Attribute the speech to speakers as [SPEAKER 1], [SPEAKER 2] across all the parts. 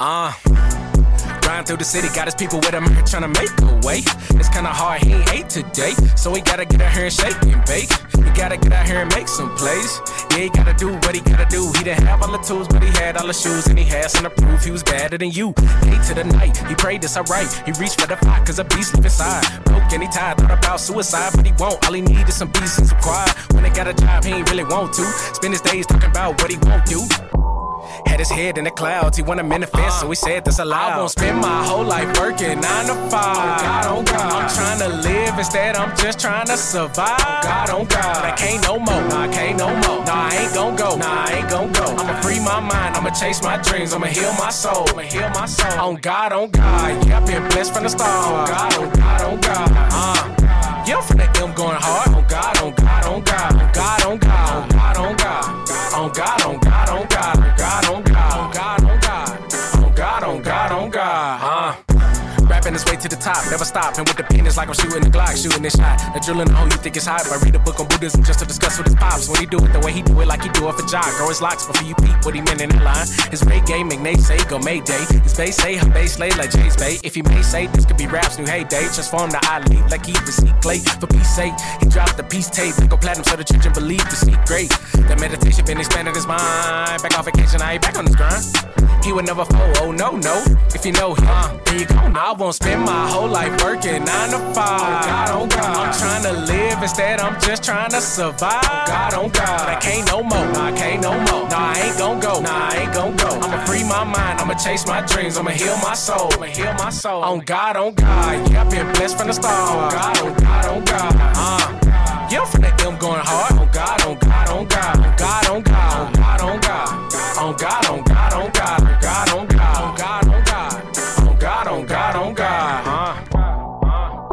[SPEAKER 1] Uh, grind through the city, got his people with him, trying to make a way. It's kinda hard, he ain't ate today. So he gotta get out here and shake and bake. He gotta get out here and make some plays. Yeah, he gotta do what he gotta do. He didn't have all the tools, but he had all the shoes. And he had some to prove he was better than you. Day to the night, he prayed it's alright. He reached for the fight, cause a beast live inside. Broke and he tired, thought about suicide, but he won't. All he need is some peace and some quiet. When he got a job, he ain't really want to. Spend his days talking about what he won't do. Had his head in the clouds, he wanna manifest, so he said that's allowed. I won't spend my whole life working nine to five. God, oh God. I'm trying to live instead, I'm just trying to survive. God, oh God. I can't no more, nah, I can't no more. Nah, I ain't gon' go, nah, I ain't gon' go. I'ma free my mind, I'ma chase my dreams, I'ma heal my soul. I'ma heal my soul. On God, on God. Yeah, been blessed from the start. On God, on God, on God. Uh. Yeah, I'm from the M going hard. On God, on God, on God. On God, on God, on God, on God. On God, on God, on God. On God, on God. On God, on God. On God, on God, on God. Uh. Rapping his way to the top, never stop. And with the pen, it's like I'm shooting the Glock, shooting this shot. The drilling hole you think it's hot, but read a book on Buddhism just to discuss with his pops. When he do it the way he do it, like he do it for jock. Grow his locks before you peep what he meant in that line. His Ray Gay, McNate say, go Mayday. His base say, her base lay like Jay's Bay. If he may say, this could be rap's new heyday. Transform the Ali, like he received clay. For peace sake, he dropped the peace tape. Go platinum so the children believe the secret. That meditation been expanding his mind. Back on vacation, I ain't back on his grind. He would never fold, oh no, no. If you know him, then you go. I won't spend my whole life working nine to five. Oh God, oh God. I'm trying to live instead, I'm just trying to survive. Oh God, oh God. I can't no more, nah, I can't no more. Nah, I ain't gon' go, nah, I ain't gon' go. I'ma free my mind, I'ma chase my dreams, I'ma heal my soul. I'ma heal my soul. On God, on God. Yeah, been blessed from the start. On God, on God, on God. Uh. Yeah, I'm from the M going hard. On God, on God, on God, on God, on God, on God, on God, on God, on God, on God, on God, on God, on God, on God, on God, on God, on God, huh?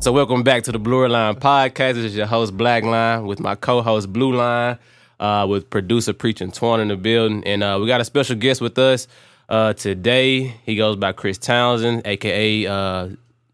[SPEAKER 2] So welcome back to the Blue Line Podcast. This is your host Black Line with my co-host Blue Line, uh, with producer Preaching Twan in the building, and uh, we got a special guest with us uh, today. He goes by Chris Townsend, aka uh,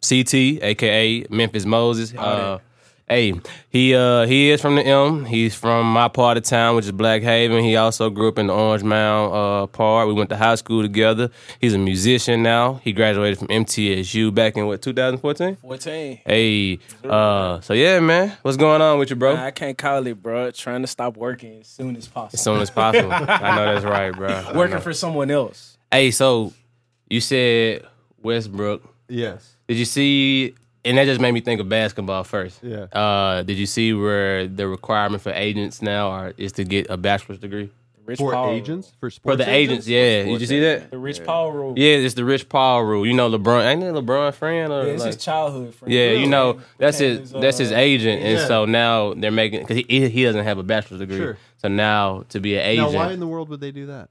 [SPEAKER 2] CT, aka Memphis Moses. Uh, hey, he uh, he is from the M. He's from my part of town, which is Black Haven. He also grew up in the Orange Mound uh, part. We went to high school together. He's a musician now. He graduated from MTSU back in what 2014.
[SPEAKER 3] 14.
[SPEAKER 2] Hey, uh, so yeah, man, what's going on with you, bro?
[SPEAKER 3] I can't call it, bro. Trying to stop working as soon as possible.
[SPEAKER 2] As soon as possible. I know that's right, bro. I
[SPEAKER 3] working
[SPEAKER 2] know.
[SPEAKER 3] for someone else.
[SPEAKER 2] Hey, so you said Westbrook.
[SPEAKER 4] Yes.
[SPEAKER 2] Did you see? And that just made me think of basketball first.
[SPEAKER 4] Yeah.
[SPEAKER 2] Uh, did you see where the requirement for agents now are is to get a bachelor's degree
[SPEAKER 3] Rich
[SPEAKER 4] For
[SPEAKER 3] Paul.
[SPEAKER 4] agents? For sports
[SPEAKER 2] for the agents? Yeah. Did you see that?
[SPEAKER 3] The Rich Paul rule.
[SPEAKER 2] Yeah, it's the Rich Paul rule. You know, LeBron ain't that LeBron friend or
[SPEAKER 3] Yeah, it's
[SPEAKER 2] like-
[SPEAKER 3] his childhood friend.
[SPEAKER 2] Yeah, you know that's
[SPEAKER 3] Can't
[SPEAKER 2] his
[SPEAKER 3] lose, uh,
[SPEAKER 2] that's his agent, and
[SPEAKER 4] yeah.
[SPEAKER 2] so now they're making because he he doesn't have a bachelor's degree.
[SPEAKER 4] Sure.
[SPEAKER 2] So now to be an
[SPEAKER 4] Now,
[SPEAKER 2] agent,
[SPEAKER 4] why in the world would they do that?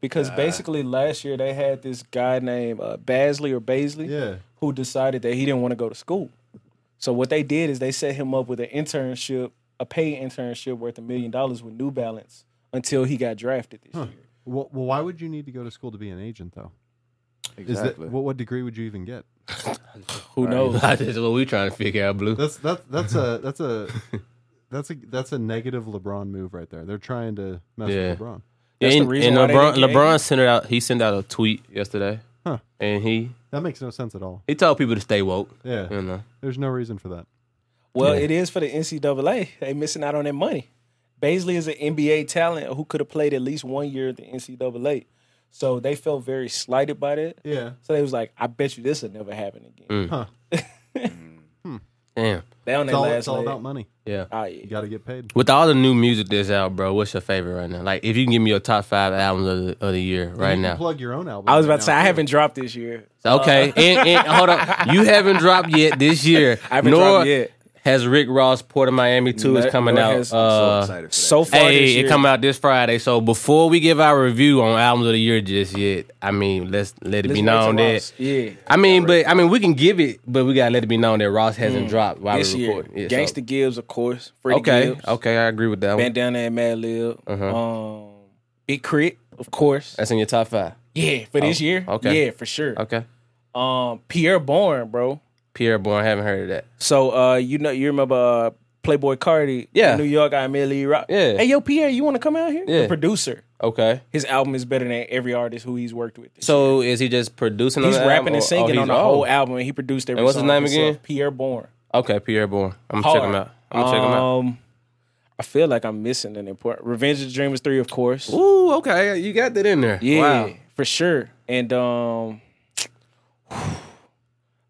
[SPEAKER 3] Because basically last year they had this guy named uh, Basley or Baisley
[SPEAKER 4] Yeah.
[SPEAKER 3] who decided that he didn't want to go to school. So what they did is they set him up with an internship, a paid internship worth a million dollars with New Balance until he got drafted this year.
[SPEAKER 4] Well, well, why would you need to go to school to be an agent, though? Is that,
[SPEAKER 5] Exactly.
[SPEAKER 4] what, what degree would you even get?
[SPEAKER 3] Who knows?
[SPEAKER 2] that's what we trying to figure out, Blue.
[SPEAKER 4] That's that's that's a that's a that's a that's a negative LeBron move right there. They're trying to mess
[SPEAKER 2] Yeah.
[SPEAKER 4] with LeBron.
[SPEAKER 3] That's the
[SPEAKER 2] and, and
[SPEAKER 3] reason why they
[SPEAKER 2] LeBron
[SPEAKER 3] didn't get
[SPEAKER 2] LeBron sent it out. He sent out a tweet yesterday,
[SPEAKER 4] Huh.
[SPEAKER 2] and he
[SPEAKER 4] That makes no sense at all.
[SPEAKER 2] he told people to stay woke.
[SPEAKER 4] Yeah.
[SPEAKER 2] You know,
[SPEAKER 4] There's no reason for that.
[SPEAKER 3] Well,
[SPEAKER 2] Yeah.
[SPEAKER 3] it is for the NCAA. They missing out on that money. Baisley is an NBA talent who could have played at least one year at the NCAA. So they felt very slighted by that.
[SPEAKER 4] Yeah.
[SPEAKER 3] So they was like, I bet you this will never happen again.
[SPEAKER 4] Huh.
[SPEAKER 2] damn.
[SPEAKER 3] They on
[SPEAKER 4] It's
[SPEAKER 3] their
[SPEAKER 4] all,
[SPEAKER 3] last
[SPEAKER 4] it's all
[SPEAKER 3] leg.
[SPEAKER 4] about money.
[SPEAKER 2] Yeah.
[SPEAKER 3] Ah,
[SPEAKER 4] You
[SPEAKER 3] yeah.
[SPEAKER 4] got to get paid.
[SPEAKER 2] With all the new music that's out, bro, what's your favorite right now? Like, if you can give me your top five albums of the, of the year right
[SPEAKER 4] you
[SPEAKER 2] now.
[SPEAKER 4] Can plug your own album.
[SPEAKER 3] I was
[SPEAKER 4] right
[SPEAKER 3] about to say
[SPEAKER 4] now,
[SPEAKER 3] I
[SPEAKER 4] too.
[SPEAKER 3] haven't dropped this year.
[SPEAKER 2] okay, and, and hold on, you haven't dropped yet this year.
[SPEAKER 3] Uh, I haven't
[SPEAKER 2] nor
[SPEAKER 3] dropped yet.
[SPEAKER 2] Has Rick Ross Port of Miami two is
[SPEAKER 3] Nor-
[SPEAKER 2] coming
[SPEAKER 3] nor
[SPEAKER 2] out?
[SPEAKER 3] has-
[SPEAKER 2] uh,
[SPEAKER 5] so excited for
[SPEAKER 3] So
[SPEAKER 5] that.
[SPEAKER 3] far this
[SPEAKER 2] Hey,
[SPEAKER 3] year,
[SPEAKER 2] it come out this Friday. So before we give our review on albums of the year just yet, I mean, let's let it
[SPEAKER 3] Let's
[SPEAKER 2] be
[SPEAKER 3] wait
[SPEAKER 2] known
[SPEAKER 3] till
[SPEAKER 2] that.
[SPEAKER 3] Ross. yeah,
[SPEAKER 2] I mean, but I mean, we can give it, but we gotta let it be known that Ross hasn't dropped while
[SPEAKER 3] Mm. this
[SPEAKER 2] we
[SPEAKER 3] year,
[SPEAKER 2] record.
[SPEAKER 3] Gangsta Gibbs, of course, Freddie
[SPEAKER 2] Okay, Uh-huh.
[SPEAKER 3] Gibbs,
[SPEAKER 2] okay, I agree with that one.
[SPEAKER 3] Bandana and Mad Lib, um, Big Crit, of course.
[SPEAKER 2] That's in your top five.
[SPEAKER 3] yeah, for this year,
[SPEAKER 2] Uh, oh, okay.
[SPEAKER 3] yeah, for sure.
[SPEAKER 2] Okay,
[SPEAKER 3] Um, Pierre Bourne, bro.
[SPEAKER 2] Pierre Bourne, haven't heard of that.
[SPEAKER 3] So uh, you know you remember uh, Playboy Cardi?
[SPEAKER 2] Yeah.
[SPEAKER 3] New York, I immediately rock.
[SPEAKER 2] Yeah.
[SPEAKER 3] Hey yo, Pierre, you want to come out here?
[SPEAKER 2] Yeah.
[SPEAKER 3] The producer.
[SPEAKER 2] Okay.
[SPEAKER 3] His album is better than every artist who he's worked with.
[SPEAKER 2] So is he just producing?
[SPEAKER 3] he's
[SPEAKER 2] on the album,
[SPEAKER 3] rapping
[SPEAKER 2] or-
[SPEAKER 3] and
[SPEAKER 2] oh,
[SPEAKER 3] singing
[SPEAKER 2] he's-
[SPEAKER 3] on the
[SPEAKER 2] oh.
[SPEAKER 3] whole album. And he produced every.
[SPEAKER 2] And what's his
[SPEAKER 3] song
[SPEAKER 2] name
[SPEAKER 3] himself.
[SPEAKER 2] again?
[SPEAKER 3] Pierre Bourne.
[SPEAKER 2] Okay, Pierre Bourne. I'm gonna check him
[SPEAKER 3] Hard.
[SPEAKER 2] out. I'm gonna check him out.
[SPEAKER 3] Um, I feel like I'm missing an important. Revenge of the Dreamers three, of course.
[SPEAKER 2] Ooh, okay, you got that in there.
[SPEAKER 3] Yeah,
[SPEAKER 2] Wow.
[SPEAKER 3] for sure. And um,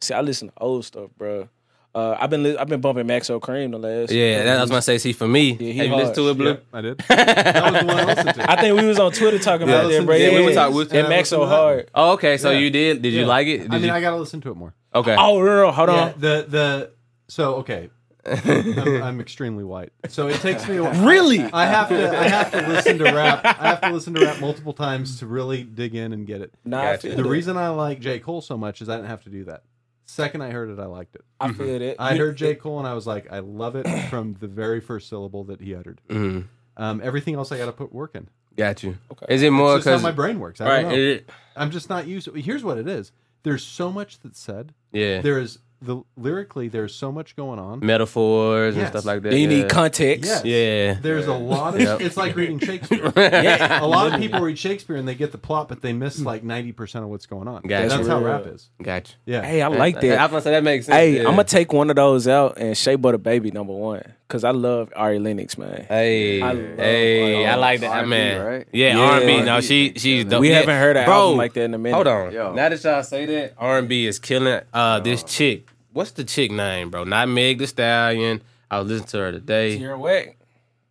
[SPEAKER 3] see, I listen to old stuff, bro. Uh, I've been li- I've been bumping Maxo Cream the last.
[SPEAKER 2] Yeah, that, was my say. See for me.
[SPEAKER 3] he
[SPEAKER 2] Have you listened to
[SPEAKER 3] hard.
[SPEAKER 2] it, Blue?
[SPEAKER 4] I did. That was the one I listened to.
[SPEAKER 3] I think we was on Twitter talking about that,
[SPEAKER 4] listen-
[SPEAKER 3] bro.
[SPEAKER 4] yeah,
[SPEAKER 2] we were talk- we was-
[SPEAKER 3] and
[SPEAKER 4] yeah, I listened
[SPEAKER 3] Maxo
[SPEAKER 4] to that.
[SPEAKER 3] Hard.
[SPEAKER 2] Oh, okay. So
[SPEAKER 4] Yeah.
[SPEAKER 2] you did? Did you
[SPEAKER 4] Yeah.
[SPEAKER 2] like it? Did
[SPEAKER 4] I mean,
[SPEAKER 2] you?
[SPEAKER 4] I gotta listen to it more.
[SPEAKER 2] okay.
[SPEAKER 3] Oh, no, no, hold
[SPEAKER 4] Yeah,
[SPEAKER 3] on.
[SPEAKER 4] the the so okay. I'm, I'm extremely white, so it takes me a while.
[SPEAKER 3] Really?
[SPEAKER 4] I have to I have to listen to rap. I have to listen to rap multiple times to really dig in and get it.
[SPEAKER 3] Nah, I
[SPEAKER 2] Gotcha.
[SPEAKER 3] feel
[SPEAKER 4] The
[SPEAKER 3] that.
[SPEAKER 4] reason I like J Cole so much is I didn't have to do that. Second, I heard it, I liked it.
[SPEAKER 3] I
[SPEAKER 2] Mm-hmm.
[SPEAKER 3] feel that.
[SPEAKER 4] I
[SPEAKER 3] You-
[SPEAKER 4] heard J Cole and I was like, I love it from the very first syllable that he uttered.
[SPEAKER 2] Mm-hmm.
[SPEAKER 4] Um, everything else I got to put work in.
[SPEAKER 2] got you. Is it more
[SPEAKER 4] It's just how
[SPEAKER 2] because?
[SPEAKER 4] my brain works. I
[SPEAKER 2] Oh, Right.
[SPEAKER 4] don't know.
[SPEAKER 2] is it-
[SPEAKER 4] I'm just not used. to Here's what it is. There's so much that's said.
[SPEAKER 2] yeah.
[SPEAKER 4] There is the lyrically. There's so much going on.
[SPEAKER 2] Metaphors and
[SPEAKER 4] Yes.
[SPEAKER 2] stuff like that.
[SPEAKER 3] Then you
[SPEAKER 2] yeah.
[SPEAKER 3] need context.
[SPEAKER 4] Yes.
[SPEAKER 2] Yeah.
[SPEAKER 4] There's a lot of it's like reading Shakespeare.
[SPEAKER 3] Yeah.
[SPEAKER 4] A lot of people read Shakespeare and they get the plot, but they miss like ninety percent of what's going on.
[SPEAKER 2] Gotcha.
[SPEAKER 4] That's how rap is.
[SPEAKER 2] Got you.
[SPEAKER 4] Yeah.
[SPEAKER 3] Hey, I like that.
[SPEAKER 2] I was gonna say that makes sense.
[SPEAKER 3] Hey,
[SPEAKER 2] yeah.
[SPEAKER 3] I'm gonna take one of those out and Shea Butter Baby number one because I love Ari Lennox, man.
[SPEAKER 2] Hey,
[SPEAKER 3] I
[SPEAKER 2] I
[SPEAKER 3] love,
[SPEAKER 2] hey,
[SPEAKER 5] like,
[SPEAKER 2] I like that
[SPEAKER 5] R&B,
[SPEAKER 2] man.
[SPEAKER 5] right?
[SPEAKER 2] Yeah,
[SPEAKER 3] Yeah.
[SPEAKER 2] R and B. No,
[SPEAKER 5] R&B,
[SPEAKER 2] she
[SPEAKER 5] yeah.
[SPEAKER 2] she's dope.
[SPEAKER 3] We
[SPEAKER 2] Yeah.
[SPEAKER 3] haven't heard an
[SPEAKER 2] Bro,
[SPEAKER 3] album like that in a minute.
[SPEAKER 2] Hold on.
[SPEAKER 5] Yo.
[SPEAKER 2] Now that y'all say that, R and B is killing. Uh, this chick. What's the chick name, bro? Not Meg the Stallion. I was listening to her today.
[SPEAKER 3] You're whack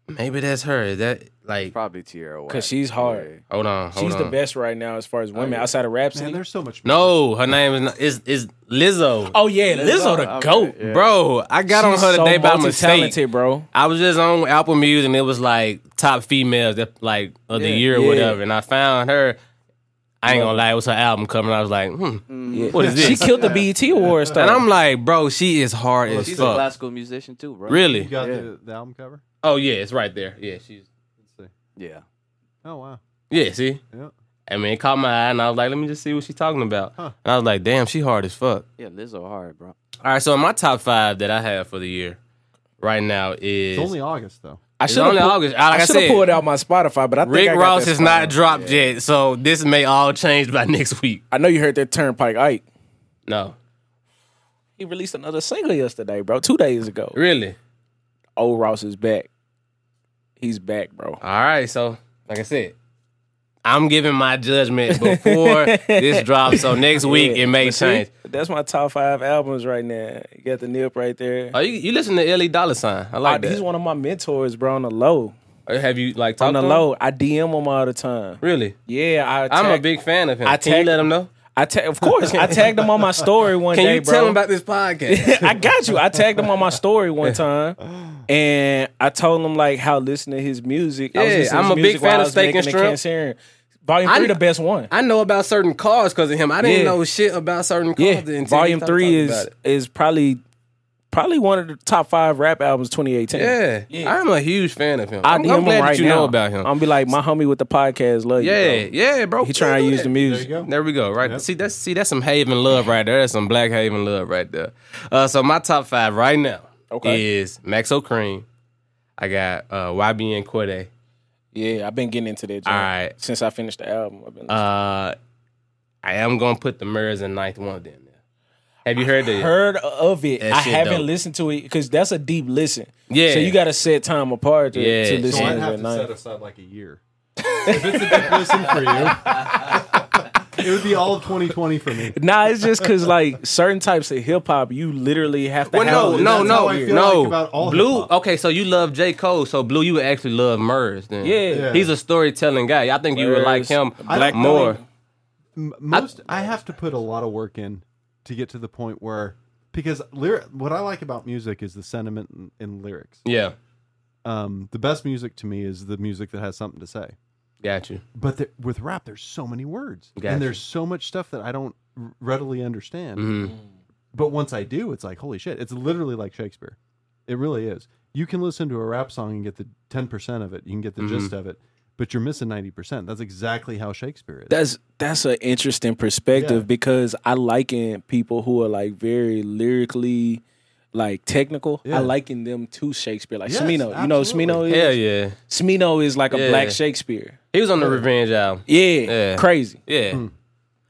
[SPEAKER 2] Maybe that's her. Is that like?
[SPEAKER 5] Probably Tierra Whack.
[SPEAKER 3] because she's hard.
[SPEAKER 2] Hold on. Hold
[SPEAKER 3] She's
[SPEAKER 2] on. Oh,
[SPEAKER 3] the best right now as far as women outside of
[SPEAKER 4] Man,
[SPEAKER 3] Rhapsody.
[SPEAKER 4] there's so much.
[SPEAKER 2] No, her name is not, is is Lizzo.
[SPEAKER 3] oh yeah, Lizzo the
[SPEAKER 5] Okay,
[SPEAKER 3] goat.
[SPEAKER 5] yeah.
[SPEAKER 2] Bro, I got
[SPEAKER 3] She's
[SPEAKER 2] on her
[SPEAKER 3] so
[SPEAKER 2] today by
[SPEAKER 3] multi-talented,
[SPEAKER 2] mistake.
[SPEAKER 3] bro.
[SPEAKER 2] I was just on Apple Music and it was like top females that like of the
[SPEAKER 3] Yeah.
[SPEAKER 2] year or
[SPEAKER 3] Yeah.
[SPEAKER 2] whatever. And I found her. I ain't gonna lie, it was her album coming. I was like, hmm, what is this?
[SPEAKER 3] She killed the BET E Awards though.
[SPEAKER 2] and I'm like, bro, she is hard as
[SPEAKER 5] She's a
[SPEAKER 2] fuck.
[SPEAKER 5] classical musician too, bro.
[SPEAKER 4] You
[SPEAKER 2] really?
[SPEAKER 4] got the, the album cover.
[SPEAKER 2] Oh yeah, it's right there. Yeah, she's
[SPEAKER 4] Let's see.
[SPEAKER 5] Yeah.
[SPEAKER 4] Oh wow.
[SPEAKER 2] yeah. See,
[SPEAKER 4] Yeah.
[SPEAKER 2] I mean, it caught my eye, and I was like, let me just see what she's talking about.
[SPEAKER 4] Huh.
[SPEAKER 2] And I was like, damn, she hard as fuck.
[SPEAKER 5] Yeah, Lizzo hard, bro.
[SPEAKER 2] All right, so my top five that I have for the year right now is
[SPEAKER 4] It's only August though.
[SPEAKER 3] I
[SPEAKER 2] It's
[SPEAKER 3] should have
[SPEAKER 2] only
[SPEAKER 3] pulled,
[SPEAKER 2] August. Like I
[SPEAKER 3] I should have
[SPEAKER 2] said-
[SPEAKER 3] pulled out my Spotify, but I think
[SPEAKER 2] Rick
[SPEAKER 3] I got
[SPEAKER 2] Ross
[SPEAKER 3] that
[SPEAKER 2] is not
[SPEAKER 3] Spotify.
[SPEAKER 2] dropped yet, so this may all change by next week.
[SPEAKER 3] I know you heard that Turnpike Ike.
[SPEAKER 2] No,
[SPEAKER 3] He released another single yesterday, bro. Two days ago.
[SPEAKER 2] really.
[SPEAKER 3] Old Ross is back. He's back, bro.
[SPEAKER 2] All right, so like I said, I'm giving my judgment before this drops. So next week it may change.
[SPEAKER 3] That's my top five albums right now. You got the Nip right there.
[SPEAKER 2] Oh, you, you listen to Ellie Dollar Sign? I like
[SPEAKER 3] I-
[SPEAKER 2] that.
[SPEAKER 3] he's one of my mentors, bro. On the low,
[SPEAKER 2] Have you like talked
[SPEAKER 3] on the
[SPEAKER 2] to him?
[SPEAKER 3] low, I DM him all the time.
[SPEAKER 2] Really?
[SPEAKER 3] Yeah, I.
[SPEAKER 2] I'm a
[SPEAKER 3] tag-
[SPEAKER 2] big fan of him.
[SPEAKER 3] I
[SPEAKER 2] I Can you
[SPEAKER 3] tag-
[SPEAKER 2] let him know?
[SPEAKER 3] I ta- of course, I tagged him on my story one
[SPEAKER 2] Can
[SPEAKER 3] day,
[SPEAKER 2] you
[SPEAKER 3] bro.
[SPEAKER 2] tell him about this podcast?
[SPEAKER 3] I got you. I tagged him on my story one time, and I told him like how listening to his music. I was
[SPEAKER 2] Yeah,
[SPEAKER 3] listening to
[SPEAKER 2] I'm
[SPEAKER 3] his
[SPEAKER 2] a big
[SPEAKER 3] music while
[SPEAKER 2] fan
[SPEAKER 3] I
[SPEAKER 2] of
[SPEAKER 3] was
[SPEAKER 2] Steak and
[SPEAKER 3] making the
[SPEAKER 2] Shrimp.
[SPEAKER 3] Cancerian. Volume
[SPEAKER 2] I-
[SPEAKER 3] three, the best one.
[SPEAKER 2] I know about certain cars because of him. I didn't
[SPEAKER 3] Yeah.
[SPEAKER 2] know shit about certain cars. until
[SPEAKER 3] yeah,
[SPEAKER 2] he
[SPEAKER 3] volume
[SPEAKER 2] started
[SPEAKER 3] three
[SPEAKER 2] talking
[SPEAKER 3] is
[SPEAKER 2] about it.
[SPEAKER 3] is probably probably one of the top five rap albums 2018.
[SPEAKER 2] Yeah. I'm a huge fan of him.
[SPEAKER 3] I
[SPEAKER 2] I'm,
[SPEAKER 3] DM
[SPEAKER 2] I'm
[SPEAKER 3] him
[SPEAKER 2] glad
[SPEAKER 3] right
[SPEAKER 2] that you
[SPEAKER 3] now.
[SPEAKER 2] know about him.
[SPEAKER 3] I'm gonna be like my homie with the podcast. Love
[SPEAKER 2] yeah,
[SPEAKER 3] you. Bro.
[SPEAKER 2] yeah, bro.
[SPEAKER 3] He trying to
[SPEAKER 2] do
[SPEAKER 3] use the
[SPEAKER 2] that.
[SPEAKER 4] There you
[SPEAKER 3] music.
[SPEAKER 4] go.
[SPEAKER 2] There we go. Right. See that's see that's some Haven love right there. That's some Black Haven love right there. Uh, so my top five right now
[SPEAKER 3] Okay.
[SPEAKER 2] is Maxo Cream. I got uh, YBN Corday.
[SPEAKER 3] Yeah, I've been getting into that. Joint.
[SPEAKER 2] Alright.
[SPEAKER 3] since I finished the album, I've been
[SPEAKER 2] Uh, I am gonna put the Mirrors in ninth one down there. Have you heard that? yet?
[SPEAKER 3] heard of it.
[SPEAKER 2] That
[SPEAKER 3] I
[SPEAKER 2] shit
[SPEAKER 3] haven't
[SPEAKER 2] dope.
[SPEAKER 3] listened to it because that's a deep listen.
[SPEAKER 2] Yeah.
[SPEAKER 3] so you got to set time apart to,
[SPEAKER 2] Yeah.
[SPEAKER 3] to
[SPEAKER 2] So
[SPEAKER 3] listen
[SPEAKER 4] So I
[SPEAKER 3] to
[SPEAKER 4] have
[SPEAKER 3] it.
[SPEAKER 4] to
[SPEAKER 3] night.
[SPEAKER 4] set aside like a year. if it's a good listen for you, it would be all of 2020 for me.
[SPEAKER 3] Nah, it's just because like certain types of hip hop, you literally have to.
[SPEAKER 2] Well, no,
[SPEAKER 3] have a
[SPEAKER 2] no,
[SPEAKER 4] that's
[SPEAKER 3] listen
[SPEAKER 2] no,
[SPEAKER 4] how
[SPEAKER 3] to
[SPEAKER 4] I
[SPEAKER 3] it.
[SPEAKER 4] feel
[SPEAKER 2] no.
[SPEAKER 4] like about all
[SPEAKER 2] Blue.
[SPEAKER 4] hip-hop.
[SPEAKER 2] Okay, so you love J Cole, so Blue, you would actually love Murs then.
[SPEAKER 3] Yeah.
[SPEAKER 4] Yeah.
[SPEAKER 2] he's a storytelling guy. I think you would like
[SPEAKER 3] Murs,
[SPEAKER 2] him
[SPEAKER 4] Black
[SPEAKER 2] more.
[SPEAKER 4] Dahlia. M- most I, have to put a lot of work in to get to the point where because lyric what I like about music is the sentiment in, in lyrics.
[SPEAKER 2] Yeah,
[SPEAKER 4] Um, the best music to me is the music that has something to say.
[SPEAKER 2] got you.
[SPEAKER 4] But there, with rap, there's so many words
[SPEAKER 2] Gotcha.
[SPEAKER 4] and there's so much stuff that I don't r- readily understand.
[SPEAKER 2] Mm-hmm.
[SPEAKER 4] But once I do, it's like holy shit! It's literally like Shakespeare.
[SPEAKER 2] Mm-hmm.
[SPEAKER 4] It really is. You can listen to a rap song and get the ten percent of it. You can get the gist of it. but you're missing ninety percent. That's exactly how Shakespeare is.
[SPEAKER 3] That's that's an interesting perspective
[SPEAKER 4] Yeah.
[SPEAKER 3] because I liken people who are like very lyrically like technical.
[SPEAKER 4] Yeah.
[SPEAKER 3] I liken them to Shakespeare. Like
[SPEAKER 4] Yes,
[SPEAKER 3] Smino. You know who Smino
[SPEAKER 4] absolutely.
[SPEAKER 3] is?
[SPEAKER 2] Hell yeah.
[SPEAKER 3] Smino is like a
[SPEAKER 2] Yeah.
[SPEAKER 3] black Shakespeare.
[SPEAKER 2] He was on the Revenge album.
[SPEAKER 3] Yeah.
[SPEAKER 2] Yeah.
[SPEAKER 3] Crazy.
[SPEAKER 2] Yeah.
[SPEAKER 4] Hmm.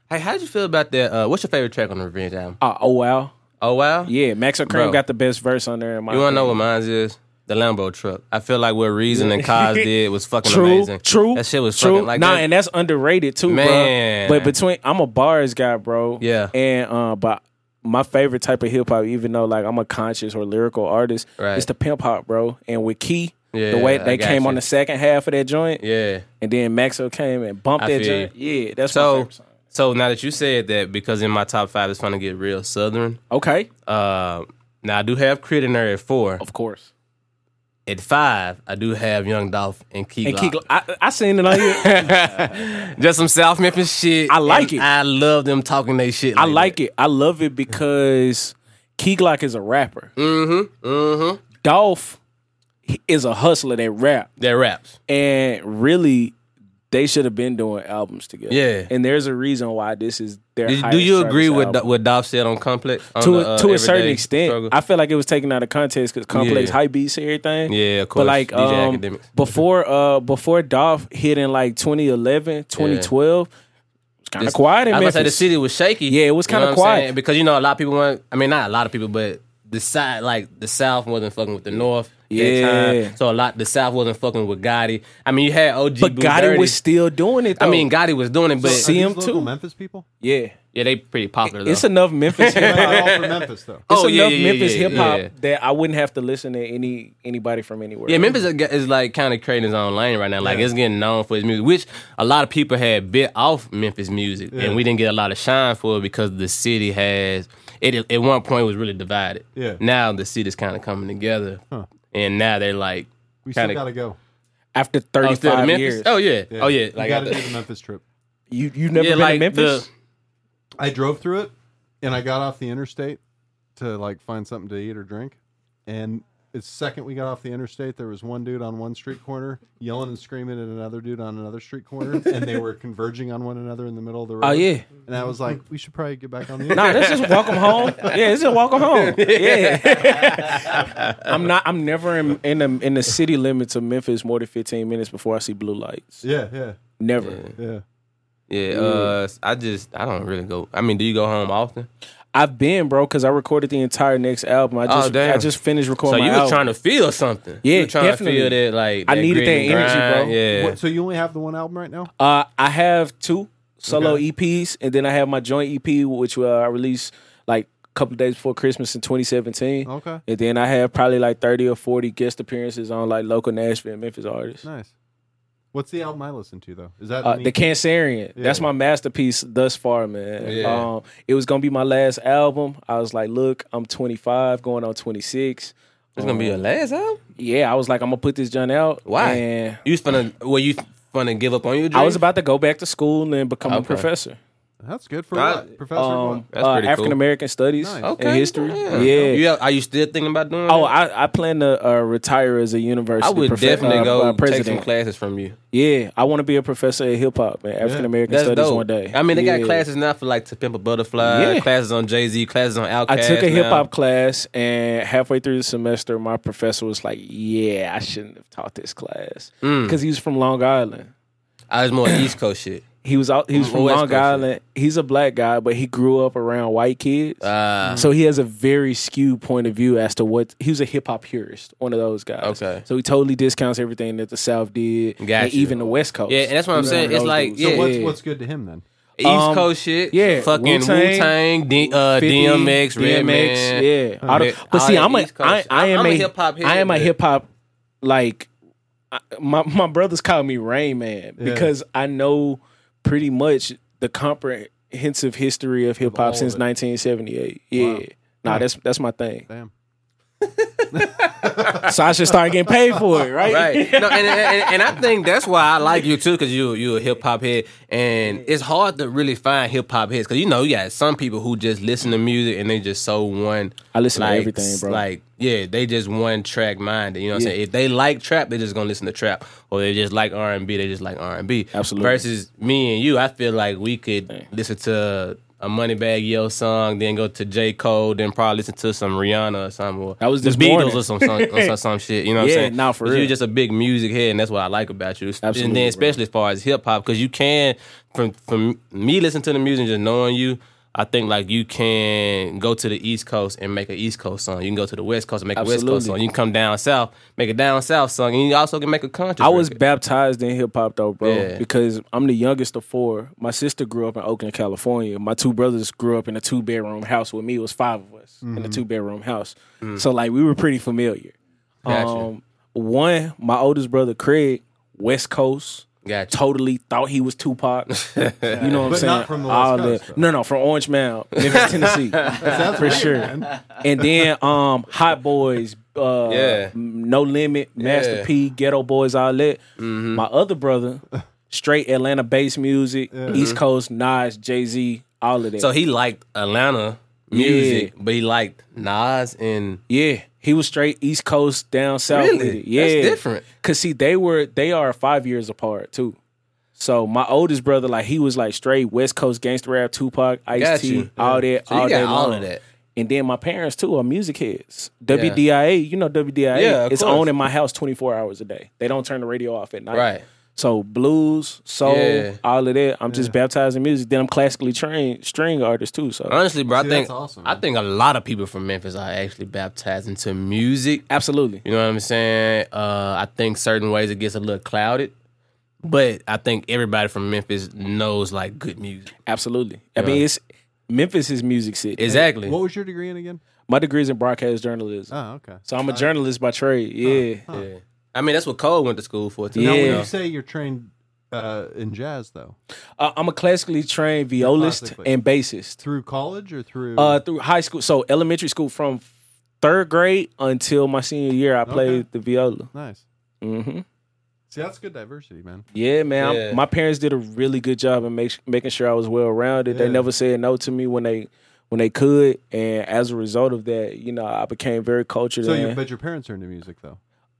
[SPEAKER 2] Hey, how did you feel about that? Uh, what's your favorite track on the Revenge album?
[SPEAKER 3] Uh, oh wow.
[SPEAKER 2] Oh wow.
[SPEAKER 3] Yeah, Max O'Crane
[SPEAKER 2] Bro.
[SPEAKER 3] got the best verse on there in my
[SPEAKER 2] You wanna know
[SPEAKER 3] opinion.
[SPEAKER 2] what mine is? The Lambo truck. I feel like what Reason and Cos did was fucking
[SPEAKER 3] True,
[SPEAKER 2] amazing.
[SPEAKER 3] true.
[SPEAKER 2] That shit was
[SPEAKER 3] true.
[SPEAKER 2] fucking like
[SPEAKER 3] nah,
[SPEAKER 2] that.
[SPEAKER 3] and that's underrated too,
[SPEAKER 2] Man.
[SPEAKER 3] bro. But between I'm a bars guy, bro.
[SPEAKER 2] Yeah.
[SPEAKER 3] and uh, but my favorite type of hip hop, even though like I'm a conscious or lyrical artist,
[SPEAKER 2] Right.
[SPEAKER 3] is the pimp hop, bro. And with Key, the
[SPEAKER 2] Yeah,
[SPEAKER 3] way
[SPEAKER 2] I
[SPEAKER 3] they
[SPEAKER 2] got
[SPEAKER 3] came
[SPEAKER 2] you.
[SPEAKER 3] on the second half of that joint,
[SPEAKER 2] yeah.
[SPEAKER 3] and then Maxo came and bumped
[SPEAKER 2] I
[SPEAKER 3] that
[SPEAKER 2] feel
[SPEAKER 3] joint. Yeah, that's my
[SPEAKER 2] So
[SPEAKER 3] favorite song.
[SPEAKER 2] so now that you said that, because in my top five it's finna get real southern.
[SPEAKER 3] Okay,
[SPEAKER 2] Uh, now I do have Crit in there at four.
[SPEAKER 3] of course.
[SPEAKER 2] At five, I do have Young Dolph and Key
[SPEAKER 3] And
[SPEAKER 2] Glock.
[SPEAKER 3] Key, Glo- I, I seen it on here.
[SPEAKER 2] Just some South Memphis shit.
[SPEAKER 3] I like
[SPEAKER 2] and
[SPEAKER 3] it.
[SPEAKER 2] I love them talking they shit.
[SPEAKER 3] I like it. I love it because Key Glock is a rapper.
[SPEAKER 2] Mm-hmm. Mm-hmm.
[SPEAKER 3] Dolph is a hustler that rap.
[SPEAKER 2] That raps.
[SPEAKER 3] and really they should have been doing albums together.
[SPEAKER 2] Yeah.
[SPEAKER 3] and there's a reason why this is their.
[SPEAKER 2] Did, do
[SPEAKER 3] highest
[SPEAKER 2] you
[SPEAKER 3] charting
[SPEAKER 2] agree with
[SPEAKER 3] album.
[SPEAKER 2] what Dolph said on Complex? On
[SPEAKER 3] to
[SPEAKER 2] the,
[SPEAKER 3] a,
[SPEAKER 2] uh,
[SPEAKER 3] to a certain
[SPEAKER 2] Everyday
[SPEAKER 3] extent?
[SPEAKER 2] Struggle?
[SPEAKER 3] I feel like it was taken out of context because complex
[SPEAKER 2] Yeah.
[SPEAKER 3] hype beats and everything.
[SPEAKER 2] Yeah, of
[SPEAKER 3] But
[SPEAKER 2] course.
[SPEAKER 3] like
[SPEAKER 2] DJ
[SPEAKER 3] um,
[SPEAKER 2] Academics.
[SPEAKER 3] before uh before Dolph hit in like 2011, 2012, it's kind of
[SPEAKER 2] This-
[SPEAKER 3] quiet in
[SPEAKER 2] I was gonna say the
[SPEAKER 3] Memphis.
[SPEAKER 2] city was shaky.
[SPEAKER 3] Yeah, it was
[SPEAKER 2] You know
[SPEAKER 3] kinda
[SPEAKER 2] what I'm saying?
[SPEAKER 3] quiet.
[SPEAKER 2] because you know a lot of people weren't. I mean, not a lot of people, but the side like the South wasn't fucking with the North. at that
[SPEAKER 3] Yeah.
[SPEAKER 2] time. so a lot the South wasn't fucking with Gotti. I mean, you had OG,
[SPEAKER 3] But
[SPEAKER 2] Boo
[SPEAKER 3] Gotti
[SPEAKER 2] Dirty.
[SPEAKER 3] was still doing it. Though.
[SPEAKER 2] I mean, Gotti was doing it, but
[SPEAKER 4] Are these
[SPEAKER 3] him
[SPEAKER 4] local
[SPEAKER 3] too.
[SPEAKER 4] Memphis people.
[SPEAKER 3] yeah,
[SPEAKER 2] yeah, they pretty popular. Though.
[SPEAKER 3] it's enough Memphis.
[SPEAKER 4] Well,
[SPEAKER 3] hip-
[SPEAKER 4] not all from Memphis though.
[SPEAKER 3] It's
[SPEAKER 2] Oh, yeah,
[SPEAKER 3] enough
[SPEAKER 2] yeah, yeah,
[SPEAKER 3] Memphis
[SPEAKER 2] yeah,
[SPEAKER 3] hip hop
[SPEAKER 2] yeah.
[SPEAKER 3] that I wouldn't have to listen to any anybody from anywhere.
[SPEAKER 2] Yeah, Memphis is, is like kind of creating his own lane right now. Like it's getting known for his music, which a lot of people had bit off Memphis music, and we didn't get a lot of shine for it because the city has it. At one point, was really divided.
[SPEAKER 4] Yeah.
[SPEAKER 2] Now the city's kind of coming together, and now they're like
[SPEAKER 4] We still
[SPEAKER 2] kind
[SPEAKER 4] gotta
[SPEAKER 2] of
[SPEAKER 4] go.
[SPEAKER 3] after
[SPEAKER 2] oh, still to
[SPEAKER 3] 35
[SPEAKER 2] Memphis.
[SPEAKER 3] years.
[SPEAKER 2] Oh yeah. Oh yeah.
[SPEAKER 4] we
[SPEAKER 2] Like
[SPEAKER 4] gotta
[SPEAKER 2] I-
[SPEAKER 4] do the Memphis trip.
[SPEAKER 3] You you never
[SPEAKER 2] yeah,
[SPEAKER 3] been
[SPEAKER 2] like
[SPEAKER 3] to Memphis?
[SPEAKER 2] the
[SPEAKER 4] I drove through it, and I got off the interstate to like find something to eat or drink. And the second we got off the interstate, there was one dude on one street corner yelling and screaming at another dude on another street corner, and they were converging on one another in the middle of the road.
[SPEAKER 3] Oh, yeah.
[SPEAKER 4] And I was like, we should probably get back on the
[SPEAKER 3] Nah,
[SPEAKER 4] interstate.
[SPEAKER 3] let's just welcome home. Yeah, let's just welcome home. Yeah. I'm not I'm never in in the in the city limits of Memphis more than 15 minutes before I see blue lights.
[SPEAKER 4] yeah, yeah,
[SPEAKER 3] Never.
[SPEAKER 4] yeah.
[SPEAKER 2] yeah. Uh,
[SPEAKER 3] Mm.
[SPEAKER 2] I just I don't really go. I mean, do you go home often?
[SPEAKER 3] I've been, bro, cuz I recorded the entire next album. I just
[SPEAKER 2] Oh, damn.
[SPEAKER 3] I just finished
[SPEAKER 2] So
[SPEAKER 3] recording
[SPEAKER 2] you
[SPEAKER 3] my
[SPEAKER 2] were
[SPEAKER 3] album.
[SPEAKER 2] trying to feel something.
[SPEAKER 3] Yeah,
[SPEAKER 2] you were trying
[SPEAKER 3] definitely.
[SPEAKER 2] to feel that like
[SPEAKER 3] I
[SPEAKER 2] that
[SPEAKER 3] needed
[SPEAKER 2] grit
[SPEAKER 3] that
[SPEAKER 2] and
[SPEAKER 3] energy,
[SPEAKER 2] grind.
[SPEAKER 3] bro.
[SPEAKER 2] Yeah.
[SPEAKER 4] What- so you only have the one album right now?
[SPEAKER 3] Uh, I have two solo EPs, and then I have my joint EP, which uh, I released like a couple of days before Christmas in 2017.
[SPEAKER 2] Oh.
[SPEAKER 4] Okay.
[SPEAKER 3] And then I have probably like 30 or 40 guest appearances on like local Nashville and Memphis artists.
[SPEAKER 4] Nice. What's the album I listen to though? Is that
[SPEAKER 3] Uh,
[SPEAKER 4] an
[SPEAKER 3] the
[SPEAKER 4] EP?
[SPEAKER 3] Cancerian. That's my masterpiece thus far, man.
[SPEAKER 2] Yeah.
[SPEAKER 3] Um, it was gonna be my last album. I was like, look, I'm 25, going on 26.
[SPEAKER 2] It's gonna be your last album.
[SPEAKER 3] Yeah, I was like, I'm gonna put this joint out.
[SPEAKER 2] Why?
[SPEAKER 3] And
[SPEAKER 2] You was gonna well, you gonna give up on your dream?
[SPEAKER 3] I was about to go back to school and become a
[SPEAKER 2] Okay.
[SPEAKER 3] professor.
[SPEAKER 4] That's good for
[SPEAKER 2] Uh,
[SPEAKER 4] what? Professor. what?
[SPEAKER 3] Um,
[SPEAKER 2] That's pretty cool.
[SPEAKER 3] African American studies
[SPEAKER 4] Nice.
[SPEAKER 3] and history. Yeah.
[SPEAKER 2] You- are you still thinking about doing?
[SPEAKER 3] Oh,
[SPEAKER 2] that?
[SPEAKER 3] I, I plan to uh, retire as a university.
[SPEAKER 2] I would
[SPEAKER 3] profe-
[SPEAKER 2] definitely
[SPEAKER 3] uh,
[SPEAKER 2] go
[SPEAKER 3] uh,
[SPEAKER 2] take
[SPEAKER 3] president.
[SPEAKER 2] some classes from you.
[SPEAKER 3] Yeah, I want to be a professor of hip hop and African American
[SPEAKER 2] That's
[SPEAKER 3] studies
[SPEAKER 2] dope.
[SPEAKER 3] one day.
[SPEAKER 2] I mean, they
[SPEAKER 3] Yeah.
[SPEAKER 2] got classes now for like to pimp a butterfly,
[SPEAKER 3] Yeah.
[SPEAKER 2] classes on Jay Z, classes on Outkast.
[SPEAKER 3] I took a
[SPEAKER 2] now.
[SPEAKER 3] hip hop class, and halfway through the semester, my professor was like, "Yeah, I shouldn't have taught this class
[SPEAKER 2] Mm.
[SPEAKER 3] because he was from Long Island.
[SPEAKER 2] I was Ah, more East Coast shit.
[SPEAKER 3] He was out. He was from
[SPEAKER 2] West
[SPEAKER 3] Long
[SPEAKER 2] Coast, yeah.
[SPEAKER 3] Island. He's a black guy, but he grew up around white kids,
[SPEAKER 2] Uh,
[SPEAKER 3] so he has a very skewed point of view as to what he was a hip hop purist, one of those guys.
[SPEAKER 2] Okay.
[SPEAKER 3] so he totally discounts everything that the South did, and
[SPEAKER 2] Gotcha.
[SPEAKER 3] even the West Coast.
[SPEAKER 2] Yeah, and that's what I'm
[SPEAKER 3] He was
[SPEAKER 2] saying.
[SPEAKER 3] one of
[SPEAKER 2] It's
[SPEAKER 3] those
[SPEAKER 2] like,
[SPEAKER 3] dudes.
[SPEAKER 2] yeah.
[SPEAKER 4] so what's
[SPEAKER 3] yeah.
[SPEAKER 4] what's good to him then?
[SPEAKER 2] East
[SPEAKER 3] um,
[SPEAKER 2] Coast shit.
[SPEAKER 3] yeah,
[SPEAKER 2] fucking Wu
[SPEAKER 3] Wu-Tang,
[SPEAKER 2] Tang, D, uh,
[SPEAKER 3] 50,
[SPEAKER 2] DMX, Redman.
[SPEAKER 3] DMX, yeah. I don't-
[SPEAKER 2] Yeah,
[SPEAKER 3] but
[SPEAKER 2] all
[SPEAKER 3] see,
[SPEAKER 2] that
[SPEAKER 3] I'm a,
[SPEAKER 2] East Coast.
[SPEAKER 3] I, I am
[SPEAKER 2] I'm
[SPEAKER 3] a,
[SPEAKER 2] a hip-hop head,
[SPEAKER 3] I am a
[SPEAKER 2] but-
[SPEAKER 3] hip hop. Like I, my my brothers call me Rain Man because I know pretty much the comprehensive history of hip hop since 1978. Yeah, nah, that's that's my thing.
[SPEAKER 4] Damn.
[SPEAKER 3] so I should start getting paid for it, right?
[SPEAKER 2] Right. No, and, and, and I think that's why I like you too, because you you a hip hop head, and it's hard to really find hip hop heads, because you know you got some people who just listen to music and they just so one.
[SPEAKER 3] I listen to everything, bro.
[SPEAKER 2] Like yeah, they just one track minded. You know what I'm saying? If they like trap, they just gonna listen to trap, or they just like R and B, they just like R and B.
[SPEAKER 3] Absolutely.
[SPEAKER 2] Versus me and you, I feel like we could listen to. A Moneybag Yo song, then go to J Cole, then probably listen to some Rihanna or something. Or
[SPEAKER 3] That was
[SPEAKER 2] the
[SPEAKER 3] this
[SPEAKER 2] Beatles
[SPEAKER 3] morning.
[SPEAKER 2] or some, some or some- some shit. You know what
[SPEAKER 3] Yeah,
[SPEAKER 2] I'm saying?
[SPEAKER 3] nah, for
[SPEAKER 2] But
[SPEAKER 3] real.
[SPEAKER 2] You just a big music head, and that's what I like about you.
[SPEAKER 3] Absolutely,
[SPEAKER 2] and then
[SPEAKER 3] bro.
[SPEAKER 2] especially as far as hip hop, because you can from from me listening to the music, and just knowing you. I think like you can go to the East Coast and make an East Coast song. You can go to the West Coast and make a West Coast
[SPEAKER 3] Absolutely.
[SPEAKER 2] song. You can come down south, make a down south song, and you also can make a country.
[SPEAKER 3] I was
[SPEAKER 2] record.
[SPEAKER 3] baptized in hip hop though, bro,
[SPEAKER 2] Yeah.
[SPEAKER 3] because I'm the youngest of four. My sister grew up in Oakland, California. My two brothers grew up in a two bedroom house with me. It was five of us in
[SPEAKER 2] Mm-hmm.
[SPEAKER 3] a two bedroom house. So like we were pretty familiar.
[SPEAKER 2] Mm. Gotcha.
[SPEAKER 3] Um, one, my oldest brother Craig, West Coast.
[SPEAKER 2] Gotcha.
[SPEAKER 3] Totally thought he was Tupac. you know what I'm
[SPEAKER 4] But
[SPEAKER 3] saying?
[SPEAKER 4] not from the West
[SPEAKER 3] All
[SPEAKER 4] Coast,
[SPEAKER 3] that-
[SPEAKER 4] though.
[SPEAKER 3] No, no, from Orange Mound, Memphis, Tennessee, for sure. And then um, Hot Boys, uh,
[SPEAKER 2] Yeah.
[SPEAKER 3] No Limit, Master
[SPEAKER 2] Yeah. Mm-hmm.
[SPEAKER 3] P, Ghetto Boys, all that. My other brother, straight Atlanta based music, East Coast, Nas, Jay Z, all of that.
[SPEAKER 2] so he liked Atlanta music, but he liked Nas and
[SPEAKER 3] yeah, he was straight East Coast down south. with
[SPEAKER 2] Really?
[SPEAKER 3] it. Yeah,
[SPEAKER 2] That's different.
[SPEAKER 3] Cause see, they were they are five years apart too. So my oldest brother, like he was like straight West Coast gangster rap, Tupac, Ice
[SPEAKER 2] Got
[SPEAKER 3] T,
[SPEAKER 2] you.
[SPEAKER 3] all that,
[SPEAKER 2] So you
[SPEAKER 3] all
[SPEAKER 2] got
[SPEAKER 3] day
[SPEAKER 2] all
[SPEAKER 3] long.
[SPEAKER 2] of that.
[SPEAKER 3] And then my parents too are music heads. WDIA, you know WDIA.
[SPEAKER 2] Yeah, of
[SPEAKER 3] it's
[SPEAKER 2] course.
[SPEAKER 3] on in my house twenty four hours a day. They don't turn the radio off at night.
[SPEAKER 2] Right.
[SPEAKER 3] So blues, soul,
[SPEAKER 2] Yeah.
[SPEAKER 3] all of that. I'm just baptized in music. Then I'm classically trained string artist too. So
[SPEAKER 2] honestly, bro. I
[SPEAKER 4] See,
[SPEAKER 2] think
[SPEAKER 4] that's awesome,
[SPEAKER 2] I
[SPEAKER 4] man.
[SPEAKER 2] think a lot of people from Memphis are actually baptized into music.
[SPEAKER 3] absolutely,
[SPEAKER 2] You know what I'm saying? Uh, I think certain ways it gets a little clouded, but I think everybody from Memphis knows like good music.
[SPEAKER 3] absolutely. I mean, it's Memphis is music city.
[SPEAKER 2] Exactly.
[SPEAKER 4] What was your degree in again?
[SPEAKER 3] My degree's in broadcast journalism.
[SPEAKER 4] Oh, okay.
[SPEAKER 3] So I'm a journalist by trade. Yeah.
[SPEAKER 2] Yeah. I mean, that's what Cole went to school for. Too.
[SPEAKER 4] Now, when
[SPEAKER 3] Yeah.
[SPEAKER 4] you say you're trained uh, in jazz, though,
[SPEAKER 3] Uh, I'm a classically trained violist
[SPEAKER 4] Classically.
[SPEAKER 3] and bassist.
[SPEAKER 4] through college or through?
[SPEAKER 3] Uh, through high school, so elementary school from third grade until my senior year, I played the viola.
[SPEAKER 4] nice.
[SPEAKER 3] hmm
[SPEAKER 4] See, that's good diversity, man.
[SPEAKER 3] Yeah, man. I'm-
[SPEAKER 2] Yeah.
[SPEAKER 3] My parents did a really good job in make, making sure I was well rounded. They
[SPEAKER 4] Yeah.
[SPEAKER 3] never said no to me when they when they could, and as a result of that, you know, I became very cultured.
[SPEAKER 4] So,
[SPEAKER 3] and-
[SPEAKER 4] you, but your parents are into music, though.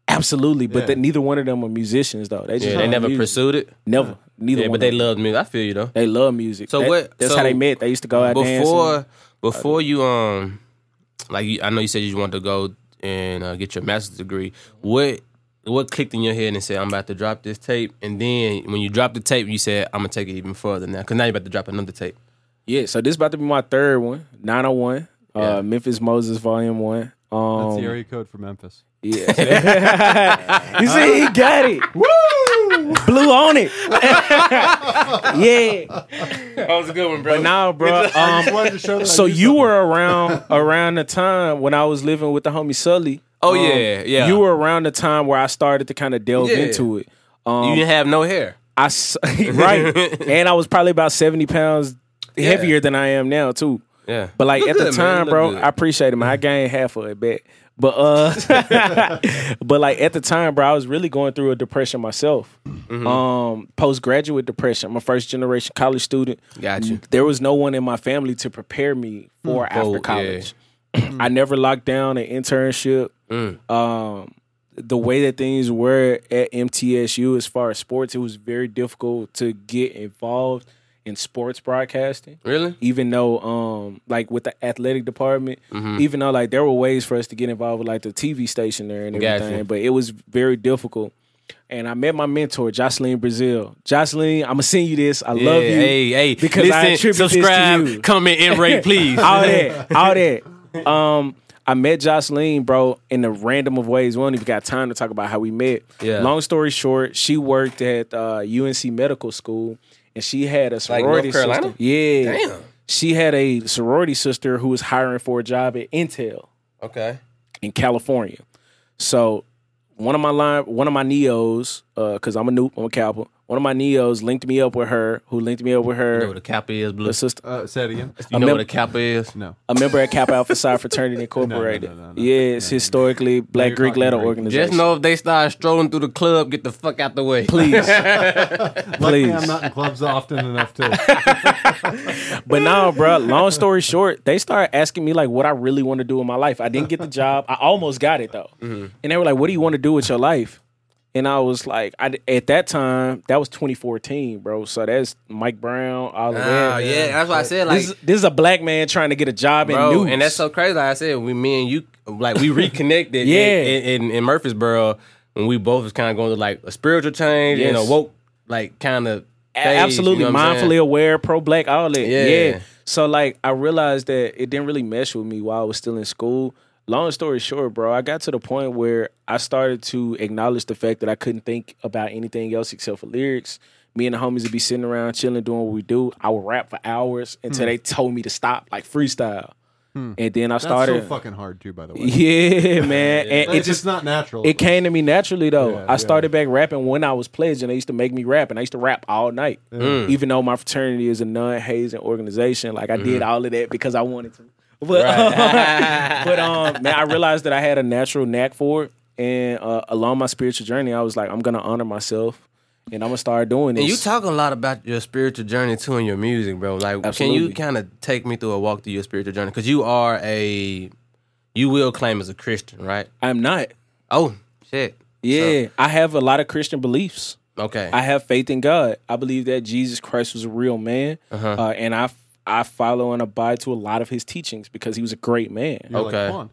[SPEAKER 3] absolutely, but
[SPEAKER 4] Yeah.
[SPEAKER 3] that neither one of them are musicians though. They just
[SPEAKER 2] Yeah, they
[SPEAKER 3] love
[SPEAKER 2] never
[SPEAKER 3] music.
[SPEAKER 2] pursued it.
[SPEAKER 3] never neither
[SPEAKER 2] Yeah,
[SPEAKER 3] one.
[SPEAKER 2] but
[SPEAKER 3] of
[SPEAKER 2] they
[SPEAKER 3] them.
[SPEAKER 2] love music. I feel you though.
[SPEAKER 3] They love music.
[SPEAKER 2] So
[SPEAKER 3] That-
[SPEAKER 2] what-
[SPEAKER 3] That's
[SPEAKER 2] so
[SPEAKER 3] how they met. They used to go out dancing.
[SPEAKER 2] Before, before you um, like you, I know you said you wanted to go and uh, get your master's degree. What what clicked in your head and said I'm about to drop this tape? And then when you dropped the tape, you said I'm gonna take it even further now because now you're about to drop another tape.
[SPEAKER 3] Yeah, so this is about to be my third one, 901,
[SPEAKER 2] Yeah.
[SPEAKER 3] uh, Memphis Moses Volume 1. Um,
[SPEAKER 4] That's the area code for Memphis.
[SPEAKER 3] yeah. you see, he got it. Woo! Blew on it. yeah.
[SPEAKER 2] That was a good one, bro.
[SPEAKER 3] Now, bro.
[SPEAKER 4] I just
[SPEAKER 3] Um,
[SPEAKER 4] wanted to show that I
[SPEAKER 3] so
[SPEAKER 4] knew
[SPEAKER 3] you
[SPEAKER 4] something.
[SPEAKER 3] were around around the time when I was living with the homie Sully.
[SPEAKER 2] Oh,
[SPEAKER 3] Um,
[SPEAKER 2] yeah, yeah.
[SPEAKER 3] You were around the time where I started to kind of delve
[SPEAKER 2] Yeah.
[SPEAKER 3] into it. Um,
[SPEAKER 2] you didn't have no hair.
[SPEAKER 3] I s- right, and I was probably about seventy pounds heavier than I am now too.
[SPEAKER 2] Yeah.
[SPEAKER 3] But like
[SPEAKER 2] Look
[SPEAKER 3] at the
[SPEAKER 2] good, man.
[SPEAKER 3] time,
[SPEAKER 2] Look
[SPEAKER 3] bro,
[SPEAKER 2] good.
[SPEAKER 3] I appreciate it, man. I gained half of it back. But uh but like at the time, bro, I was really going through a depression myself.
[SPEAKER 2] Mm-hmm.
[SPEAKER 3] Um postgraduate depression. I'm a first generation college student.
[SPEAKER 2] Got you.
[SPEAKER 3] There was no one in my family to prepare me for
[SPEAKER 2] Mm. Oh,
[SPEAKER 3] after
[SPEAKER 2] yeah.
[SPEAKER 3] college. I never locked down an internship.
[SPEAKER 2] Mm.
[SPEAKER 3] Um the way that things were at MTSU as far as sports, it was very difficult to get involved in sports broadcasting
[SPEAKER 2] Really?
[SPEAKER 3] even though um like with the athletic department
[SPEAKER 2] Mm-hmm.
[SPEAKER 3] even though like there were ways for us to get involved with like the tv station there and
[SPEAKER 2] Gotcha.
[SPEAKER 3] everything but it was very difficult and i met my mentor jocelyn brazil jocelyn i'm gonna send you this i love you
[SPEAKER 2] Hey, hey.
[SPEAKER 3] because
[SPEAKER 2] listen,
[SPEAKER 3] i attribute
[SPEAKER 2] subscribe,
[SPEAKER 3] this to you
[SPEAKER 2] comment, and rate, please.
[SPEAKER 3] all that all that um I met Jocelyn, bro, in the random of ways. We don't even got time to talk about how we met.
[SPEAKER 2] Yeah.
[SPEAKER 3] Long story short, she worked at uh, UNC Medical School, and she had a
[SPEAKER 2] North
[SPEAKER 3] sorority
[SPEAKER 2] Carolina?
[SPEAKER 3] sister. Yeah,
[SPEAKER 2] Damn.
[SPEAKER 3] she had a sorority sister who was hiring for a job at Intel
[SPEAKER 2] okay.
[SPEAKER 3] in California. So one of my line, one of my neos because I'm a noob, I'm a cowboy. One of my neos linked me up with her, who linked me up with
[SPEAKER 2] You know
[SPEAKER 3] her,
[SPEAKER 2] what a kappa is, Blue?
[SPEAKER 3] her sister,
[SPEAKER 4] Uh, say it again.
[SPEAKER 2] You know
[SPEAKER 3] mem-
[SPEAKER 2] what a kappa is?
[SPEAKER 4] No.
[SPEAKER 3] a member at Kappa Alpha Psi Fraternity Incorporated.
[SPEAKER 4] no, no, no.
[SPEAKER 3] yeah, it's historically Black
[SPEAKER 4] you're
[SPEAKER 3] Greek
[SPEAKER 4] talking
[SPEAKER 3] letter
[SPEAKER 4] Greek.
[SPEAKER 2] Just
[SPEAKER 3] organization.
[SPEAKER 2] know if they start strolling through the club, get the fuck out the way.
[SPEAKER 3] Please,
[SPEAKER 4] Luckily,
[SPEAKER 3] please.
[SPEAKER 4] I'm not in clubs often enough to.
[SPEAKER 3] But now, bro, long story short, they started asking me like what I really want to do in my life. I didn't get the job. I almost got it though.
[SPEAKER 4] Mm-hmm.
[SPEAKER 3] And they were like, "What do you want to do with your life?" And I was like, I, at that time, that was 2014, bro. So that's Mike Brown, all of
[SPEAKER 2] Oh,
[SPEAKER 3] that.
[SPEAKER 2] yeah, that's what I said. Like,
[SPEAKER 3] This, is- this is a black man trying to get a job in
[SPEAKER 2] bro,
[SPEAKER 3] news.
[SPEAKER 2] and that's so crazy. Like I said, we, me and you, like we reconnected.
[SPEAKER 3] Yeah.
[SPEAKER 2] in, in, in, in Murfreesboro, when we both was kind of going to like a spiritual change and a
[SPEAKER 3] Yes.
[SPEAKER 2] woke, like kind of
[SPEAKER 3] A- absolutely mindfully aware, pro black, all that.
[SPEAKER 2] Yeah.
[SPEAKER 3] Yeah. So like I realized that it didn't really mesh with me while I was still in school. Long story short, bro, I got to the point where I started to acknowledge the fact that I couldn't think about anything else except for lyrics. Me and the homies would be sitting around chilling, doing what we do. I would rap for hours until they told me to stop, like freestyle. And then I
[SPEAKER 4] Hmm. That's so
[SPEAKER 3] started.
[SPEAKER 4] fucking hard too, by the way.
[SPEAKER 3] yeah, man. And
[SPEAKER 4] Like,
[SPEAKER 3] it
[SPEAKER 4] it's
[SPEAKER 3] just
[SPEAKER 4] just not natural.
[SPEAKER 3] it came to me naturally though.
[SPEAKER 4] Yeah,
[SPEAKER 3] I started back rapping when I was pledged, and they used to make me rap, and I used to rap all night.
[SPEAKER 4] Mm.
[SPEAKER 3] Even though my fraternity is a non-hazing organization, like I
[SPEAKER 4] Mm-hmm.
[SPEAKER 3] did all of that because I wanted to. But, but um, man, I realized that I had a natural knack for it, and uh, along my spiritual journey, I was like, I'm gonna honor myself, and I'm gonna start doing this.
[SPEAKER 2] And you talk a lot about your spiritual journey too in your music, bro. Like, can
[SPEAKER 3] Absolutely.
[SPEAKER 2] you kind of take me through a walk through your spiritual journey? Because you are a, you will claim as a Christian, right?
[SPEAKER 3] I'm not.
[SPEAKER 2] Oh shit.
[SPEAKER 3] Yeah, I have a lot of Christian beliefs.
[SPEAKER 2] Okay.
[SPEAKER 3] I have faith in God. I believe that Jesus Christ was a real man, uh
[SPEAKER 2] Uh-huh.
[SPEAKER 3] and I I follow and abide to a lot of his teachings because he was a great man.
[SPEAKER 4] You're
[SPEAKER 2] Okay.
[SPEAKER 4] Like, Come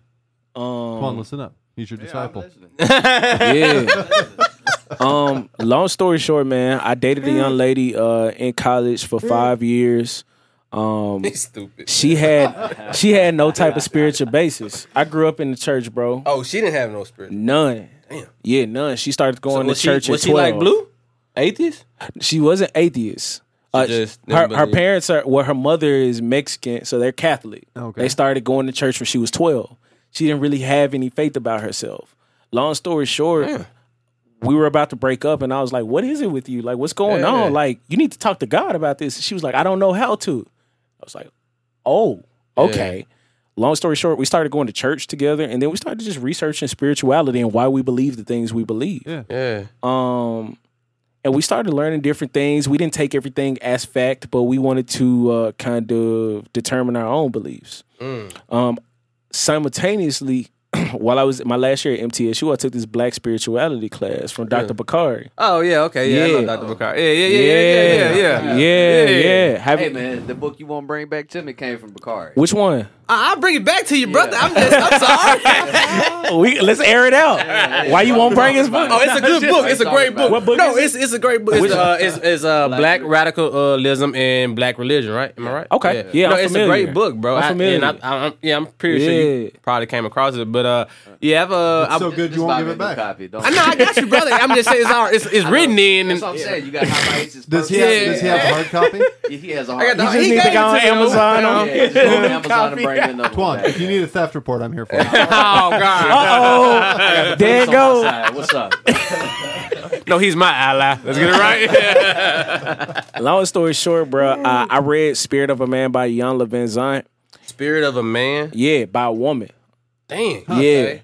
[SPEAKER 4] on.
[SPEAKER 3] Um,
[SPEAKER 4] Come on, listen up. He's your disciple.
[SPEAKER 3] Yeah. um. Long story short, man, I dated a young lady uh in college for five years. Um,
[SPEAKER 2] Stupid.
[SPEAKER 3] she had she had no type of spiritual basis. I grew up in the church, bro.
[SPEAKER 2] Oh, she didn't have no spirit.
[SPEAKER 3] None. Yeah, none. She started going
[SPEAKER 2] was
[SPEAKER 3] to
[SPEAKER 2] she,
[SPEAKER 3] church
[SPEAKER 2] was
[SPEAKER 3] at
[SPEAKER 2] she
[SPEAKER 3] twelve.
[SPEAKER 2] like blue? Atheist?
[SPEAKER 3] She wasn't atheist. Uh,
[SPEAKER 2] just
[SPEAKER 3] her,
[SPEAKER 2] didn't
[SPEAKER 3] her
[SPEAKER 2] believe.
[SPEAKER 3] parents are well. Her mother is Mexican, so they're Catholic.
[SPEAKER 4] Okay.
[SPEAKER 3] They started going to church when she was twelve. She didn't really have any faith about herself. Long story short, we were about to break up, and I was like, "What is it with you? Like, what's going
[SPEAKER 2] Yeah.
[SPEAKER 3] on? Like, you need to talk to God about this." She was like, "I don't know how to." I was like, "Oh, okay." Long story short, we started going to church together, and then we started just researching spirituality and why we believe the things we believe
[SPEAKER 2] Yeah.
[SPEAKER 3] um and we started learning different things we didn't take everything as fact but we wanted to uh, kind of determine our own beliefs um simultaneously while i was my last year at mtsu i took this black spirituality class from dr bakari
[SPEAKER 2] Oh yeah, okay, yeah, I know
[SPEAKER 3] Yeah.
[SPEAKER 2] Dr. Bakari. Yeah, yeah, yeah, yeah, yeah, yeah.
[SPEAKER 3] yeah,
[SPEAKER 2] Yeah.
[SPEAKER 3] yeah. Have
[SPEAKER 5] Hey
[SPEAKER 3] you-
[SPEAKER 5] man, the book you won't bring back to me came from Bakari.
[SPEAKER 3] which one
[SPEAKER 2] I- I'll bring it back to you, brother. I'm just, I'm sorry.
[SPEAKER 3] we let's air it out why you won't bring his book
[SPEAKER 2] oh, it's a good book. It's a great book.
[SPEAKER 3] What book
[SPEAKER 2] no,
[SPEAKER 3] is
[SPEAKER 2] it's
[SPEAKER 3] it?
[SPEAKER 2] it's a great book. It's, uh, it's, it's uh, Black Radicalism and Black Religion, right? Am I right?
[SPEAKER 3] Okay. Yeah,
[SPEAKER 2] no,
[SPEAKER 3] I'm
[SPEAKER 2] it's a
[SPEAKER 3] familiar.
[SPEAKER 2] great book, bro.
[SPEAKER 3] I'm
[SPEAKER 2] I- and I,
[SPEAKER 3] familiar.
[SPEAKER 2] I, am yeah, I'm pretty sure
[SPEAKER 3] Yeah.
[SPEAKER 2] you probably came across it, but uh, yeah, I've uh, I've,
[SPEAKER 4] so good
[SPEAKER 5] Just
[SPEAKER 4] you
[SPEAKER 5] buy
[SPEAKER 4] won't give
[SPEAKER 5] me
[SPEAKER 4] it
[SPEAKER 5] a new
[SPEAKER 4] back.
[SPEAKER 5] Copy. Don't
[SPEAKER 2] I know, I got you, brother. I'm just saying it's all, it's, it's written in. And,
[SPEAKER 5] That's what I'm saying. You got highlights. It's
[SPEAKER 4] Does he, have, does
[SPEAKER 5] perfect.
[SPEAKER 4] he have a hard copy?
[SPEAKER 5] Yeah, he has a
[SPEAKER 2] I
[SPEAKER 5] hard.
[SPEAKER 2] got the-
[SPEAKER 5] copy.
[SPEAKER 2] he
[SPEAKER 3] need to
[SPEAKER 2] gave
[SPEAKER 3] go
[SPEAKER 2] it
[SPEAKER 3] on
[SPEAKER 2] me. Oh,
[SPEAKER 3] Amazon.
[SPEAKER 5] Yeah, just go on Amazon and bring another one.
[SPEAKER 4] Twan,
[SPEAKER 5] back.
[SPEAKER 4] if you need a theft report, I'm here for it.
[SPEAKER 2] God.
[SPEAKER 3] oh there it
[SPEAKER 5] What's on my
[SPEAKER 3] goes
[SPEAKER 5] side? What's up?
[SPEAKER 2] No, he's my ally. Let's get it right.
[SPEAKER 3] long story short bro I, I read spirit of a man by jan levin Zant.
[SPEAKER 2] Spirit of a man.
[SPEAKER 3] yeah by a woman
[SPEAKER 2] Dang.
[SPEAKER 3] Yeah.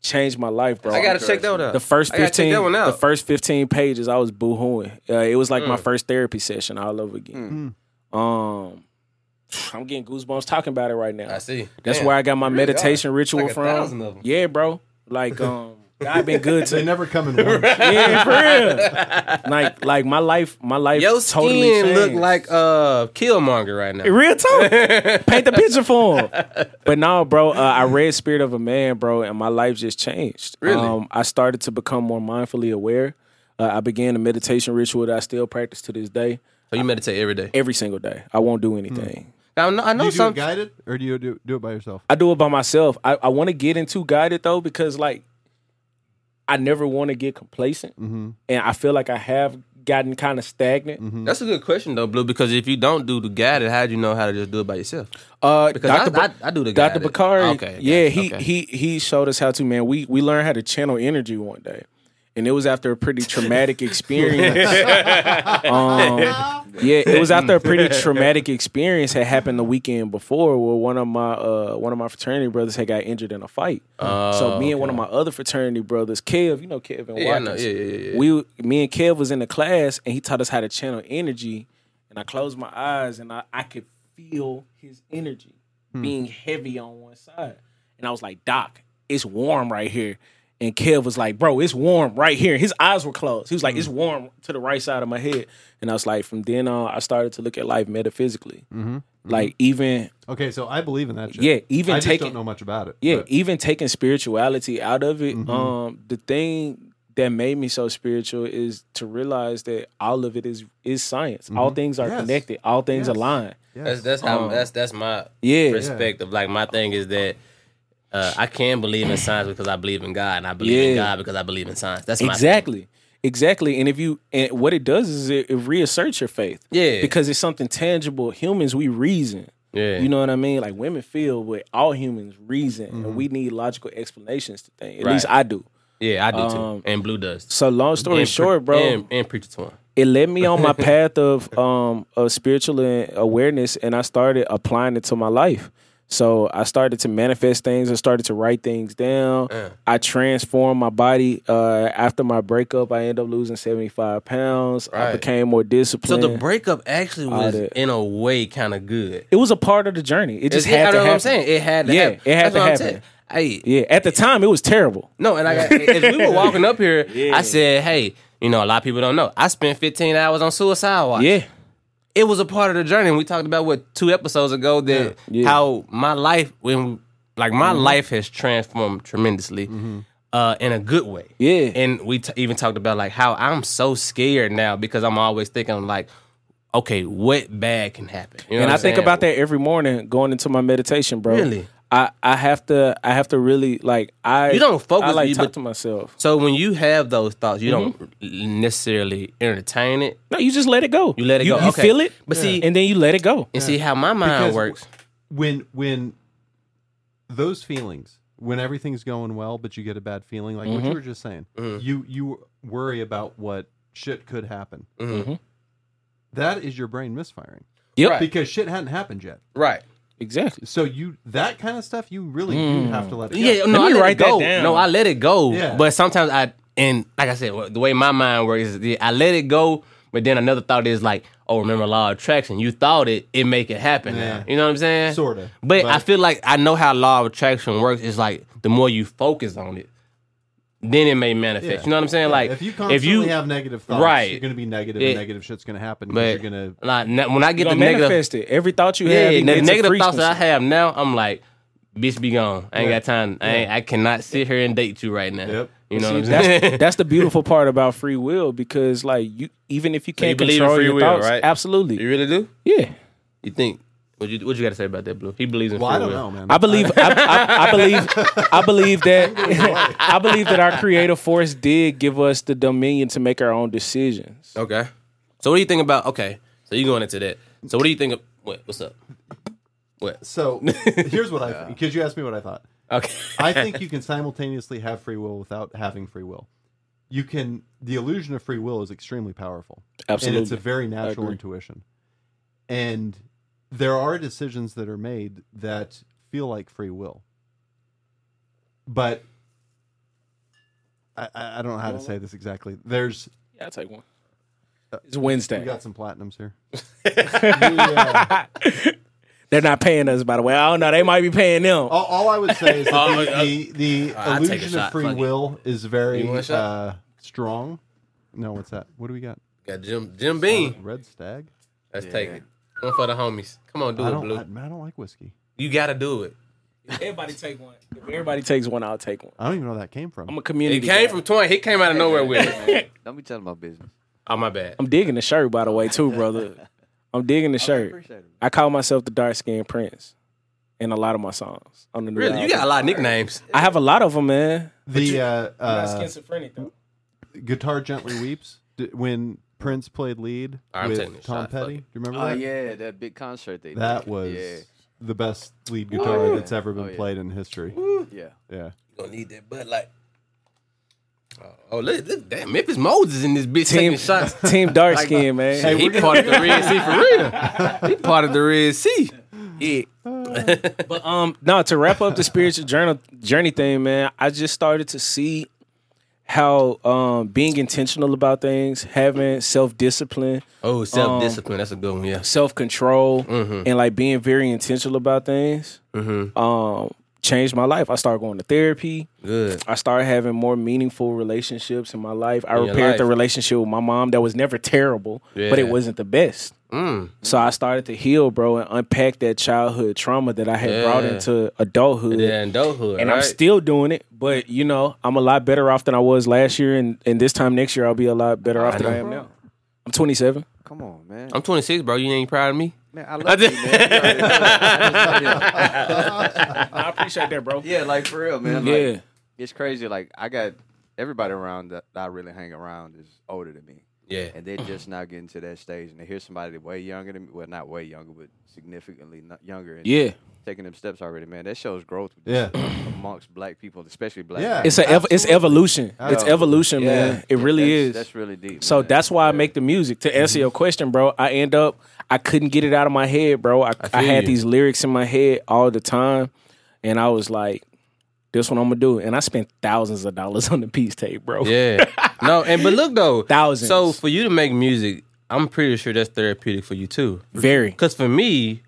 [SPEAKER 3] Changed my life, bro.
[SPEAKER 2] I gotta check that one out.
[SPEAKER 3] the first
[SPEAKER 2] I gotta check
[SPEAKER 3] fifteen,
[SPEAKER 2] that one out. Mm.
[SPEAKER 3] the first fifteen pages, I was boohooing. Uh, it was like my first therapy session all over again. Um, I'm getting goosebumps talking about it right now.
[SPEAKER 2] I see.
[SPEAKER 3] That's
[SPEAKER 2] Damn.
[SPEAKER 3] where I got my meditation ritual
[SPEAKER 2] Like a thousand
[SPEAKER 3] from.
[SPEAKER 2] of 'em.
[SPEAKER 3] Yeah, bro. Like, um, God been good to
[SPEAKER 4] They never come in one.
[SPEAKER 3] yeah, for real. Like, like my life, my life
[SPEAKER 2] Your
[SPEAKER 3] totally
[SPEAKER 2] skin
[SPEAKER 3] changed.
[SPEAKER 2] look like uh Killmonger right now.
[SPEAKER 3] Real talk. Paint the picture for him. But no, bro, uh, I read Spirit of a Man, bro, and my life just changed.
[SPEAKER 2] Really?
[SPEAKER 3] Um, I started to become more mindfully aware. Uh, I began a meditation ritual that I still practice to this day.
[SPEAKER 2] So you meditate every day.
[SPEAKER 3] Every single day, I won't do anything.
[SPEAKER 2] I know, I
[SPEAKER 4] Do
[SPEAKER 2] know
[SPEAKER 4] you do it
[SPEAKER 2] some.
[SPEAKER 4] guided or do you do, do it by yourself?
[SPEAKER 3] I do it by myself. I, I want to get into guided though because like I never want to get complacent,
[SPEAKER 2] Mm-hmm.
[SPEAKER 3] and I feel like I have gotten kind of stagnant.
[SPEAKER 2] That's a good question though, Blue. Because if you don't do the guided, how do you know how to just do it by yourself?
[SPEAKER 3] Uh,
[SPEAKER 2] Because
[SPEAKER 3] Dr.
[SPEAKER 2] I,
[SPEAKER 3] Ba-
[SPEAKER 2] I, I do the
[SPEAKER 3] Dr.
[SPEAKER 2] guided.
[SPEAKER 3] Bakari.
[SPEAKER 2] Okay.
[SPEAKER 3] yeah, he
[SPEAKER 2] okay.
[SPEAKER 3] he he showed us how to, man. We we learned how to channel energy one day. and it was after a pretty traumatic experience. um, yeah, it was after a pretty traumatic experience had happened the weekend before, where one of my uh, one of my fraternity brothers had got injured in a fight. so me and one of my other fraternity brothers, Kev, you know Kev and
[SPEAKER 2] Oh, Yeah, I know.
[SPEAKER 3] Watkins,
[SPEAKER 2] Yeah, yeah, yeah, yeah.
[SPEAKER 3] we me and Kev was in the class and he taught us how to channel energy. And I closed my eyes and I, I could feel his energy being heavy on one side. And I was like, Doc, it's warm right here. And Kev was like, Bro, it's warm right here. His eyes were closed. He was like, It's warm to the right side of my head. And I was like, From then on, I started to look at life metaphysically. Like, even,
[SPEAKER 4] Okay, so I believe in that shit.
[SPEAKER 3] yeah, even
[SPEAKER 4] I just
[SPEAKER 3] taking.
[SPEAKER 4] don't know much about it.
[SPEAKER 3] Yeah,
[SPEAKER 4] but-
[SPEAKER 3] even taking spirituality out of it,
[SPEAKER 2] Mm-hmm.
[SPEAKER 3] um, the thing that made me so spiritual is to realize that all of it is is science.
[SPEAKER 2] Mm-hmm.
[SPEAKER 3] All things are
[SPEAKER 4] Yes.
[SPEAKER 3] connected. All things
[SPEAKER 4] Yes.
[SPEAKER 3] align.
[SPEAKER 2] That's
[SPEAKER 4] yes.
[SPEAKER 2] that's how
[SPEAKER 3] Um,
[SPEAKER 2] that's that's my
[SPEAKER 3] yeah.
[SPEAKER 2] perspective. Like my thing is that uh, I can believe in science because I believe in God, and I believe in
[SPEAKER 3] Yeah.
[SPEAKER 2] God because I believe in science. That's my thing.
[SPEAKER 3] Exactly. Exactly. And if you and what it does is it, it reasserts your faith.
[SPEAKER 2] Yeah.
[SPEAKER 3] Because it's something tangible. Humans, we reason.
[SPEAKER 2] Yeah.
[SPEAKER 3] You know what I mean? Like women feel, but all humans reason, and we need logical explanations to things. At
[SPEAKER 2] Mm-hmm. Right.
[SPEAKER 3] least I do.
[SPEAKER 2] Yeah, I do
[SPEAKER 3] Um,
[SPEAKER 2] too. And blue dust.
[SPEAKER 3] So long story
[SPEAKER 2] and Pre-
[SPEAKER 3] short, bro.
[SPEAKER 2] And, and preacher twin.
[SPEAKER 3] it led me on my path of um of spiritual and awareness and I started applying it to my life. So I started to manifest things. I started to write things down. I transformed my body. Uh, after my breakup, I ended up losing seventy five pounds. I
[SPEAKER 2] Right.
[SPEAKER 3] became more
[SPEAKER 2] So
[SPEAKER 3] disciplined.
[SPEAKER 2] the breakup actually was
[SPEAKER 3] All that.
[SPEAKER 2] in a way kind of good.
[SPEAKER 3] it was a part of the journey. It just
[SPEAKER 2] It's-
[SPEAKER 3] had
[SPEAKER 2] I know
[SPEAKER 3] to happen.
[SPEAKER 2] what I'm saying. It had to
[SPEAKER 3] Yeah,
[SPEAKER 2] happen.
[SPEAKER 3] it had
[SPEAKER 2] That's
[SPEAKER 3] to
[SPEAKER 2] what I'm
[SPEAKER 3] happen.
[SPEAKER 2] saying. Hey,
[SPEAKER 3] Yeah, at the time it was terrible.
[SPEAKER 2] No, and I got, as we were walking up here, I said, "Hey, you know, a lot of people don't know. I spent 15 hours on suicide watch.
[SPEAKER 3] Yeah,
[SPEAKER 2] it was a part of the journey. And we talked about what two episodes ago that
[SPEAKER 3] Yeah. Mm-hmm. Yeah.
[SPEAKER 2] how my life when like my life has transformed tremendously uh, in a good way.
[SPEAKER 3] Mm-hmm. Yeah.
[SPEAKER 2] and we t- even talked about like how I'm so scared now because I'm always thinking like, okay, what bad can happen? You know
[SPEAKER 3] and
[SPEAKER 2] what
[SPEAKER 3] I
[SPEAKER 2] I'm
[SPEAKER 3] think
[SPEAKER 2] saying?
[SPEAKER 3] about that every morning going into my meditation, bro.
[SPEAKER 2] Really?
[SPEAKER 3] I, I have to I have to really like I
[SPEAKER 2] You don't focus,
[SPEAKER 3] I like
[SPEAKER 2] you-
[SPEAKER 3] talk
[SPEAKER 2] but-
[SPEAKER 3] to myself.
[SPEAKER 2] So when you have those thoughts, you
[SPEAKER 3] Mm-hmm.
[SPEAKER 2] don't necessarily entertain it.
[SPEAKER 3] No, you just let it go.
[SPEAKER 2] You let it go.
[SPEAKER 3] You
[SPEAKER 2] Okay.
[SPEAKER 3] feel it,
[SPEAKER 2] But see-
[SPEAKER 3] and then you let it go.
[SPEAKER 2] And see how my mind
[SPEAKER 4] Because-
[SPEAKER 2] works.
[SPEAKER 4] when when those feelings when everything's going well but you get a bad feeling like what you were just saying you you worry about what shit could happen That is your brain misfiring
[SPEAKER 3] Yep.
[SPEAKER 2] Right.
[SPEAKER 4] because shit hadn't happened yet
[SPEAKER 2] Right.
[SPEAKER 3] Exactly.
[SPEAKER 4] so you that kind of stuff you really do have to let it go.
[SPEAKER 2] Yeah, no,
[SPEAKER 3] Let
[SPEAKER 2] I
[SPEAKER 3] me
[SPEAKER 2] let
[SPEAKER 3] write
[SPEAKER 2] it
[SPEAKER 3] that
[SPEAKER 2] go.
[SPEAKER 3] down.
[SPEAKER 2] No, I let it go.
[SPEAKER 4] Yeah.
[SPEAKER 2] But sometimes I and like I said, well, the way my mind works is the- I let it go. But then another thought is like, oh, remember law of attraction? You thought it, it make it happen.
[SPEAKER 4] Yeah.
[SPEAKER 2] Now. You know what I'm saying?
[SPEAKER 4] Sorta.
[SPEAKER 2] But, I
[SPEAKER 4] But-
[SPEAKER 2] feel like I know how law of attraction works. It's like the more you focus on it, then it may manifest.
[SPEAKER 4] Yeah.
[SPEAKER 2] You know what I'm saying? Like
[SPEAKER 4] if you constantly have negative thoughts
[SPEAKER 2] Right.
[SPEAKER 4] you're going to be negative
[SPEAKER 2] Yeah.
[SPEAKER 4] and negative shit's going to happen 'cause
[SPEAKER 2] but
[SPEAKER 4] you're going to
[SPEAKER 2] like, na- when I get
[SPEAKER 3] You
[SPEAKER 2] the
[SPEAKER 3] don't
[SPEAKER 2] negative,
[SPEAKER 3] manifest it. Every thought you
[SPEAKER 2] yeah,
[SPEAKER 3] have,
[SPEAKER 2] the
[SPEAKER 3] you get to
[SPEAKER 2] negative thoughts
[SPEAKER 3] frequency.
[SPEAKER 2] that I have now, I'm like, bitch, be gone. I ain't
[SPEAKER 4] Yeah.
[SPEAKER 2] got time. I, ain't, I cannot sit here and date you right now.
[SPEAKER 4] Yep.
[SPEAKER 2] You know what I'm
[SPEAKER 3] See, that's,
[SPEAKER 2] saying?
[SPEAKER 3] that's the beautiful part about free will because, like, you even if you
[SPEAKER 2] you
[SPEAKER 3] can't
[SPEAKER 2] believe in
[SPEAKER 3] control
[SPEAKER 2] free
[SPEAKER 3] your
[SPEAKER 2] will,
[SPEAKER 3] thoughts,
[SPEAKER 2] right?
[SPEAKER 3] absolutely,
[SPEAKER 2] really do?
[SPEAKER 3] yeah.
[SPEAKER 2] You think? What you What you got to say about that, Blue? He believes in.
[SPEAKER 4] well
[SPEAKER 2] free
[SPEAKER 4] i don't
[SPEAKER 2] will.
[SPEAKER 4] know man
[SPEAKER 3] I believe, I, I, I believe, I believe that, I believe that our creative force did give us the dominion to make our own decisions.
[SPEAKER 2] Okay. So what do you think about? Okay. So you going into that? So what do you think of? What? What's up? What?
[SPEAKER 4] so here's what i because you asked me what i thought
[SPEAKER 2] Okay.
[SPEAKER 4] I think you can simultaneously have free will without having free will. You can the illusion of free will is extremely powerful. And it's a
[SPEAKER 3] Absolutely.
[SPEAKER 4] very natural
[SPEAKER 3] agree.
[SPEAKER 4] intuition. And there are decisions that are made that feel like free will. But I, I I don't know how to say this exactly. There's
[SPEAKER 3] Yeah, I'll take one. It's
[SPEAKER 4] we
[SPEAKER 3] Wednesday.
[SPEAKER 4] got some platinums here. uh,
[SPEAKER 3] They're not paying us, by the way. I don't know. They might be paying them.
[SPEAKER 4] All, all I would say is
[SPEAKER 2] Oh,
[SPEAKER 4] that
[SPEAKER 2] uh,
[SPEAKER 4] the, the, the
[SPEAKER 2] I'll take a
[SPEAKER 4] illusion
[SPEAKER 2] shot,
[SPEAKER 4] of free
[SPEAKER 2] fuck it.
[SPEAKER 4] will is
[SPEAKER 2] You
[SPEAKER 4] very
[SPEAKER 2] want a shot?
[SPEAKER 4] uh, strong. No, what's that? What do we got? Oh,
[SPEAKER 2] got Jim Jim Beam.
[SPEAKER 4] Red Stag.
[SPEAKER 2] Let's take it. One for the homies. Come on, do
[SPEAKER 4] I
[SPEAKER 2] it,
[SPEAKER 4] don't.
[SPEAKER 2] Blue.
[SPEAKER 4] I, I don't like whiskey.
[SPEAKER 2] you got to do it.
[SPEAKER 3] Everybody take one. If everybody takes one, I'll take one.
[SPEAKER 4] I don't even know where that came from.
[SPEAKER 3] I'm a
[SPEAKER 2] It
[SPEAKER 3] community.
[SPEAKER 2] came
[SPEAKER 3] guy.
[SPEAKER 2] from Twin. He came out of nowhere with it.
[SPEAKER 5] Don't be telling my business.
[SPEAKER 2] Oh my bad.
[SPEAKER 3] I'm digging the shirt, by the way, too, brother. I'm digging the shirt.
[SPEAKER 5] Appreciate it.
[SPEAKER 3] I call myself the dark skinned prince in a lot of my songs. On the new
[SPEAKER 2] Really, you got a lot of nicknames.
[SPEAKER 3] I have a lot of them, man.
[SPEAKER 4] the uh, uh,
[SPEAKER 3] schizophrenic though.
[SPEAKER 4] guitar gently weeps d- when Prince played lead
[SPEAKER 2] I'm taking a
[SPEAKER 4] with Tom
[SPEAKER 2] shot, fuck
[SPEAKER 4] Petty. Do
[SPEAKER 2] it.
[SPEAKER 4] you remember
[SPEAKER 5] Oh
[SPEAKER 4] that?
[SPEAKER 5] yeah, that big concert they did.
[SPEAKER 4] That was
[SPEAKER 5] yeah,
[SPEAKER 4] the best lead guitar
[SPEAKER 5] yeah.
[SPEAKER 4] that's ever been
[SPEAKER 5] Oh, yeah.
[SPEAKER 4] played in history.
[SPEAKER 5] yeah.
[SPEAKER 4] Yeah.
[SPEAKER 2] You gonna need that butt like Oh, look, look damn, Memphis Moses is in this bitch taking shots.
[SPEAKER 3] Team dark skin, man.
[SPEAKER 2] Shit, he part of the Red Sea for real. he part of the Red Sea. Yeah.
[SPEAKER 3] But um, no, to wrap up the spiritual journal journey thing, man, I just started to see how um being intentional about things, having self discipline,
[SPEAKER 2] Oh, self discipline. That's a good one. Yeah.
[SPEAKER 3] self control,
[SPEAKER 2] Mm-hmm.
[SPEAKER 3] and like being very intentional about things, um, changed my life. I started going to therapy.
[SPEAKER 2] Good.
[SPEAKER 3] I started having more meaningful relationships in my life. I
[SPEAKER 2] your
[SPEAKER 3] repaired the
[SPEAKER 2] life.
[SPEAKER 3] relationship with my mom that was never terrible, but it
[SPEAKER 2] Yeah. Mm.
[SPEAKER 3] wasn't the best. So I started to heal, bro, and unpack that childhood trauma that I had brought
[SPEAKER 2] Yeah.
[SPEAKER 3] into adulthood.
[SPEAKER 2] Yeah, adulthood.
[SPEAKER 3] And I'm
[SPEAKER 2] right?
[SPEAKER 3] still doing it, but you know, I'm a lot better off than I was last year, and, and this time next year I'll be a lot better off than I am now. I'm 27.
[SPEAKER 5] Come on, man.
[SPEAKER 2] I'm 26, bro. You ain't proud of me?
[SPEAKER 5] man, I love you,
[SPEAKER 2] just-
[SPEAKER 5] man. You already know that. I just love you.
[SPEAKER 3] I appreciate that, bro.
[SPEAKER 5] yeah, like for real, man. Like,
[SPEAKER 3] yeah,
[SPEAKER 5] it's crazy. Like I got everybody around that I really hang around is older than me,
[SPEAKER 2] Yeah.
[SPEAKER 5] and they're just now getting to that stage, and they hear somebody way younger than me. Well, not way younger, but significantly not younger. And
[SPEAKER 3] yeah.
[SPEAKER 5] taking them steps already, man. That shows growth
[SPEAKER 4] Yeah.
[SPEAKER 5] amongst black people, especially black.
[SPEAKER 4] Yeah.
[SPEAKER 5] men.
[SPEAKER 3] It's a ev- it's evolution. It's
[SPEAKER 4] Absolutely.
[SPEAKER 3] evolution, man. It really
[SPEAKER 5] That's-
[SPEAKER 3] is.
[SPEAKER 5] That's really deep.
[SPEAKER 3] So
[SPEAKER 5] man.
[SPEAKER 3] that's why I make the music. To
[SPEAKER 2] Mm-hmm.
[SPEAKER 3] answer your question, bro, I end up I couldn't get it out of my head, bro. I, I, had
[SPEAKER 2] you.
[SPEAKER 3] these lyrics in my head all the time, and I was like, "This one I'm gonna do." And I spent thousands of dollars on the piece tape, bro.
[SPEAKER 2] Yeah. no, and but look though.
[SPEAKER 3] Thousands.
[SPEAKER 2] So for you to make music, I'm pretty sure that's therapeutic for you too.
[SPEAKER 3] Very.
[SPEAKER 2] Because for me,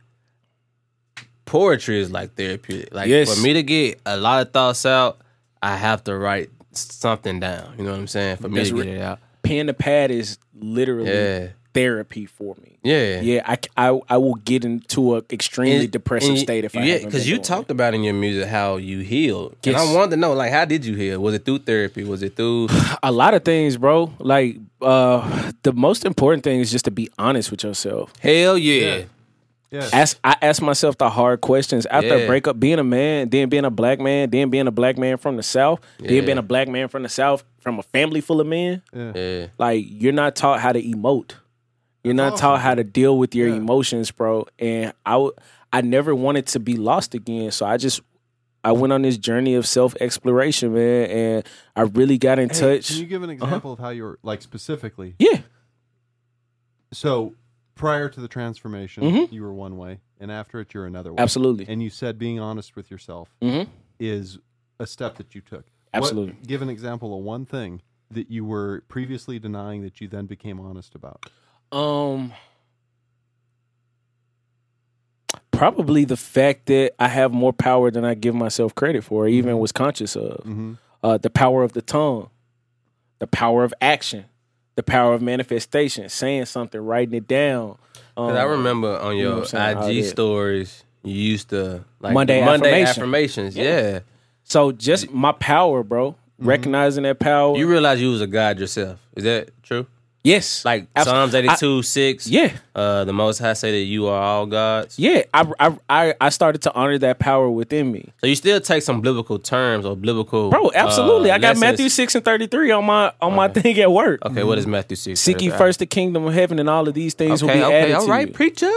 [SPEAKER 2] poetry is like therapeutic. Like
[SPEAKER 3] Yes.
[SPEAKER 2] for me to get a lot of thoughts out, I have to write something down. You know what I'm saying? For me
[SPEAKER 3] That's
[SPEAKER 2] to
[SPEAKER 3] re-
[SPEAKER 2] get it out.
[SPEAKER 3] Pen to pad is literally
[SPEAKER 2] Yeah.
[SPEAKER 3] therapy for me.
[SPEAKER 2] Yeah.
[SPEAKER 3] Yeah, I, c- I- I will get into an extremely
[SPEAKER 2] And-
[SPEAKER 3] depressive
[SPEAKER 2] and you-
[SPEAKER 3] state if I
[SPEAKER 2] yeah,
[SPEAKER 3] haven't been
[SPEAKER 2] you
[SPEAKER 3] doing it.
[SPEAKER 2] talked about in your music how you healed, and I
[SPEAKER 3] Yes.
[SPEAKER 2] wanted to know like how did you heal? Was it through therapy? Was it through?
[SPEAKER 3] a lot of things, bro. Like uh, the most important thing is just to be honest with yourself.
[SPEAKER 2] Hell yeah,
[SPEAKER 4] Yeah.
[SPEAKER 3] ask I ask myself the hard questions after
[SPEAKER 2] Yeah.
[SPEAKER 3] a breakup, being a man, then being a black man, then being a black man from the south,
[SPEAKER 2] Yeah.
[SPEAKER 3] then being a black man from the south from a family full of men.
[SPEAKER 2] yeah,
[SPEAKER 3] Like you're not taught how to emote. You're not taught how to deal with your emotions, bro. And I w- I never wanted to be lost again, so I just I went on this journey of self exploration, man, and I really got in
[SPEAKER 4] Hey,
[SPEAKER 3] touch. Uh-huh.
[SPEAKER 4] Can you give an example of how you were like specifically?
[SPEAKER 3] yeah,
[SPEAKER 4] So prior to the transformation, you were one way, and after it, you're another way.
[SPEAKER 3] Mm-hmm. absolutely.
[SPEAKER 4] And you said being honest with yourself
[SPEAKER 3] Mhm.
[SPEAKER 4] is a step that you took.
[SPEAKER 3] Absolutely.
[SPEAKER 4] What, give an example of one thing that you were previously denying that you then became honest about.
[SPEAKER 3] Um, probably the fact that I have more power than I give myself credit for, or even
[SPEAKER 2] Mm-hmm.
[SPEAKER 3] was conscious of. Uh, the power of the tongue, the power of action, the power of manifestation, saying something, writing it down. Um,
[SPEAKER 2] 'Cause I remember on
[SPEAKER 3] know
[SPEAKER 2] your
[SPEAKER 3] what I'm saying? I
[SPEAKER 2] IG
[SPEAKER 3] did.
[SPEAKER 2] stories you used to like
[SPEAKER 3] Monday
[SPEAKER 2] Monday
[SPEAKER 3] affirmation.
[SPEAKER 2] affirmations. Yeah.
[SPEAKER 3] so just my power, bro. Recognizing that power.
[SPEAKER 2] Mm-hmm. you realize you was a god yourself. Is that true?
[SPEAKER 3] yes,
[SPEAKER 2] Like
[SPEAKER 3] Abs-
[SPEAKER 2] Psalms
[SPEAKER 3] I-
[SPEAKER 2] eighty two six.
[SPEAKER 3] yeah.
[SPEAKER 2] Uh, the Most High say that you are all gods.
[SPEAKER 3] Yeah, I, I I I started to honor that power within me.
[SPEAKER 2] So you still take some biblical terms or biblical.
[SPEAKER 3] Bro,
[SPEAKER 2] uh,
[SPEAKER 3] absolutely. I got
[SPEAKER 2] lessons.
[SPEAKER 3] Matthew 6 and 33 on my on my thing at work.
[SPEAKER 2] Okay, what is Matthew six?
[SPEAKER 3] Seek ye first the kingdom of heaven, and all of these things will
[SPEAKER 2] Okay,
[SPEAKER 3] be
[SPEAKER 2] okay,
[SPEAKER 3] added
[SPEAKER 2] all
[SPEAKER 3] to
[SPEAKER 2] right,
[SPEAKER 3] you.
[SPEAKER 2] preacher.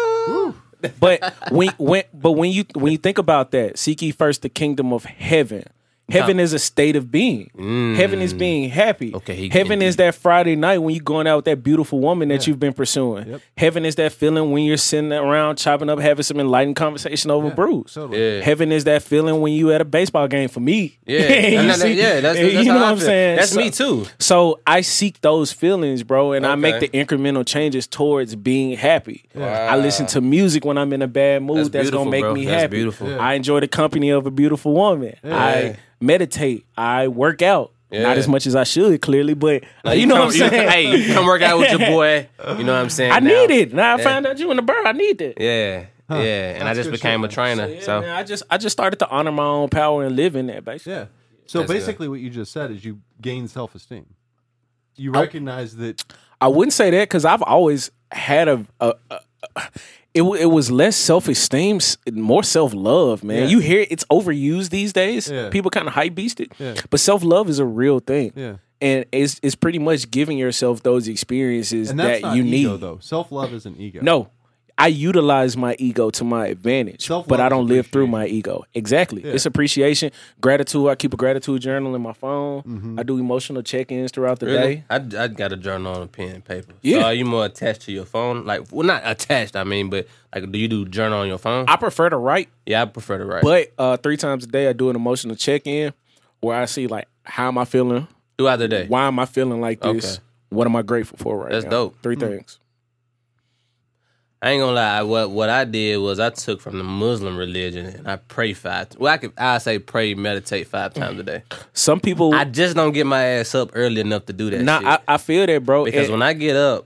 [SPEAKER 3] But when, when, but when you when you think about that, seek ye first the kingdom of heaven. Heaven is a state of being. Heaven is being happy.
[SPEAKER 2] Mm. Okay, he
[SPEAKER 3] heaven
[SPEAKER 2] getting
[SPEAKER 3] is that Friday night when you're going out with that beautiful woman that you've been pursuing. Heaven is that feeling when you're sitting around chopping up, having some enlightened conversation over brews.
[SPEAKER 4] totally.
[SPEAKER 2] Yeah.
[SPEAKER 3] Heaven is that feeling when you at a baseball game. For me,
[SPEAKER 2] Yeah,
[SPEAKER 3] And you
[SPEAKER 2] And that-
[SPEAKER 3] see-
[SPEAKER 2] yeah. That's,
[SPEAKER 3] and
[SPEAKER 2] that's
[SPEAKER 3] you
[SPEAKER 2] how
[SPEAKER 3] know
[SPEAKER 2] I
[SPEAKER 3] what I'm
[SPEAKER 2] feel.
[SPEAKER 3] saying.
[SPEAKER 2] That's
[SPEAKER 3] So-
[SPEAKER 2] me too.
[SPEAKER 3] so I seek those feelings, bro, and I make
[SPEAKER 2] Okay.
[SPEAKER 3] the incremental changes towards being happy. I listen to music when I'm in a bad mood
[SPEAKER 2] That's
[SPEAKER 3] that's,
[SPEAKER 2] beautiful,
[SPEAKER 3] gonna make
[SPEAKER 2] bro.
[SPEAKER 3] me
[SPEAKER 2] That's
[SPEAKER 3] happy.
[SPEAKER 2] beautiful. Yeah.
[SPEAKER 3] I enjoy the company of a beautiful woman. I meditate. I work out. Not as much as I should, clearly, but you, know
[SPEAKER 2] come,
[SPEAKER 3] what I'm saying.
[SPEAKER 2] hey, come work out with your boy. You know what I'm saying?
[SPEAKER 3] I
[SPEAKER 2] now.
[SPEAKER 3] need it. Now I found out you in the bar. I need that.
[SPEAKER 2] Yeah, yeah. And I
[SPEAKER 4] That's
[SPEAKER 2] just
[SPEAKER 4] good shit,
[SPEAKER 2] became a
[SPEAKER 4] man.
[SPEAKER 2] trainer. So,
[SPEAKER 3] Yeah, man, I just I just started to honor my own power and live in that, basically.
[SPEAKER 4] Yeah. So
[SPEAKER 2] That's good.
[SPEAKER 4] basically, what you just said is you gain self esteem. You recognize that
[SPEAKER 3] I wouldn't say that because I've always had a. a, a it, wa- it was less self esteem, more self love, man.
[SPEAKER 4] Yeah.
[SPEAKER 3] You hear it's overused these days.
[SPEAKER 4] Yeah.
[SPEAKER 3] People kind of hype beast it,
[SPEAKER 4] Yeah.
[SPEAKER 3] but self love is a real thing.
[SPEAKER 4] Yeah.
[SPEAKER 3] and it's it's pretty much giving yourself those experiences
[SPEAKER 4] and that's
[SPEAKER 3] that
[SPEAKER 4] not
[SPEAKER 3] you
[SPEAKER 4] ego
[SPEAKER 3] need.
[SPEAKER 4] though. Self love isn't ego.
[SPEAKER 3] No, I utilize my ego to my advantage, but I
[SPEAKER 4] Self-love
[SPEAKER 3] don't
[SPEAKER 4] is
[SPEAKER 3] live through my ego. Exactly. It's appreciation, gratitude. I keep a gratitude journal in my phone.
[SPEAKER 4] Mm-hmm.
[SPEAKER 3] I do emotional check-ins throughout the day.
[SPEAKER 2] I, I got a journal and a pen and paper.
[SPEAKER 3] Yeah.
[SPEAKER 2] So are you more attached to your phone? Like, well, not attached, I mean, but like, do you do journal on your phone?
[SPEAKER 3] I prefer to write,
[SPEAKER 2] yeah, I prefer to write.
[SPEAKER 3] but uh, three times a day I do an emotional check-in where I see like how am I feeling?
[SPEAKER 2] Throughout the day.
[SPEAKER 3] Why am I feeling like this?
[SPEAKER 2] Okay.
[SPEAKER 3] What am I grateful for right
[SPEAKER 2] That's
[SPEAKER 3] now?
[SPEAKER 2] dope. Hmm.
[SPEAKER 3] Three things.
[SPEAKER 2] I ain't gonna lie. What what I did was I took from the Muslim religion and I pray five. Well, I could I say pray, meditate five times a day.
[SPEAKER 3] Some people
[SPEAKER 2] I just don't get my ass up early enough to do that.
[SPEAKER 3] Nah,
[SPEAKER 2] shit.
[SPEAKER 3] I, I feel that, bro.
[SPEAKER 2] because
[SPEAKER 3] And-
[SPEAKER 2] when I get up,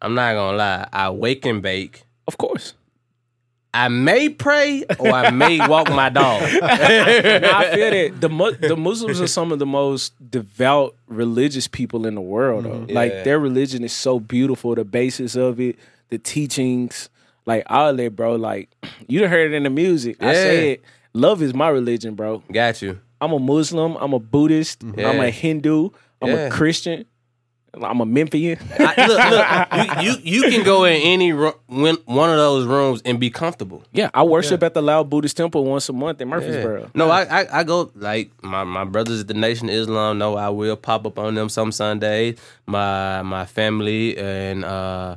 [SPEAKER 2] I'm not gonna lie. I wake and bake.
[SPEAKER 3] of course,
[SPEAKER 2] I may pray or I may walk my dog.
[SPEAKER 3] Nah, I feel that the mu- the Muslims are some of the most devout religious people in the world. Though,
[SPEAKER 2] Mm-hmm.
[SPEAKER 3] like their religion is so beautiful, the basis of it, the teachings, like all that, bro. Like you done heard it in the music. I
[SPEAKER 2] Yeah.
[SPEAKER 3] said, love is my religion, bro.
[SPEAKER 2] Got you.
[SPEAKER 3] I'm a Muslim. I'm a Buddhist. I'm
[SPEAKER 2] Yeah.
[SPEAKER 3] a Hindu. I'm
[SPEAKER 2] Yeah.
[SPEAKER 3] a Christian. I'm a Memphian.
[SPEAKER 2] I, look, look. You, you you can go in any ro- win- one of those rooms and be comfortable.
[SPEAKER 3] yeah, I worship at the Loud Buddhist Temple once a month in Murfreesboro.
[SPEAKER 2] Yeah. No, I, I I go like my, my brothers at the Nation of Islam. No, I will pop up on them some Sundays. My my family and uh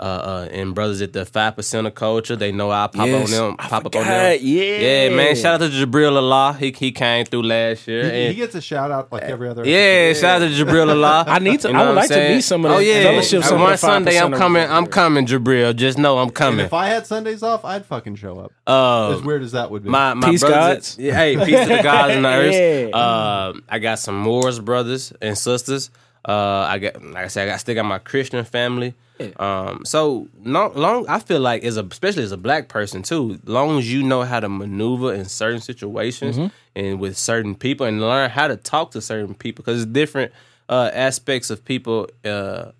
[SPEAKER 2] uh, uh and brothers at the five percent of culture. They know I pop on
[SPEAKER 3] Yes.
[SPEAKER 2] them.
[SPEAKER 3] I
[SPEAKER 2] Pop up on them.
[SPEAKER 3] forgot. Yeah.
[SPEAKER 2] yeah, man. Shout out to Jabril Allah. He he came through last year.
[SPEAKER 4] He,
[SPEAKER 2] and-
[SPEAKER 4] he gets a shout out like every other.
[SPEAKER 2] yeah, shout out to Jabril Allah.
[SPEAKER 3] I need to- I
[SPEAKER 2] know
[SPEAKER 3] would
[SPEAKER 2] what
[SPEAKER 3] like
[SPEAKER 2] I'm
[SPEAKER 3] to
[SPEAKER 2] saying?
[SPEAKER 3] meet some of the
[SPEAKER 2] Oh yeah,
[SPEAKER 3] fellowship, some of
[SPEAKER 2] one
[SPEAKER 3] the
[SPEAKER 2] Sunday
[SPEAKER 3] 5%
[SPEAKER 2] I'm
[SPEAKER 3] of
[SPEAKER 2] coming.
[SPEAKER 3] them.
[SPEAKER 2] I'm coming, Jabril. Just know I'm coming.
[SPEAKER 4] If I had Sundays off, I'd fucking show up.
[SPEAKER 2] Um,
[SPEAKER 3] Oh.
[SPEAKER 4] as weird as that would be.
[SPEAKER 2] My my
[SPEAKER 3] Peace,
[SPEAKER 2] brothers.
[SPEAKER 3] gods.
[SPEAKER 2] Yeah, hey, peace to the gods and the earth.
[SPEAKER 3] Yeah.
[SPEAKER 2] Uh, I got some Morris brothers and sisters. Uh, I got like I said, I got, still got my Christian family. Um, so no, long I feel like as a, especially as a black person too, long as you know how to maneuver in certain situations
[SPEAKER 3] Mm-hmm.
[SPEAKER 2] and with certain people, and learn how to talk to certain people because it's different uh, aspects of people. Uh,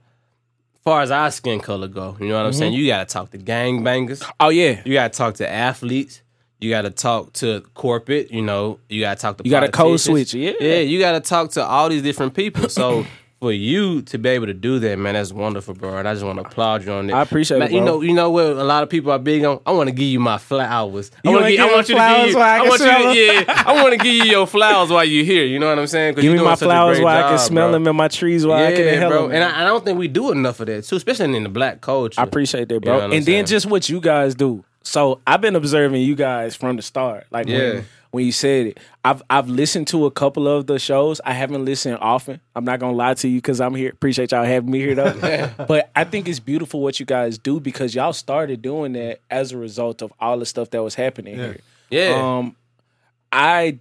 [SPEAKER 2] far as our skin color go, you know what
[SPEAKER 3] Mm-hmm.
[SPEAKER 2] I'm saying. You gotta talk to gangbangers.
[SPEAKER 3] Oh yeah,
[SPEAKER 2] You gotta talk to athletes. You gotta talk to corporate. You know, you gotta talk to.
[SPEAKER 3] You gotta code
[SPEAKER 2] politicians.
[SPEAKER 3] switch, yeah.
[SPEAKER 2] yeah. You gotta talk to all these different people. So for you to be able to do that, man, that's wonderful, bro. And I just want to applaud you on that.
[SPEAKER 3] I appreciate
[SPEAKER 2] Man,
[SPEAKER 3] it,
[SPEAKER 2] You
[SPEAKER 3] bro.
[SPEAKER 2] know, you know what? A lot of people are big on. I want to give you my flowers. I
[SPEAKER 3] You
[SPEAKER 2] wanna
[SPEAKER 3] wanna
[SPEAKER 2] gi-
[SPEAKER 3] give
[SPEAKER 2] I
[SPEAKER 3] me
[SPEAKER 2] want you to
[SPEAKER 3] flowers
[SPEAKER 2] give you.
[SPEAKER 3] while I
[SPEAKER 2] I
[SPEAKER 3] can
[SPEAKER 2] want you
[SPEAKER 3] smell 'em?
[SPEAKER 2] to. Yeah. I want to give you your flowers while you're here. You know what I'm saying? 'Cause
[SPEAKER 3] Give
[SPEAKER 2] you're
[SPEAKER 3] me
[SPEAKER 2] doing
[SPEAKER 3] my
[SPEAKER 2] such a
[SPEAKER 3] flowers
[SPEAKER 2] great
[SPEAKER 3] while I can
[SPEAKER 2] job,
[SPEAKER 3] smell
[SPEAKER 2] bro.
[SPEAKER 3] them in my trees while
[SPEAKER 2] Yeah,
[SPEAKER 3] I can help
[SPEAKER 2] bro.
[SPEAKER 3] them.
[SPEAKER 2] And I, I don't think we do enough of that too, especially in the black culture.
[SPEAKER 3] I appreciate that,
[SPEAKER 2] You
[SPEAKER 3] bro.
[SPEAKER 2] know what I'm
[SPEAKER 3] and
[SPEAKER 2] saying?
[SPEAKER 3] then just what you guys do. So I've been observing you guys from the start. Like
[SPEAKER 2] Yeah.
[SPEAKER 3] when, when you said it, I've I've listened to a couple of the shows. I haven't listened often. I'm not gonna lie to you because I'm here. Appreciate y'all having me here though. but I think it's beautiful what you guys do because y'all started doing that as a result of all the stuff that was happening here.
[SPEAKER 2] Yeah.
[SPEAKER 3] Um, I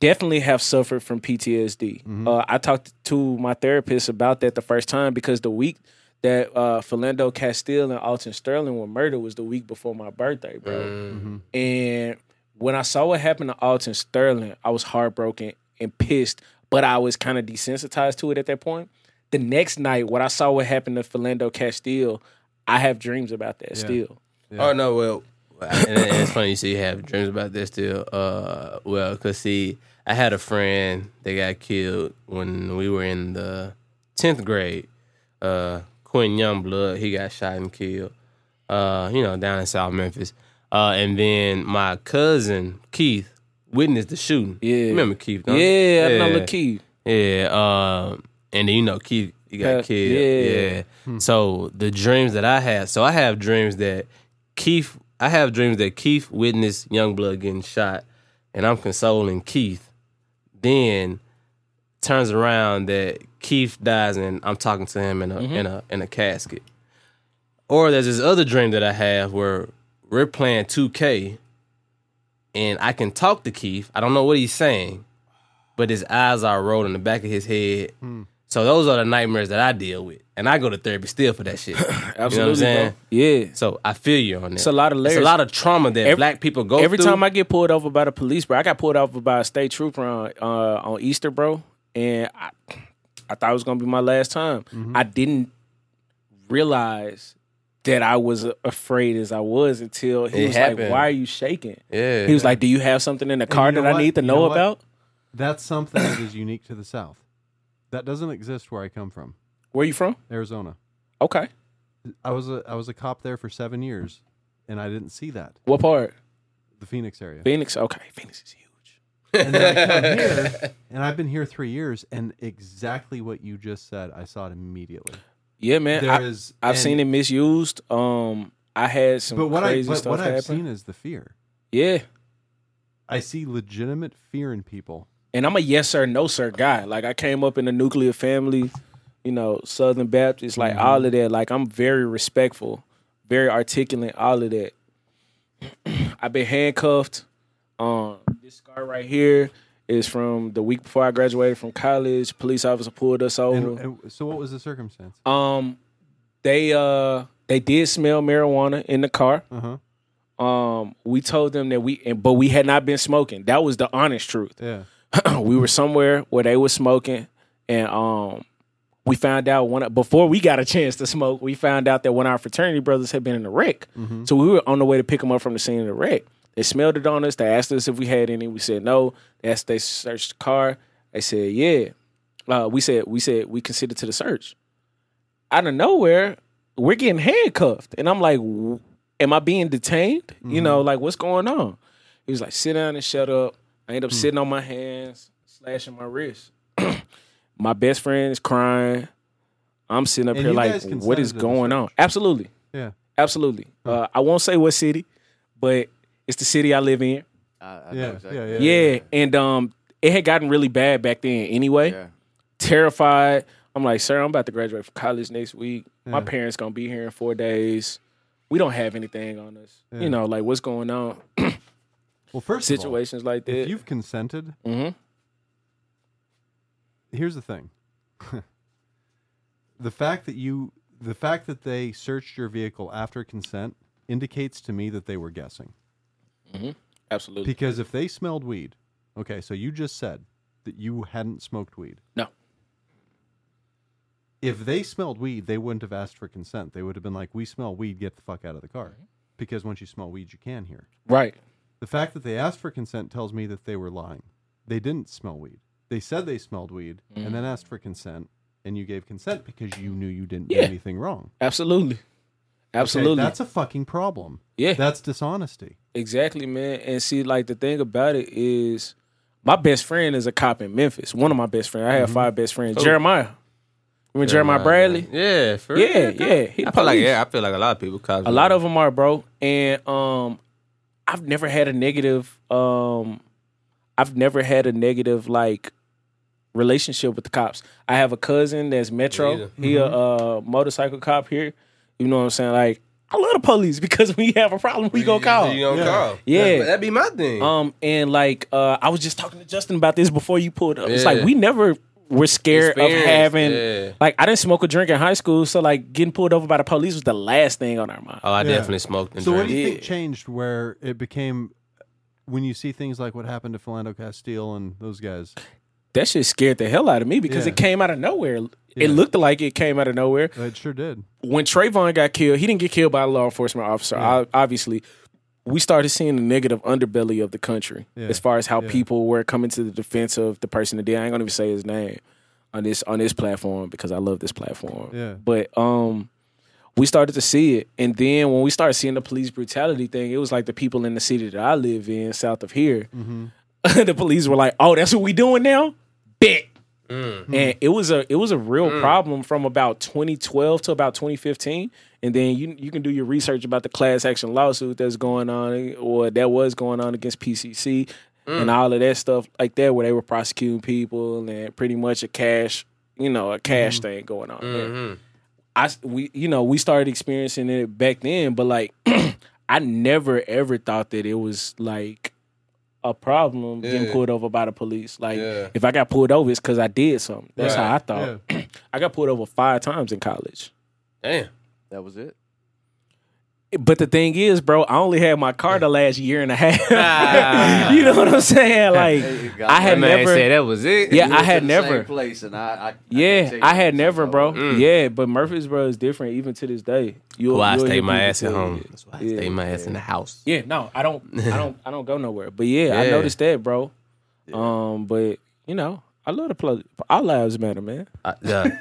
[SPEAKER 3] definitely have suffered from PTSD.
[SPEAKER 2] Mm-hmm.
[SPEAKER 3] Uh, I talked to my therapist about that the first time because the week that uh, Philando Castile and Alton Sterling were murdered was the week before my birthday, bro.
[SPEAKER 2] Mm-hmm.
[SPEAKER 3] And when I saw what happened to Alton Sterling, I was heartbroken and pissed, but I was kind of desensitized to it at that point. The next night, when I saw what happened to Philando Castile, I have dreams about that still.
[SPEAKER 2] Oh no, well, and, and it's funny you see you have dreams about this too. Uh, well, cause see, I had a friend that got killed when we were in the tenth grade. Uh, Quinn Youngblood, he got shot and killed. Uh, you know, down in South Memphis. Uh, and then my cousin Keith witnessed the shooting.
[SPEAKER 3] Yeah.
[SPEAKER 2] You remember Keith?
[SPEAKER 3] Yeah,
[SPEAKER 2] don't you?
[SPEAKER 3] yeah. I know, look, Keith.
[SPEAKER 2] Yeah. Um, and then you know, Keith, you got
[SPEAKER 3] Yeah,
[SPEAKER 2] killed.
[SPEAKER 3] yeah.
[SPEAKER 2] Yeah. So the dreams that I have, so I have dreams that Keith, I have dreams that Keith witnessed Youngblood getting shot, and I'm consoling Keith. Then turns around that Keith dies, and I'm talking to him in
[SPEAKER 3] Mm-hmm.
[SPEAKER 2] a in a in a casket. Or there's this other dream that I have where we're playing 2K, and I can talk to Keith. I don't know what he's saying, but his eyes are rolled in the back of his head. So those are the nightmares that I deal with, and I go to therapy still for that shit. you know what I'm
[SPEAKER 3] Absolutely,
[SPEAKER 2] saying?
[SPEAKER 3] bro. Yeah.
[SPEAKER 2] So I feel you on that. It's
[SPEAKER 3] a lot of
[SPEAKER 2] It's
[SPEAKER 3] layers.
[SPEAKER 2] a lot of trauma that
[SPEAKER 3] Every-
[SPEAKER 2] black people go
[SPEAKER 3] Every
[SPEAKER 2] through.
[SPEAKER 3] time I get pulled over by the police, bro, I got pulled over by a state trooper on uh, on Easter, bro, and I, I thought it was gonna be my last time.
[SPEAKER 2] Mm-hmm.
[SPEAKER 3] I didn't realize that I was afraid as I was until he
[SPEAKER 2] It
[SPEAKER 3] was
[SPEAKER 2] happened.
[SPEAKER 3] like, "Why are you shaking?"
[SPEAKER 2] yeah,
[SPEAKER 3] He was like, "Do you have something in the car
[SPEAKER 4] you know
[SPEAKER 3] that I
[SPEAKER 4] what?
[SPEAKER 3] need to
[SPEAKER 4] You
[SPEAKER 3] know,
[SPEAKER 4] know what?
[SPEAKER 3] about?"
[SPEAKER 4] That's something that is unique to the South. That doesn't exist where I come from,
[SPEAKER 3] Where you from?
[SPEAKER 4] Arizona.
[SPEAKER 3] Okay,
[SPEAKER 4] I was a I was a cop there for seven years. and I didn't see that.
[SPEAKER 3] What part?
[SPEAKER 4] The Phoenix area.
[SPEAKER 3] Phoenix. Okay, Phoenix is huge.
[SPEAKER 4] And then I come here, and I've been here three years, and exactly what you just said, I saw it immediately.
[SPEAKER 3] Yeah, man.
[SPEAKER 4] There
[SPEAKER 3] I,
[SPEAKER 4] is-
[SPEAKER 3] I've
[SPEAKER 4] and-
[SPEAKER 3] seen it misused. Um, I had some
[SPEAKER 4] But what I
[SPEAKER 3] crazy
[SPEAKER 4] but
[SPEAKER 3] stuff
[SPEAKER 4] what
[SPEAKER 3] happen.
[SPEAKER 4] I've seen is the fear.
[SPEAKER 3] yeah,
[SPEAKER 4] I see legitimate fear in people.
[SPEAKER 3] and I'm a yes sir, no sir guy. Like I came up in a nuclear family, you know, Southern Baptist,
[SPEAKER 4] Mm-hmm.
[SPEAKER 3] like all of that. Like I'm very respectful, very articulate, all of that. I've been handcuffed. Um, this scar right here is from the week before I graduated from college. Police officer pulled us over.
[SPEAKER 4] And, and so, what was the circumstance?
[SPEAKER 3] Um, they uh they did smell marijuana in the car.
[SPEAKER 4] Uh-huh.
[SPEAKER 3] Um, we told them that we, and, but we had not been smoking. That was the honest truth.
[SPEAKER 4] Yeah,
[SPEAKER 3] we were somewhere where they were smoking, and um, we found out one before we got a chance to smoke. We found out that one of our fraternity brothers had been in the wreck, so we were on the way to pick him up from the scene of the wreck. They smelled it on us. They asked us if we had any. We said no. They asked, they searched the car. They said yeah. Uh, we said we said we considered to the search out of nowhere, we're getting handcuffed. And I'm like, w- am I being detained? You know,
[SPEAKER 4] Mm-hmm.
[SPEAKER 3] like what's going on? He was like, sit down and shut up. I end up
[SPEAKER 4] Mm.
[SPEAKER 3] sitting on my hands, slashing my wrist. my best friend is crying. I'm sitting up
[SPEAKER 4] And
[SPEAKER 3] here
[SPEAKER 4] you
[SPEAKER 3] like,
[SPEAKER 4] guys
[SPEAKER 3] what
[SPEAKER 4] consented
[SPEAKER 3] is
[SPEAKER 4] to the
[SPEAKER 3] going on? Absolutely.
[SPEAKER 4] yeah.
[SPEAKER 3] Absolutely. Uh, I won't say what city, but it's the city I live in.
[SPEAKER 5] I, I
[SPEAKER 4] Yeah,
[SPEAKER 5] know exactly.
[SPEAKER 4] yeah,
[SPEAKER 5] Yeah,
[SPEAKER 4] yeah.
[SPEAKER 3] Yeah. And um, it had gotten really bad back then anyway
[SPEAKER 5] yeah.
[SPEAKER 3] terrified. I'm like, sir, I'm about to graduate from college next week. My
[SPEAKER 4] Yeah.
[SPEAKER 3] parents gonna be here in four days. We don't have anything on us.
[SPEAKER 4] Yeah.
[SPEAKER 3] You know, like what's going on?
[SPEAKER 4] Well, first of all,
[SPEAKER 3] Situations like
[SPEAKER 4] if
[SPEAKER 3] that.
[SPEAKER 4] you've consented,
[SPEAKER 3] Mhm.
[SPEAKER 4] here's the thing: the fact that you, the fact that they searched your vehicle after consent, indicates to me that they were guessing.
[SPEAKER 3] Absolutely.
[SPEAKER 4] Because if they smelled weed, okay, so you just said that you hadn't smoked weed.
[SPEAKER 3] No.
[SPEAKER 4] If they smelled weed, they wouldn't have asked for consent. They would have been like, "We smell weed. Get the fuck out of the car." Because once you smell weed, you can hear.
[SPEAKER 3] Right.
[SPEAKER 4] The fact that they asked for consent tells me that they were lying. They didn't smell weed. They said they smelled weed and
[SPEAKER 3] Mm.
[SPEAKER 4] then asked for consent, and you gave consent because you knew you didn't
[SPEAKER 3] Yeah.
[SPEAKER 4] do anything wrong.
[SPEAKER 3] Absolutely.
[SPEAKER 4] Okay,
[SPEAKER 3] Absolutely.
[SPEAKER 4] that's a fucking problem.
[SPEAKER 3] yeah.
[SPEAKER 4] That's dishonesty.
[SPEAKER 3] Exactly, man. And see, like the thing about it is, my best friend is a cop in Memphis. One of my best friends. I
[SPEAKER 4] Mm-hmm.
[SPEAKER 3] have five best friends. Jeremiah. Remember Jeremiah Bradley?
[SPEAKER 2] Yeah, for
[SPEAKER 3] Yeah,
[SPEAKER 2] real, dog.
[SPEAKER 3] yeah, he
[SPEAKER 2] I feel like
[SPEAKER 3] police.
[SPEAKER 2] yeah, I feel like a lot of people cops.
[SPEAKER 3] A lot of them are, bro. And um, I've never had a negative. Um, I've never had a negative like relationship with the cops. I have a cousin that's
[SPEAKER 2] Me
[SPEAKER 3] Metro.
[SPEAKER 2] either.
[SPEAKER 3] He a uh, motorcycle cop here. You know what I'm saying? Like I love the police because when you have a problem, we go call.
[SPEAKER 2] You don't
[SPEAKER 4] Yeah.
[SPEAKER 2] call.
[SPEAKER 3] Yeah.
[SPEAKER 2] That- that'd be my thing.
[SPEAKER 3] Um, and like uh, I was just talking to Justin about this before you pulled up. It's
[SPEAKER 2] Yeah.
[SPEAKER 3] like we never were scared
[SPEAKER 2] Experience,
[SPEAKER 3] of having
[SPEAKER 2] yeah.
[SPEAKER 3] like I didn't smoke or drink in high school, so like getting pulled over by the police was the last thing on our mind.
[SPEAKER 2] oh, I
[SPEAKER 4] Yeah.
[SPEAKER 2] definitely smoked and
[SPEAKER 4] So what
[SPEAKER 2] drank.
[SPEAKER 4] do you think
[SPEAKER 3] Yeah.
[SPEAKER 4] changed where it became when you see things like what happened to Philando Castile and those guys?
[SPEAKER 3] that shit scared the hell out of me because
[SPEAKER 4] Yeah.
[SPEAKER 3] it came out of nowhere.
[SPEAKER 4] Yeah.
[SPEAKER 3] It looked like it came out of nowhere.
[SPEAKER 4] It sure did.
[SPEAKER 3] When Trayvon got killed, he didn't get killed by a law enforcement officer. ob- Obviously, we started seeing the negative underbelly of the country
[SPEAKER 4] Yeah.
[SPEAKER 3] as far as how
[SPEAKER 4] Yeah.
[SPEAKER 3] people were coming to the defense of the person that did. I ain't gonna even say his name on this on this platform because I love this platform.
[SPEAKER 4] Yeah.
[SPEAKER 3] But um, we started to see it, and then when we started seeing the police brutality thing, it was like the people in the city that I live in, south of here,
[SPEAKER 4] Mm-hmm.
[SPEAKER 3] the police were like, "Oh, that's what we doing now." Bet. And it was a it was a real problem from about 2012 to about 2015, and then you you can do your research about the class action lawsuit that's going on or that was going on against PCC
[SPEAKER 2] Mm.
[SPEAKER 3] and all of that stuff like that, where they were prosecuting people and pretty much a cash you know a
[SPEAKER 2] Mm-hmm.
[SPEAKER 3] cash thing going on. there. I we you know we started experiencing it back then, but like I never ever thought that it was like a problem getting
[SPEAKER 2] Yeah.
[SPEAKER 3] pulled over by the police. Like
[SPEAKER 2] Yeah.
[SPEAKER 3] if I got pulled over, it's because I did something. That's
[SPEAKER 2] Right.
[SPEAKER 3] how I thought. I got pulled over five times in college.
[SPEAKER 2] Damn.
[SPEAKER 5] That was it.
[SPEAKER 3] But the thing is, bro, I only had my car the last year and a
[SPEAKER 2] Ah.
[SPEAKER 3] half. you know what I'm saying?
[SPEAKER 5] There you
[SPEAKER 3] Like
[SPEAKER 5] go.
[SPEAKER 3] I had
[SPEAKER 5] That
[SPEAKER 2] Man
[SPEAKER 3] never
[SPEAKER 2] said that was it.
[SPEAKER 3] Yeah,
[SPEAKER 5] We
[SPEAKER 3] I
[SPEAKER 5] went
[SPEAKER 3] had
[SPEAKER 5] to the same
[SPEAKER 3] never.
[SPEAKER 5] place, and I, I- I,
[SPEAKER 3] Yeah,
[SPEAKER 5] can tell
[SPEAKER 3] I
[SPEAKER 5] you
[SPEAKER 3] had
[SPEAKER 5] this
[SPEAKER 3] never,
[SPEAKER 5] is
[SPEAKER 3] bro.
[SPEAKER 5] over.
[SPEAKER 3] Yeah, but Murfreesboro is different even to this day. You'll,
[SPEAKER 2] Well, I
[SPEAKER 3] you'll
[SPEAKER 2] stay
[SPEAKER 3] hear
[SPEAKER 2] my
[SPEAKER 3] people
[SPEAKER 2] ass at
[SPEAKER 3] tell
[SPEAKER 2] home.
[SPEAKER 3] you.
[SPEAKER 2] That's why I stay my ass in the house.
[SPEAKER 3] Yeah, no, I don't, I don't, I don't go nowhere. But yeah, I
[SPEAKER 2] Yeah.
[SPEAKER 3] noticed that, bro. Um, but you know, I love the plug. Our lives matter, man.
[SPEAKER 2] I, yeah.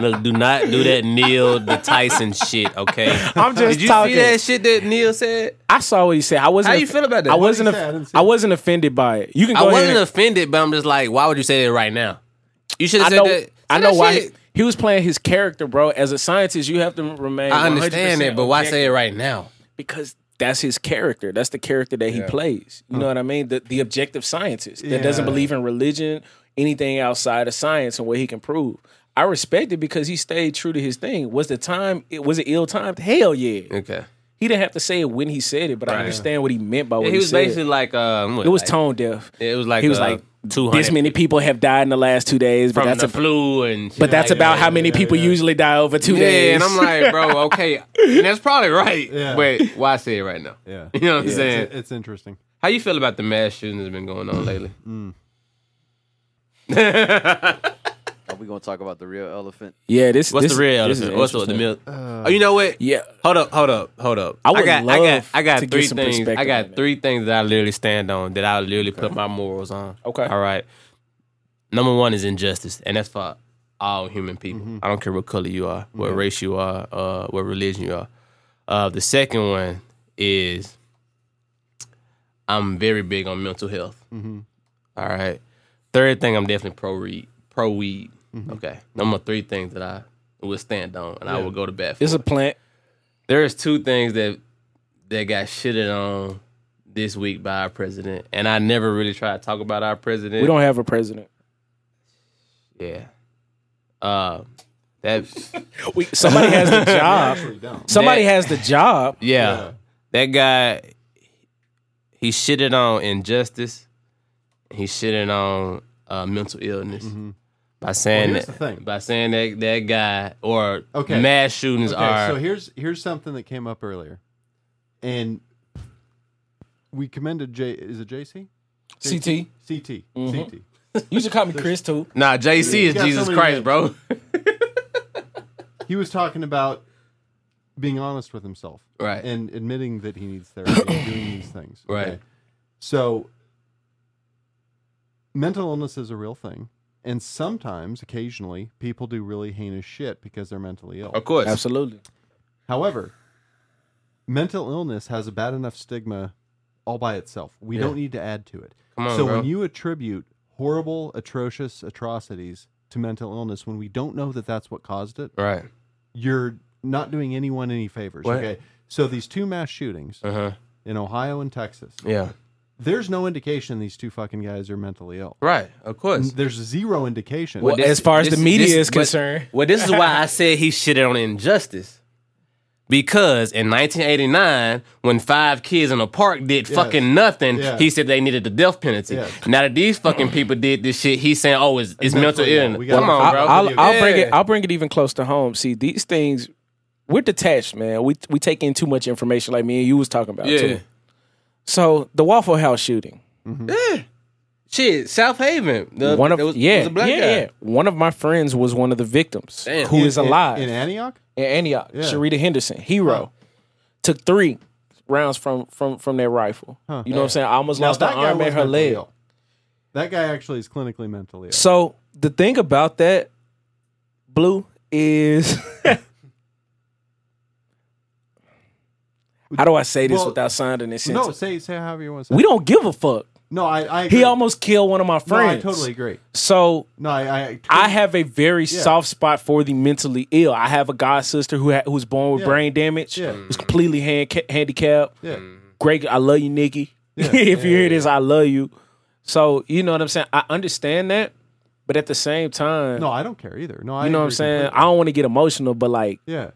[SPEAKER 2] Look, do not do that Neil the Tyson shit, okay?
[SPEAKER 3] I'm just
[SPEAKER 2] Did you
[SPEAKER 3] talking.
[SPEAKER 2] see that shit that Neil said?
[SPEAKER 3] I saw what he said. I wasn't.
[SPEAKER 2] How you feel about that?
[SPEAKER 3] I
[SPEAKER 2] What
[SPEAKER 3] wasn't.
[SPEAKER 4] he say? I didn't
[SPEAKER 3] Aff-
[SPEAKER 4] see
[SPEAKER 3] I
[SPEAKER 4] it.
[SPEAKER 3] wasn't offended by it. You can
[SPEAKER 2] I
[SPEAKER 3] go ahead.
[SPEAKER 2] wasn't
[SPEAKER 3] and-
[SPEAKER 2] offended, but I'm just like, why would you say that right now? You should
[SPEAKER 3] I
[SPEAKER 2] have said
[SPEAKER 3] know.
[SPEAKER 2] that. Say
[SPEAKER 3] I know
[SPEAKER 2] that
[SPEAKER 3] why he,
[SPEAKER 2] shit.
[SPEAKER 3] he was playing his character, bro. As a scientist, you have to remain.
[SPEAKER 2] I understand
[SPEAKER 3] 100%
[SPEAKER 2] that, but why
[SPEAKER 3] objective.
[SPEAKER 2] say it right now?
[SPEAKER 3] because that's his character. That's the character that he plays. You know what I mean? The the objective scientist that doesn't
[SPEAKER 4] Yeah.
[SPEAKER 3] believe in religion, anything outside of science and what he can prove. I respect it because he stayed true to his thing. Was the time it was it ill timed? Hell yeah.
[SPEAKER 2] Okay.
[SPEAKER 3] He didn't have to say it when he said it, but I understand what he meant by what
[SPEAKER 2] Yeah,
[SPEAKER 3] he,
[SPEAKER 2] he was
[SPEAKER 3] said.
[SPEAKER 2] basically like, um, what,
[SPEAKER 3] it was
[SPEAKER 2] like,
[SPEAKER 3] tone deaf.
[SPEAKER 2] It was like
[SPEAKER 3] he was
[SPEAKER 2] uh,
[SPEAKER 3] like
[SPEAKER 2] two hundred
[SPEAKER 3] this many people have died in the last two days, but
[SPEAKER 2] from
[SPEAKER 3] that's
[SPEAKER 2] the
[SPEAKER 3] a,
[SPEAKER 2] flu and shit
[SPEAKER 3] but that's
[SPEAKER 2] like
[SPEAKER 3] about
[SPEAKER 2] that.
[SPEAKER 3] how many people usually die over two
[SPEAKER 2] Yeah,
[SPEAKER 3] days.
[SPEAKER 2] and I'm like, bro, okay, and that's probably right.
[SPEAKER 4] Yeah.
[SPEAKER 2] But why say it right now?
[SPEAKER 4] Yeah.
[SPEAKER 2] You know what I'm
[SPEAKER 4] It's-
[SPEAKER 2] saying?
[SPEAKER 4] It's, interesting.
[SPEAKER 2] How you feel about the mass shooting that's been going on lately?
[SPEAKER 5] Are we gonna talk about the real elephant?
[SPEAKER 3] yeah, this
[SPEAKER 2] What's
[SPEAKER 3] this-
[SPEAKER 2] the real
[SPEAKER 3] this is
[SPEAKER 2] elephant? What's the, the
[SPEAKER 3] interesting.
[SPEAKER 2] milk? oh, you know what?
[SPEAKER 3] Yeah.
[SPEAKER 2] Hold up, hold up, hold up.
[SPEAKER 3] I would
[SPEAKER 2] got, I got,
[SPEAKER 3] love
[SPEAKER 2] I got
[SPEAKER 3] to get
[SPEAKER 2] three
[SPEAKER 3] some
[SPEAKER 2] things. I
[SPEAKER 3] perspective
[SPEAKER 2] got
[SPEAKER 3] on it.
[SPEAKER 2] three things that I literally stand on that I literally put my morals on.
[SPEAKER 3] Okay.
[SPEAKER 2] All right. Number one is injustice, and that's for all human people.
[SPEAKER 3] Mm-hmm.
[SPEAKER 2] I don't care what color you are, what race you are, uh, what religion you are. Uh, the second one is I'm very big on mental health.
[SPEAKER 3] Mm-hmm.
[SPEAKER 2] All right. Third thing, I'm definitely pro read, pro weed.
[SPEAKER 3] Mm-hmm.
[SPEAKER 2] Okay. Number three things that I would stand on, and I will go to bat for.
[SPEAKER 3] It's a plant.
[SPEAKER 2] There's two things that that got shitted on this week by our president, and I never really try to talk about our president.
[SPEAKER 3] We don't have a president.
[SPEAKER 2] Yeah. Uh, that
[SPEAKER 3] We, somebody has the job.
[SPEAKER 4] Actually, don't.
[SPEAKER 3] Somebody
[SPEAKER 2] That-
[SPEAKER 3] has the job.
[SPEAKER 2] yeah, that guy. He shitted on injustice. He shitted on uh, mental illness by saying
[SPEAKER 4] Mm-hmm. Well, here's
[SPEAKER 2] that
[SPEAKER 4] the thing.
[SPEAKER 2] by saying that that guy or
[SPEAKER 4] Okay.
[SPEAKER 2] mass shootings
[SPEAKER 4] Okay,
[SPEAKER 2] are
[SPEAKER 4] so here's here's something that came up earlier, and we commended J. Is it JC?
[SPEAKER 3] CT.
[SPEAKER 4] CT.
[SPEAKER 3] Mm-hmm.
[SPEAKER 4] CT.
[SPEAKER 3] You should call me Chris too.
[SPEAKER 2] nah. JC
[SPEAKER 4] You
[SPEAKER 2] is
[SPEAKER 4] got so
[SPEAKER 2] Jesus
[SPEAKER 4] many
[SPEAKER 2] Christ,
[SPEAKER 4] names.
[SPEAKER 2] bro.
[SPEAKER 4] He was talking about being honest with himself,
[SPEAKER 2] Right.
[SPEAKER 4] and admitting that he needs therapy, and doing these things,
[SPEAKER 2] Right.
[SPEAKER 4] So, mental illness is a real thing, and sometimes, occasionally, people do really heinous shit because they're mentally ill.
[SPEAKER 2] Of course,
[SPEAKER 3] Absolutely.
[SPEAKER 4] However, mental illness has a bad enough stigma all by itself. We don't need to add to it.
[SPEAKER 2] Come on,
[SPEAKER 4] so
[SPEAKER 2] bro.
[SPEAKER 4] when you attribute horrible, atrocious atrocities to mental illness when we don't know that that's what caused it,
[SPEAKER 2] right.
[SPEAKER 4] you're not doing anyone any favors.
[SPEAKER 2] What?
[SPEAKER 4] Okay. So these two mass shootings
[SPEAKER 2] Uh huh.
[SPEAKER 4] in Ohio and Texas,
[SPEAKER 2] Yeah.
[SPEAKER 4] there's no indication these two fucking guys are mentally ill.
[SPEAKER 2] Right. Of course.
[SPEAKER 4] There's zero indication.
[SPEAKER 3] Well,
[SPEAKER 2] this-
[SPEAKER 3] as far as
[SPEAKER 2] this-
[SPEAKER 3] the media
[SPEAKER 2] this-
[SPEAKER 3] is
[SPEAKER 2] but-
[SPEAKER 3] concerned.
[SPEAKER 2] well, this is why I said he shitted on injustice. Because in 1989, when five kids in a park did fucking nothing,
[SPEAKER 4] Yeah.
[SPEAKER 2] he said they needed the death penalty.
[SPEAKER 4] Yes.
[SPEAKER 2] Now that these fucking people did this shit, he's saying, "Oh, it's, it's mental
[SPEAKER 4] mentally ill.
[SPEAKER 2] illness."
[SPEAKER 4] We gotta
[SPEAKER 2] Come on,
[SPEAKER 3] I'll,
[SPEAKER 2] bro.
[SPEAKER 3] I'll, I'll bring it.
[SPEAKER 2] Yeah.
[SPEAKER 3] I'll bring it even close to home. See, these things, we're detached, man. We we take in too much information, like me and you was talking about.
[SPEAKER 2] Yeah.
[SPEAKER 3] Too. So the Waffle House shooting,
[SPEAKER 2] Shit, South Haven. The,
[SPEAKER 3] one of
[SPEAKER 2] there was,
[SPEAKER 3] yeah,
[SPEAKER 2] there was a black
[SPEAKER 3] yeah,
[SPEAKER 2] guy.
[SPEAKER 3] yeah. one of my friends was one of the victims
[SPEAKER 2] Damn.
[SPEAKER 3] who
[SPEAKER 2] In-
[SPEAKER 3] is alive
[SPEAKER 4] in Antioch?
[SPEAKER 3] in Antioch. Sharita Henderson, hero, took three rounds from from from that rifle. You know what I'm saying? I almost
[SPEAKER 4] Now,
[SPEAKER 3] lost an
[SPEAKER 4] that guy
[SPEAKER 3] arm and
[SPEAKER 4] was
[SPEAKER 3] her
[SPEAKER 4] mentally
[SPEAKER 3] leg.
[SPEAKER 4] ill. That guy actually is clinically mentally ill.
[SPEAKER 3] So the thing about that, Blue, is how do I say this
[SPEAKER 4] Well,
[SPEAKER 3] without sounding insensitive?
[SPEAKER 4] No, say say however you want to say.
[SPEAKER 3] we don't give a fuck.
[SPEAKER 4] No, I, I agree.
[SPEAKER 3] He almost killed one of my
[SPEAKER 4] No, I
[SPEAKER 3] friends.
[SPEAKER 4] totally agree.
[SPEAKER 3] So
[SPEAKER 4] No, I I, totally-
[SPEAKER 3] I have a very soft spot for the mentally ill. I have a god sister who ha- who's born with
[SPEAKER 4] Yeah.
[SPEAKER 3] brain damage,
[SPEAKER 4] Yeah.
[SPEAKER 3] who's completely hand- ca- handicapped.
[SPEAKER 4] yeah.
[SPEAKER 3] Great, I love you, Nikki.
[SPEAKER 4] Yeah.
[SPEAKER 3] if you hear this, I love you. So you know what I'm saying. I understand that, but at the same time,
[SPEAKER 4] No, I don't care either. No, I
[SPEAKER 3] you know what I'm
[SPEAKER 4] agree
[SPEAKER 3] saying?
[SPEAKER 4] completely.
[SPEAKER 3] I don't want to get emotional, but like
[SPEAKER 4] Yeah.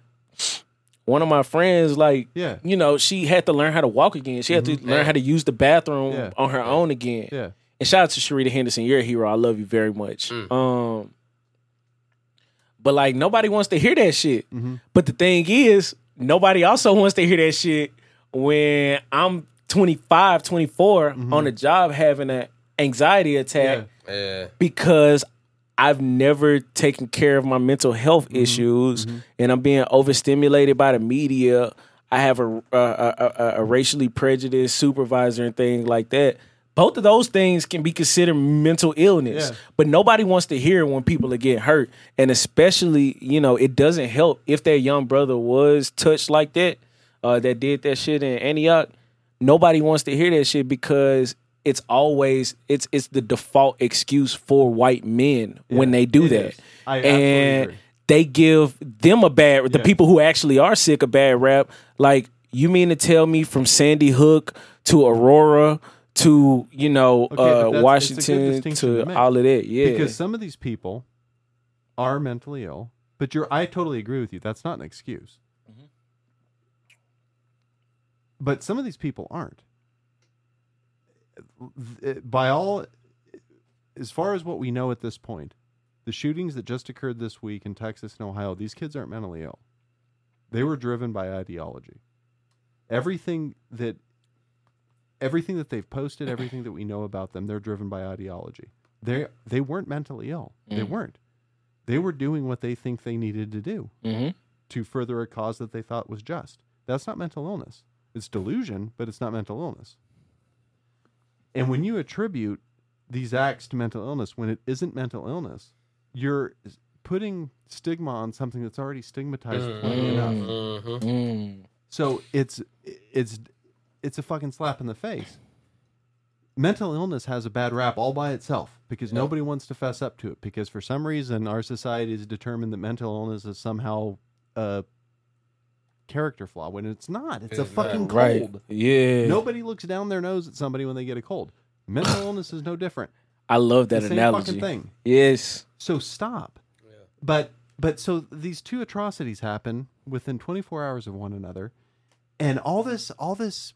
[SPEAKER 3] one of my friends, like
[SPEAKER 4] Yeah. Mm-hmm.
[SPEAKER 3] you know, she had to learn how to walk again. She had to learn how to use the bathroom
[SPEAKER 4] Yeah.
[SPEAKER 3] on her own again.
[SPEAKER 4] Yeah.
[SPEAKER 3] And shout out to Sharita Henderson, you're a hero. I love you very much. Um, but like nobody wants to hear that shit.
[SPEAKER 4] Mm-hmm.
[SPEAKER 3] But the thing is, nobody also wants to hear that shit when I'm 25, 24 on a job having an anxiety attack
[SPEAKER 4] Mm-hmm. Yeah.
[SPEAKER 2] Yeah.
[SPEAKER 3] because I've never taken care of my mental health issues, and I'm being overstimulated by the media. I have a a, a, a- a racially prejudiced supervisor and things like that. Both of those things can be considered mental illness,
[SPEAKER 4] Yeah.
[SPEAKER 3] but nobody wants to hear when people are getting hurt, and especially you know it doesn't help if their young brother was touched like that, uh, that did that shit in Antioch. Nobody wants to hear that shit because it's always it's it's the default excuse for white men when they do
[SPEAKER 4] it
[SPEAKER 3] that,
[SPEAKER 4] is. I absolutely
[SPEAKER 3] and
[SPEAKER 4] agree.
[SPEAKER 3] they give them a bad the people who actually are sick a bad rap like you mean to tell me from sandy hook to aurora to you know
[SPEAKER 4] but that's- it's a
[SPEAKER 3] uh,
[SPEAKER 4] good
[SPEAKER 3] washington
[SPEAKER 4] distinction
[SPEAKER 3] to
[SPEAKER 4] to make.
[SPEAKER 3] all of that yeah
[SPEAKER 4] Because some of these people are mentally ill, but you're I totally agree with you. That's not an excuse. But some of these people aren't. Th- By all as far as what we know at this point, the shootings that just occurred this week in Texas and Ohio, these kids aren't mentally ill. They were driven by ideology. Everything that everything that they've posted, everything that we know about them, they're driven by ideology. They they weren't mentally ill. They weren't. They were doing what they think they needed to do
[SPEAKER 3] Mhm.
[SPEAKER 4] to further a cause that they thought was just. That's not mental illness. It's delusion, but it's not mental illness. And when you attribute these acts to mental illness when it isn't mental illness, you're putting stigma on something that's already stigmatized plainly enough. So it's it's it's a fucking slap in the face. Mental illness has a bad rap all by itself because nobody wants to fess up to it because for some reason our society has determined that mental illness is somehow a character flaw when it's not. It's, a fucking
[SPEAKER 3] right
[SPEAKER 4] cold.
[SPEAKER 3] yeah
[SPEAKER 4] Nobody looks down their nose at somebody when they get a cold. Mental illness is no different.
[SPEAKER 3] i love that
[SPEAKER 4] the same
[SPEAKER 3] analogy
[SPEAKER 4] fucking thing.
[SPEAKER 3] yes
[SPEAKER 4] So stop. But but so these two atrocities happen within 24 hours of one another, and all this all this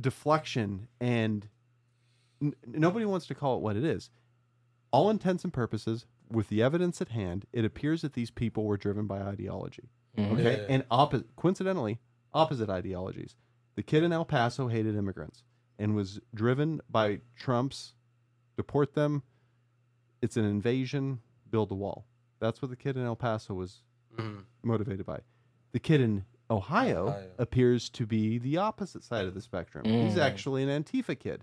[SPEAKER 4] deflection and n- nobody wants to call it what it is. All intents and purposes, with the evidence at hand, it appears that these people were driven by ideology. Okay, and oppo- coincidentally, opposite ideologies. The kid in El Paso hated immigrants and was driven by Trump's deport them, it's an invasion, build a wall. That's what the kid in El Paso was motivated by. The kid in Ohio, appears to be the opposite side of the spectrum. He's actually an Antifa kid.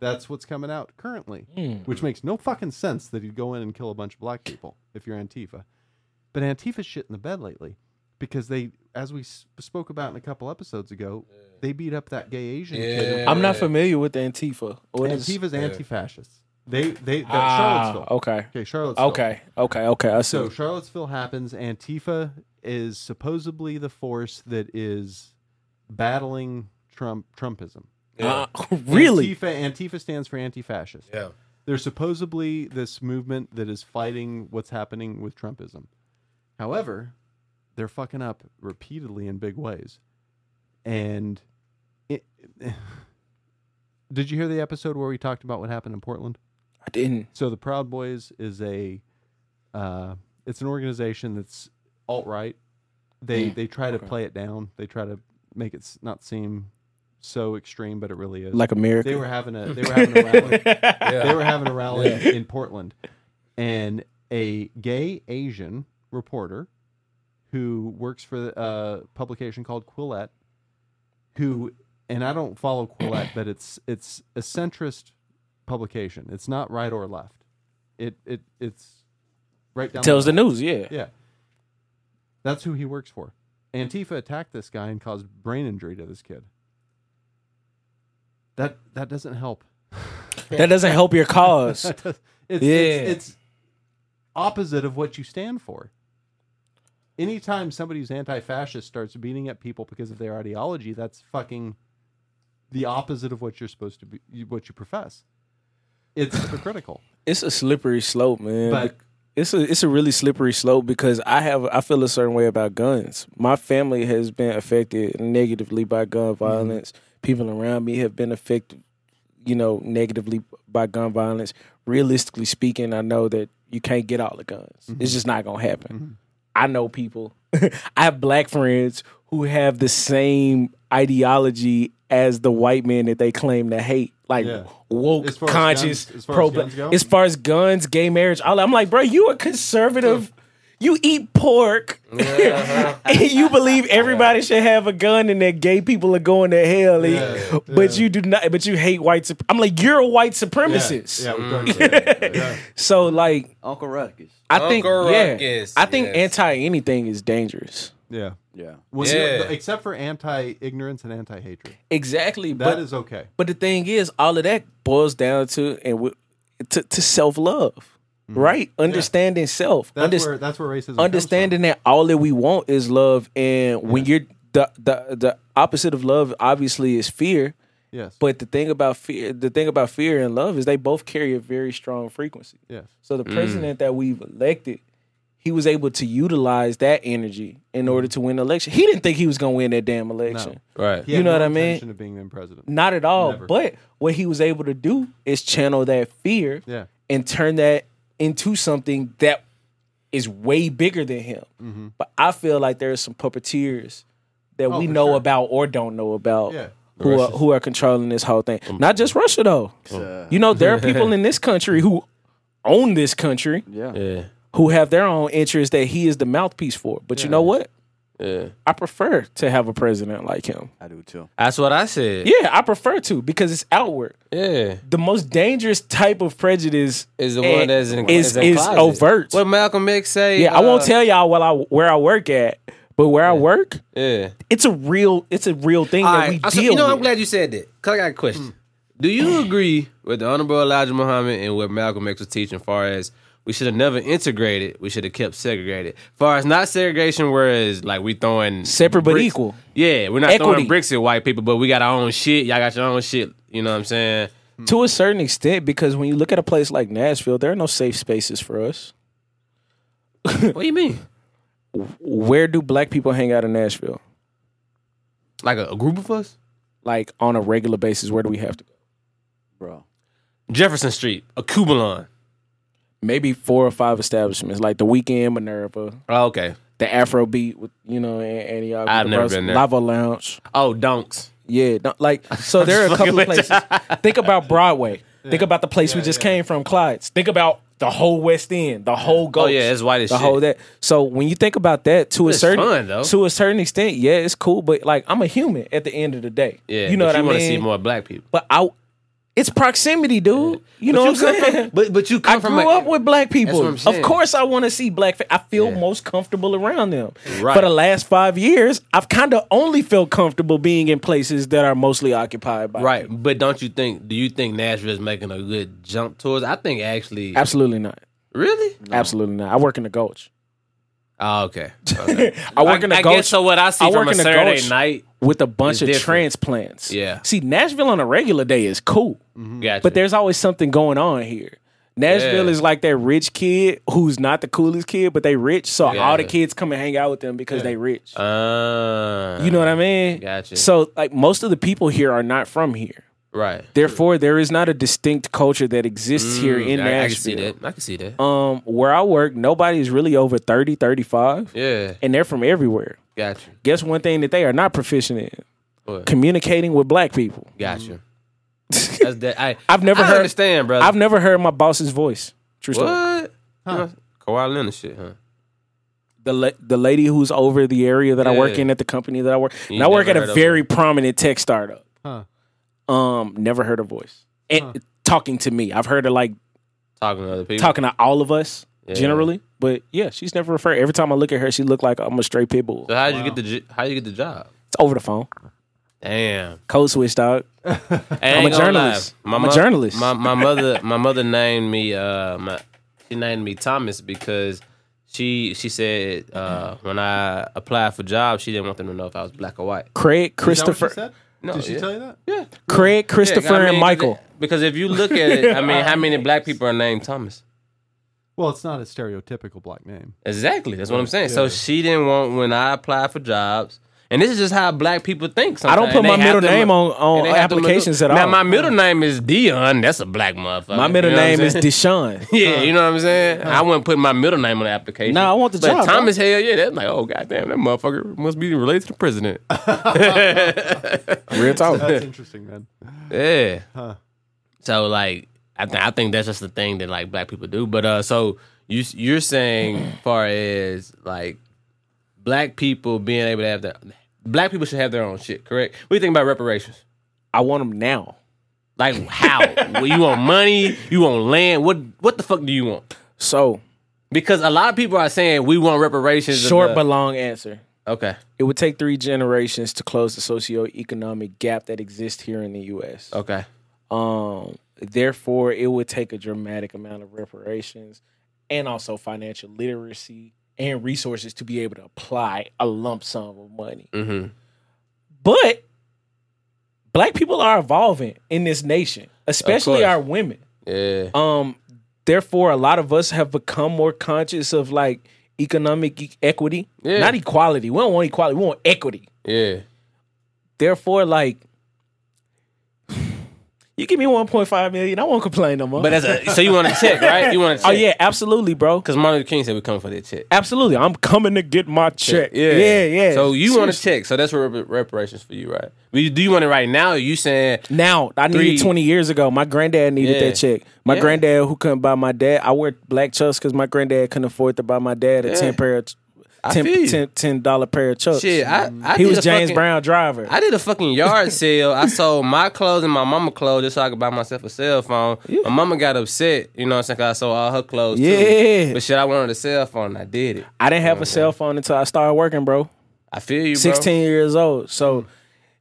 [SPEAKER 4] That's what's coming out currently, which makes no fucking sense that he'd go in and kill a bunch of black people if you're Antifa. But Antifa's shit in the bed lately because they, as we s- spoke about in a couple episodes ago, they beat up that gay Asian kid.
[SPEAKER 3] i'm not familiar with the antifa what is
[SPEAKER 4] Antifa's anti-fascists. They they they're
[SPEAKER 3] ah,
[SPEAKER 4] Charlottesville.
[SPEAKER 3] okay
[SPEAKER 4] Okay, Charlottesville.
[SPEAKER 3] okay okay okay i see
[SPEAKER 4] So Charlottesville happens. Antifa is supposedly the force that is battling Trump Trumpism.
[SPEAKER 3] Uh, really
[SPEAKER 4] Antifa Antifa stands for anti-fascist.
[SPEAKER 2] Yeah.
[SPEAKER 4] They're supposedly this movement that is fighting what's happening with Trumpism. However, they're fucking up repeatedly in big ways. And it, did you hear the episode where we talked about what happened in Portland?
[SPEAKER 3] i didn't
[SPEAKER 4] So the Proud Boys is a uh, it's an organization that's alt right. They they try to play it down. They try to make it s- not seem so extreme, but it really is.
[SPEAKER 3] like america
[SPEAKER 4] they were having a they were having a rally. They were having a rally in Portland, and a gay Asian reporter who works for a publication called Quillette, who and I don't follow Quillette, but it's it's a centrist publication. It's not right or left. It it it's right down.
[SPEAKER 3] tells
[SPEAKER 4] the
[SPEAKER 3] the news yeah,
[SPEAKER 4] yeah. That's who he works for. Antifa attacked this guy and caused brain injury to this kid. That that doesn't help.
[SPEAKER 3] that doesn't help your cause
[SPEAKER 4] It's, it's,
[SPEAKER 3] Yeah.
[SPEAKER 4] it's opposite of what you stand for. Anytime somebody who's anti-fascist starts beating up people because of their ideology, that's fucking the opposite of what you're supposed to be, you- what you profess. It's hypocritical.
[SPEAKER 3] it's a slippery slope man
[SPEAKER 4] But
[SPEAKER 3] it's a it's a really slippery slope because I have I feel a certain way about guns. My family has been affected negatively by gun
[SPEAKER 4] Mm-hmm.
[SPEAKER 3] violence. People around me have been affected, you know, negatively by gun violence. Realistically speaking, I know that you can't get all the guns.
[SPEAKER 4] Mm-hmm.
[SPEAKER 3] It's just not gonna happen. I know people. I have black friends who have the same ideology as the white men that they claim to hate. Like
[SPEAKER 4] Yeah.
[SPEAKER 3] woke,
[SPEAKER 4] As far as
[SPEAKER 3] conscious,
[SPEAKER 4] guns- as far
[SPEAKER 3] pro
[SPEAKER 4] as guns go?
[SPEAKER 3] as far as guns, gay marriage, all that. I'm like, bro, you a conservative. you eat pork and you believe everybody should have a gun and that gay people are going to hell. and-
[SPEAKER 4] Yeah,
[SPEAKER 3] But
[SPEAKER 4] yeah.
[SPEAKER 3] you do not. But you hate white. sup- I'm like you're a white supremacist.
[SPEAKER 4] Yeah, we've done that. yeah.
[SPEAKER 3] So like
[SPEAKER 5] Uncle Ruckus.
[SPEAKER 3] I think
[SPEAKER 2] Uncle
[SPEAKER 3] yeah,
[SPEAKER 2] Ruckus,
[SPEAKER 3] I think
[SPEAKER 2] yes.
[SPEAKER 3] anti anything is dangerous.
[SPEAKER 4] yeah.
[SPEAKER 5] Yeah.
[SPEAKER 4] Well,
[SPEAKER 2] Yeah.
[SPEAKER 4] you- except for anti ignorance and anti hatred.
[SPEAKER 3] Exactly.
[SPEAKER 4] that
[SPEAKER 3] but
[SPEAKER 4] is okay.
[SPEAKER 3] but the thing is, all of that boils down to and wi- to, to self love, right? Understanding self.
[SPEAKER 4] Mm-hmm. That's
[SPEAKER 3] Underst-
[SPEAKER 4] where that's where racism comes from.
[SPEAKER 3] understanding that all that we want is love, and when you're the the the opposite of love, obviously, is fear.
[SPEAKER 4] Yes.
[SPEAKER 3] But the thing about fear, the thing about fear and love is they both carry a very strong frequency.
[SPEAKER 4] yes.
[SPEAKER 3] So the president that we've elected, he was able to utilize that energy in order to win the election. He didn't think he was going to win that damn election.
[SPEAKER 2] Right.
[SPEAKER 4] He
[SPEAKER 3] You
[SPEAKER 4] had
[SPEAKER 3] know
[SPEAKER 4] no
[SPEAKER 3] what I mean?
[SPEAKER 4] intention Of being then president.
[SPEAKER 3] Not at all.
[SPEAKER 4] Never.
[SPEAKER 3] But what he was able to do is channel that fear
[SPEAKER 4] Yeah.
[SPEAKER 3] and turn that into something that is way bigger than him.
[SPEAKER 4] Mm-hmm.
[SPEAKER 3] But I feel like there are some puppeteers that we
[SPEAKER 4] Oh, for
[SPEAKER 3] know
[SPEAKER 4] sure.
[SPEAKER 3] about or don't know about
[SPEAKER 4] Yeah.
[SPEAKER 3] who are, who are controlling this whole thing.
[SPEAKER 2] Mm.
[SPEAKER 3] Not just Russia though.
[SPEAKER 5] uh,
[SPEAKER 3] you know, there are people in this country who own this country
[SPEAKER 5] Yeah.
[SPEAKER 2] Yeah.
[SPEAKER 3] who have their own interests that he is the mouthpiece for. But you know what?
[SPEAKER 2] Yeah.
[SPEAKER 3] I prefer to have a president like him.
[SPEAKER 5] I do too.
[SPEAKER 2] That's what I said.
[SPEAKER 3] Yeah, I prefer to because it's outward.
[SPEAKER 2] Yeah.
[SPEAKER 3] The most dangerous type of prejudice
[SPEAKER 2] Is the one
[SPEAKER 3] and-
[SPEAKER 2] that's in
[SPEAKER 3] is,
[SPEAKER 2] is in
[SPEAKER 3] is
[SPEAKER 2] closet.
[SPEAKER 3] overt.
[SPEAKER 2] What Malcolm X say?
[SPEAKER 3] yeah, I won't
[SPEAKER 2] uh,
[SPEAKER 3] tell y'all what I where I work at, but where I work,
[SPEAKER 2] uh, Yeah.
[SPEAKER 3] it's a real it's a real thing
[SPEAKER 2] All
[SPEAKER 3] that
[SPEAKER 2] right.
[SPEAKER 3] we
[SPEAKER 2] So,
[SPEAKER 3] deal
[SPEAKER 2] you know, I'm
[SPEAKER 3] with. Mm.
[SPEAKER 2] glad you said that. Cause I got a question. Do you agree with the Honorable Elijah Muhammad and what Malcolm X was teaching, far as we should have never integrated, we should have kept segregated. Far as not segregation, whereas like we throwing
[SPEAKER 3] Separate but
[SPEAKER 2] bricks-
[SPEAKER 3] equal.
[SPEAKER 2] Yeah, we're not
[SPEAKER 3] Equity.
[SPEAKER 2] throwing bricks at white people, but we got our own shit. Y'all got your own shit. You know what I'm saying?
[SPEAKER 3] to a certain extent because when you look at a place like Nashville, there are no safe spaces for us.
[SPEAKER 2] what do you mean?
[SPEAKER 3] Where do black people hang out in Nashville?
[SPEAKER 2] Like a, a group of us?
[SPEAKER 3] Like on a regular basis, where do we have to go?
[SPEAKER 5] Bro.
[SPEAKER 2] Jefferson Street, a Kubalon.
[SPEAKER 3] Maybe four or five establishments, like the Weekend Minerva,
[SPEAKER 2] Oh, okay.
[SPEAKER 3] the Afrobeat, with you know, and, and y'all.
[SPEAKER 2] I've
[SPEAKER 3] the
[SPEAKER 2] never
[SPEAKER 3] Bros-
[SPEAKER 2] been there.
[SPEAKER 3] Lava Lounge.
[SPEAKER 2] Oh, donks.
[SPEAKER 3] Yeah, no, like so. there are a
[SPEAKER 2] just
[SPEAKER 3] couple of
[SPEAKER 2] fucking
[SPEAKER 3] places. Think about Broadway. Think about the place we
[SPEAKER 4] Yeah,
[SPEAKER 3] just
[SPEAKER 4] yeah.
[SPEAKER 3] came from, Clyde's. Think about the whole West End, the whole Gulch.
[SPEAKER 2] Oh yeah, it's white as
[SPEAKER 3] the
[SPEAKER 2] shit.
[SPEAKER 3] whole that. So when you think about that, to
[SPEAKER 2] It's
[SPEAKER 3] a certain
[SPEAKER 2] fun, though.
[SPEAKER 3] to a certain extent, yeah, it's cool. But like, I'm a human at the end of the day.
[SPEAKER 2] yeah,
[SPEAKER 3] you know
[SPEAKER 2] but
[SPEAKER 3] what I
[SPEAKER 2] you wanna
[SPEAKER 3] mean.
[SPEAKER 2] see more black people.
[SPEAKER 3] But I, it's proximity, dude. You know
[SPEAKER 2] But
[SPEAKER 3] what I'm
[SPEAKER 2] come from-
[SPEAKER 3] saying.
[SPEAKER 2] but but you come
[SPEAKER 3] I
[SPEAKER 2] from
[SPEAKER 3] grew
[SPEAKER 2] a-
[SPEAKER 3] up with black people.
[SPEAKER 2] what I'm saying.
[SPEAKER 3] Of course, I want to see black. Fa- I feel
[SPEAKER 2] Yeah.
[SPEAKER 3] most comfortable around them.
[SPEAKER 2] Right.
[SPEAKER 3] For the last five years, I've kind of only felt comfortable being in places that are mostly occupied by.
[SPEAKER 2] Right, but don't you think? Do you think Nashville is making a good jump towards? I think actually,
[SPEAKER 3] Absolutely not.
[SPEAKER 2] really.
[SPEAKER 3] Absolutely not. I work in the Gulch.
[SPEAKER 2] Oh, okay.
[SPEAKER 3] I work in the
[SPEAKER 2] I
[SPEAKER 3] Gulch.
[SPEAKER 2] guess so. What I see
[SPEAKER 3] I
[SPEAKER 2] from
[SPEAKER 3] work
[SPEAKER 2] a
[SPEAKER 3] in the
[SPEAKER 2] Saturday
[SPEAKER 3] Gulch.
[SPEAKER 2] night,
[SPEAKER 3] with a bunch
[SPEAKER 2] It's
[SPEAKER 3] of
[SPEAKER 2] different.
[SPEAKER 3] transplants.
[SPEAKER 2] Yeah.
[SPEAKER 3] See, Nashville on a regular day is cool,
[SPEAKER 2] gotcha.
[SPEAKER 3] but there's always something going on here. Nashville
[SPEAKER 2] Yeah.
[SPEAKER 3] is like that rich kid who's not the coolest kid, but they rich, so all the
[SPEAKER 2] Yeah.
[SPEAKER 3] kids come and hang out with them because they rich.
[SPEAKER 2] uh,
[SPEAKER 3] you know what I mean?
[SPEAKER 2] Gotcha.
[SPEAKER 3] So like most of the people here are not from here.
[SPEAKER 2] right?
[SPEAKER 3] Therefore, there is not a distinct culture that exists here in
[SPEAKER 2] Mm, I,
[SPEAKER 3] Nashville.
[SPEAKER 2] I can see that. I can see that.
[SPEAKER 3] Um, where I work, nobody's really over 30, 35,
[SPEAKER 2] yeah,
[SPEAKER 3] and they're from everywhere.
[SPEAKER 2] gotcha,
[SPEAKER 3] Guess one thing that they are not proficient in?
[SPEAKER 2] What?
[SPEAKER 3] Communicating with black people.
[SPEAKER 2] gotcha. That's that. I,
[SPEAKER 3] I've never
[SPEAKER 2] I
[SPEAKER 3] heard-
[SPEAKER 2] Understand, brother?
[SPEAKER 3] I've never heard my boss's voice. True story.
[SPEAKER 2] what? Huh. Kawhi Leonard shit, huh?
[SPEAKER 3] The la- the lady who's over the area that I work
[SPEAKER 2] Yeah.
[SPEAKER 3] in at the company that I work, and
[SPEAKER 2] You
[SPEAKER 3] I work at
[SPEAKER 2] never
[SPEAKER 3] a
[SPEAKER 2] heard of
[SPEAKER 3] very prominent tech startup.
[SPEAKER 4] Huh.
[SPEAKER 3] Um, never heard her voice. And talking to me, I've heard her like
[SPEAKER 2] Talking to other people.
[SPEAKER 3] talking to all of us generally, but yeah, she's never referred. Every time I look at her, she looked like I'm a stray pit bull.
[SPEAKER 2] So how did you get the j- how you get the job?
[SPEAKER 3] It's over the phone,
[SPEAKER 2] Damn.
[SPEAKER 3] code switch, dog.
[SPEAKER 2] I'm
[SPEAKER 3] a journalist. I'm a journalist.
[SPEAKER 2] My, my mother, my mother named me. Uh, my, she named me Thomas because she she said uh, when I applied for jobs, she didn't want them to know if I was black or white.
[SPEAKER 3] Craig
[SPEAKER 4] Is that what she
[SPEAKER 3] Christopher,
[SPEAKER 4] said? Did she
[SPEAKER 2] yeah.
[SPEAKER 4] tell you that?
[SPEAKER 2] Yeah,
[SPEAKER 3] Craig Christopher,
[SPEAKER 2] I mean,
[SPEAKER 3] and Michael.
[SPEAKER 2] Because if you look at it, I mean, how many black people are named Thomas?
[SPEAKER 4] Well, it's not a stereotypical black name.
[SPEAKER 2] Exactly. That's what I'm saying. So she didn't want when I applied for jobs. And this is just how black people think.
[SPEAKER 3] I
[SPEAKER 2] sometimes.
[SPEAKER 3] don't put
[SPEAKER 2] And
[SPEAKER 3] my
[SPEAKER 2] they have
[SPEAKER 3] middle
[SPEAKER 2] to
[SPEAKER 3] name
[SPEAKER 2] look-
[SPEAKER 3] on-
[SPEAKER 2] and they
[SPEAKER 3] on
[SPEAKER 2] have to look
[SPEAKER 3] applications
[SPEAKER 2] up.
[SPEAKER 3] at
[SPEAKER 2] now,
[SPEAKER 3] all.
[SPEAKER 2] My middle name is Dion. That's a black motherfucker.
[SPEAKER 3] My middle
[SPEAKER 2] You know what I'm
[SPEAKER 3] name is
[SPEAKER 2] saying?
[SPEAKER 3] Deshaun.
[SPEAKER 2] Yeah, you know what I'm saying? I wouldn't put my middle name on the application.
[SPEAKER 3] Uh-huh. Nah, I want the
[SPEAKER 2] but
[SPEAKER 3] job,
[SPEAKER 2] Thomas, hell yeah, that's like, oh goddamn, that motherfucker must be related to the president.
[SPEAKER 3] Real talk.
[SPEAKER 4] That's interesting, man.
[SPEAKER 2] yeah. So like, I think I think that's just the thing that like black people do. But uh, so you you're saying far as like black people being able to have their black people should have their own shit, correct? What do you think about reparations?
[SPEAKER 3] I want them now.
[SPEAKER 2] Like how? Well, you want money? You want land? What what the fuck do you want?
[SPEAKER 3] So
[SPEAKER 2] Because a lot of people are saying we want reparations. of
[SPEAKER 3] short
[SPEAKER 2] the-
[SPEAKER 3] but long answer.
[SPEAKER 2] okay,
[SPEAKER 3] It would take three generations to close the socioeconomic gap that exists here in the U.S.
[SPEAKER 2] okay,
[SPEAKER 3] Um, therefore, it would take a dramatic amount of reparations and also financial literacy and resources to be able to apply a lump sum of money.
[SPEAKER 2] mm-hmm.
[SPEAKER 3] But black people are evolving in this nation, especially
[SPEAKER 2] course.
[SPEAKER 3] our women.
[SPEAKER 2] yeah,
[SPEAKER 3] Um, therefore, a lot of us have become more conscious of like economic e- equity,
[SPEAKER 2] Yeah.
[SPEAKER 3] not equality. We don't want equality. We want equity.
[SPEAKER 2] yeah,
[SPEAKER 3] Therefore, like, you give me one point five million, I won't complain no more.
[SPEAKER 2] but that's a, so you want a check, right? You want a check?
[SPEAKER 3] oh yeah, absolutely, bro.
[SPEAKER 2] because Martin Luther King said we're coming for that check.
[SPEAKER 3] Absolutely, I'm coming to get my check.
[SPEAKER 2] Yeah,
[SPEAKER 3] yeah, yeah.
[SPEAKER 2] So you want to
[SPEAKER 3] Seriously.
[SPEAKER 2] check? So that's what rep- reparations for you, right? But you, do you want it right now? Or you saying
[SPEAKER 3] now? I needed
[SPEAKER 2] Three.
[SPEAKER 3] twenty years ago. My granddad needed
[SPEAKER 2] Yeah.
[SPEAKER 3] that check. My
[SPEAKER 2] Yeah.
[SPEAKER 3] granddad who couldn't buy my dad. I wear black chucks because my granddad couldn't afford to buy my dad a ten pair of ten
[SPEAKER 2] feel you.
[SPEAKER 3] ten ten dollar pair of chucks.
[SPEAKER 2] shit? I, I
[SPEAKER 3] he
[SPEAKER 2] did
[SPEAKER 3] was
[SPEAKER 2] a
[SPEAKER 3] James
[SPEAKER 2] fucking-
[SPEAKER 3] Brown driver.
[SPEAKER 2] I did a fucking yard sale. I sold my clothes and my mama clothes just so I could buy myself a cell phone. My mama got upset, you know what I'm saying? 'cause I sold all her clothes
[SPEAKER 3] Yeah.
[SPEAKER 2] too. But shit, I wanted a cell phone and I did it.
[SPEAKER 3] I didn't have a cell phone until I started working, bro.
[SPEAKER 2] I feel you, bro. Mm.
[SPEAKER 3] 16 years old. So,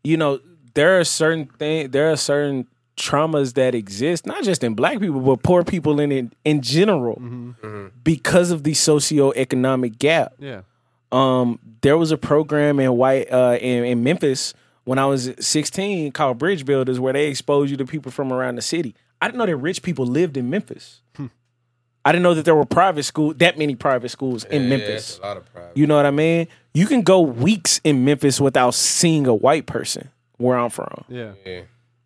[SPEAKER 3] you know, there are certain things, there are certain traumas that exist, not just in black people, but poor people in in, in general
[SPEAKER 2] Mm-hmm.
[SPEAKER 3] because of the socioeconomic gap.
[SPEAKER 4] Yeah.
[SPEAKER 3] Um, there was a program in white uh, in, in Memphis when I was 16 called Bridge Builders where they expose you to people from around the city. I didn't know that rich people lived in Memphis.
[SPEAKER 2] Hmm.
[SPEAKER 3] I didn't know that there were private school that many private schools in Memphis.
[SPEAKER 2] lot of pride.
[SPEAKER 3] You know what I mean? You can go weeks in Memphis without seeing a white person where I'm from.
[SPEAKER 4] Yeah.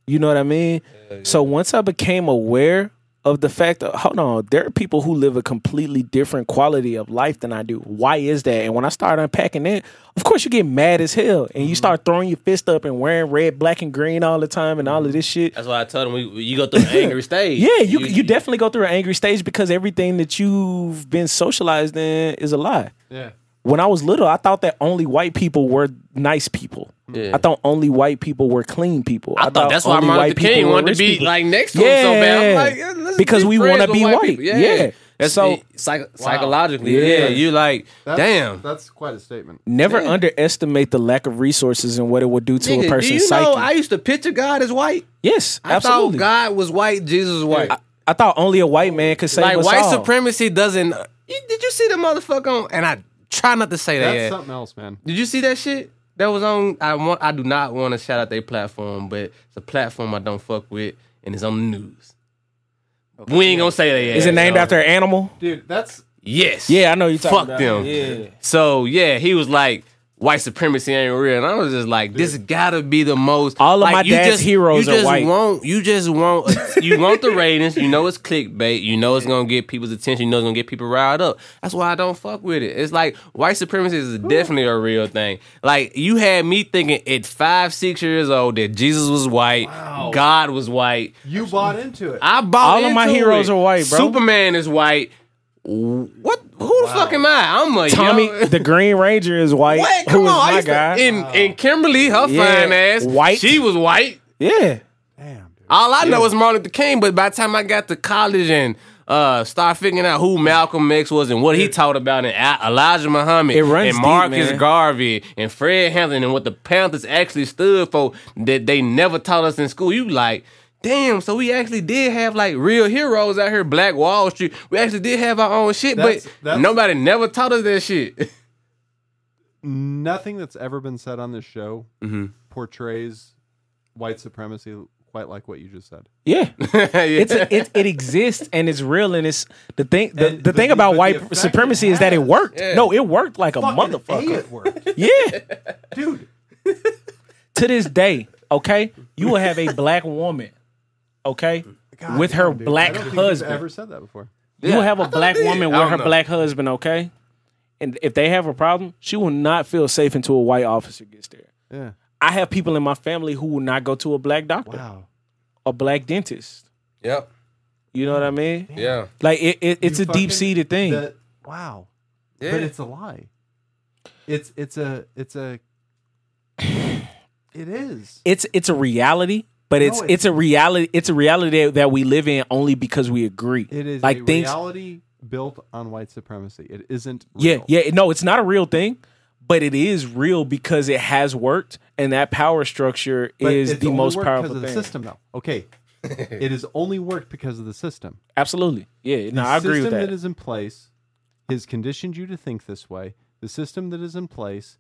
[SPEAKER 3] You know what I mean? So once I became aware of the fact that, hold on, there are people who live a completely different quality of life than I do. Why is that? And when I start unpacking it, of course you get mad as hell and
[SPEAKER 2] Mm-hmm.
[SPEAKER 3] you start throwing your fist up and wearing red, black, and green all the time and all of this shit.
[SPEAKER 2] That's why I told him we, we- you go through an angry stage.
[SPEAKER 3] Yeah, you, you definitely go through an angry stage because everything that you've been socialized in is a lie
[SPEAKER 4] Yeah.
[SPEAKER 3] when I was little, I thought that only white people were nice people.
[SPEAKER 2] Yeah.
[SPEAKER 3] I thought only white people were clean people. I,
[SPEAKER 2] I thought that's why
[SPEAKER 3] only
[SPEAKER 2] Martin
[SPEAKER 3] white
[SPEAKER 2] Luther
[SPEAKER 3] people
[SPEAKER 2] King
[SPEAKER 3] were
[SPEAKER 2] wanted to
[SPEAKER 3] rich
[SPEAKER 2] be
[SPEAKER 3] people.
[SPEAKER 2] like next to him so bad. I'm like,
[SPEAKER 3] Yeah.
[SPEAKER 2] yeah, let's
[SPEAKER 3] Because
[SPEAKER 2] be
[SPEAKER 3] we
[SPEAKER 2] friends
[SPEAKER 3] wanna
[SPEAKER 2] with
[SPEAKER 3] be white.
[SPEAKER 2] people. Yeah.
[SPEAKER 3] Yeah.
[SPEAKER 2] That's
[SPEAKER 3] So-
[SPEAKER 2] it. psych- psychologically. Yeah.
[SPEAKER 4] Yeah.
[SPEAKER 2] You like,
[SPEAKER 4] That's,
[SPEAKER 2] damn.
[SPEAKER 4] That's quite a statement.
[SPEAKER 3] Never underestimate the lack of resources and what it would do to
[SPEAKER 2] Nigga,
[SPEAKER 3] a person's
[SPEAKER 2] do you
[SPEAKER 3] psyche.
[SPEAKER 2] know I used to picture God as white?
[SPEAKER 3] yes,
[SPEAKER 2] I
[SPEAKER 3] absolutely.
[SPEAKER 2] thought God was white, Jesus was white.
[SPEAKER 3] I, I thought only a white man could save
[SPEAKER 2] like
[SPEAKER 3] us
[SPEAKER 2] white
[SPEAKER 3] all.
[SPEAKER 2] supremacy doesn't. You- did you see the motherfucker? On, and I try not to say that.
[SPEAKER 4] That's
[SPEAKER 2] yeah.
[SPEAKER 4] something else, man.
[SPEAKER 2] Did you see that shit? That was on. I want. I do not want to shout out their platform, but it's a platform I don't fuck with, and it's on the news. We ain't gonna say that. Yet,
[SPEAKER 3] Is it named
[SPEAKER 2] so-
[SPEAKER 3] after an animal?
[SPEAKER 4] Dude, that's
[SPEAKER 2] Yes.
[SPEAKER 3] Yeah, I know you're talking
[SPEAKER 2] Fuck
[SPEAKER 3] about.
[SPEAKER 2] them.
[SPEAKER 3] Yeah.
[SPEAKER 2] So yeah, he was like. White supremacy ain't real, and I was just like, "This gotta be the most."
[SPEAKER 3] All of
[SPEAKER 2] like,
[SPEAKER 3] my
[SPEAKER 2] you
[SPEAKER 3] dad's
[SPEAKER 2] just-
[SPEAKER 3] heroes
[SPEAKER 2] you
[SPEAKER 3] are
[SPEAKER 2] just
[SPEAKER 3] white.
[SPEAKER 2] Want, you just want, you want the ratings. You know it's clickbait. You know it's gonna get people's attention. You know it's gonna get people riled up. That's why I don't fuck with it. It's like white supremacy is definitely a real thing. Like you had me thinking at five, six years old that Jesus was white, God was white.
[SPEAKER 4] you bought into it.
[SPEAKER 2] I bought
[SPEAKER 3] All of my
[SPEAKER 2] into
[SPEAKER 3] heroes
[SPEAKER 2] it.
[SPEAKER 3] are white, bro.
[SPEAKER 2] Superman is white. What? Who the fuck am I? I'm a
[SPEAKER 3] Tommy,
[SPEAKER 2] young-
[SPEAKER 3] the Green Ranger is white.
[SPEAKER 2] What?
[SPEAKER 3] Who
[SPEAKER 2] Come
[SPEAKER 3] is
[SPEAKER 2] on, I
[SPEAKER 3] my
[SPEAKER 2] used to-
[SPEAKER 3] guy?
[SPEAKER 2] in
[SPEAKER 4] Uh,
[SPEAKER 2] in Kimberly, her
[SPEAKER 3] Yeah,
[SPEAKER 2] fine ass,
[SPEAKER 3] white.
[SPEAKER 2] She was white.
[SPEAKER 3] yeah.
[SPEAKER 4] Damn, dude.
[SPEAKER 2] All I know is Martin Luther King. But by the time I got to college and uh, started figuring out who Malcolm X was and what he taught about, and A- Elijah Muhammad,
[SPEAKER 3] It runs
[SPEAKER 2] and
[SPEAKER 3] deep,
[SPEAKER 2] Marcus
[SPEAKER 3] man.
[SPEAKER 2] Garvey, and Fred Hampton, and what the Panthers actually stood for that they never taught us in school. You like. Damn, so we actually did have like real heroes out here, Black Wall Street. We actually did have our own shit,
[SPEAKER 4] That's-
[SPEAKER 2] but
[SPEAKER 4] that's-
[SPEAKER 2] nobody never taught us that shit.
[SPEAKER 4] Nothing that's ever been said on this show
[SPEAKER 3] Mm-hmm.
[SPEAKER 4] portrays white supremacy quite like what you just said.
[SPEAKER 3] Yeah.
[SPEAKER 2] Yeah.
[SPEAKER 3] it's a, it, it exists and it's real and it's the thing the,
[SPEAKER 4] And
[SPEAKER 3] the
[SPEAKER 4] the-
[SPEAKER 3] thing about
[SPEAKER 4] but the
[SPEAKER 3] white
[SPEAKER 4] effect
[SPEAKER 3] supremacy
[SPEAKER 4] it
[SPEAKER 3] is that it
[SPEAKER 4] has.
[SPEAKER 3] worked
[SPEAKER 2] Yeah.
[SPEAKER 3] no it worked like a
[SPEAKER 4] Fucking A
[SPEAKER 3] motherfucker
[SPEAKER 4] it worked.
[SPEAKER 3] yeah
[SPEAKER 4] Dude,
[SPEAKER 3] to this day okay you will have a black woman okay
[SPEAKER 4] God
[SPEAKER 3] with her
[SPEAKER 4] damn, dude.
[SPEAKER 3] black
[SPEAKER 4] I don't think
[SPEAKER 3] husband
[SPEAKER 4] You've ever said that before.
[SPEAKER 3] you will have a black
[SPEAKER 2] did.
[SPEAKER 3] woman
[SPEAKER 2] I
[SPEAKER 3] with
[SPEAKER 2] don't
[SPEAKER 3] her
[SPEAKER 2] know.
[SPEAKER 3] black husband okay and if they have a problem she will not feel safe until a white officer gets there
[SPEAKER 4] Yeah.
[SPEAKER 3] i have people in my family who will not go to a black doctor
[SPEAKER 4] Wow.
[SPEAKER 3] a black dentist
[SPEAKER 2] yep.
[SPEAKER 3] You know what I mean?
[SPEAKER 2] Yeah.
[SPEAKER 3] Like it, it it's
[SPEAKER 4] You
[SPEAKER 3] a
[SPEAKER 4] fucking-
[SPEAKER 3] deep seated thing.
[SPEAKER 4] that- wow, but it's a lie. It's it's a it's a it is.
[SPEAKER 3] it's it's a reality, but it's, it's
[SPEAKER 4] it's-
[SPEAKER 3] a reality. It's a reality that, that we live in only because we agree.
[SPEAKER 4] It is
[SPEAKER 3] like
[SPEAKER 4] a
[SPEAKER 3] things.
[SPEAKER 4] reality built on white supremacy. It isn't.
[SPEAKER 3] yeah,
[SPEAKER 4] real.
[SPEAKER 3] yeah. No, it's not a real thing, but it is real because it has worked, and that power structure
[SPEAKER 4] But
[SPEAKER 3] is
[SPEAKER 4] it's
[SPEAKER 3] the
[SPEAKER 4] only
[SPEAKER 3] most
[SPEAKER 4] worked
[SPEAKER 3] powerful
[SPEAKER 4] because
[SPEAKER 3] thing.
[SPEAKER 4] of the system, though. Okay, it has only worked because of the system.
[SPEAKER 3] Absolutely. Yeah. No,
[SPEAKER 4] the
[SPEAKER 3] I agree with
[SPEAKER 4] system
[SPEAKER 3] that.
[SPEAKER 4] that is in place has conditioned you to think this way. The system that is in place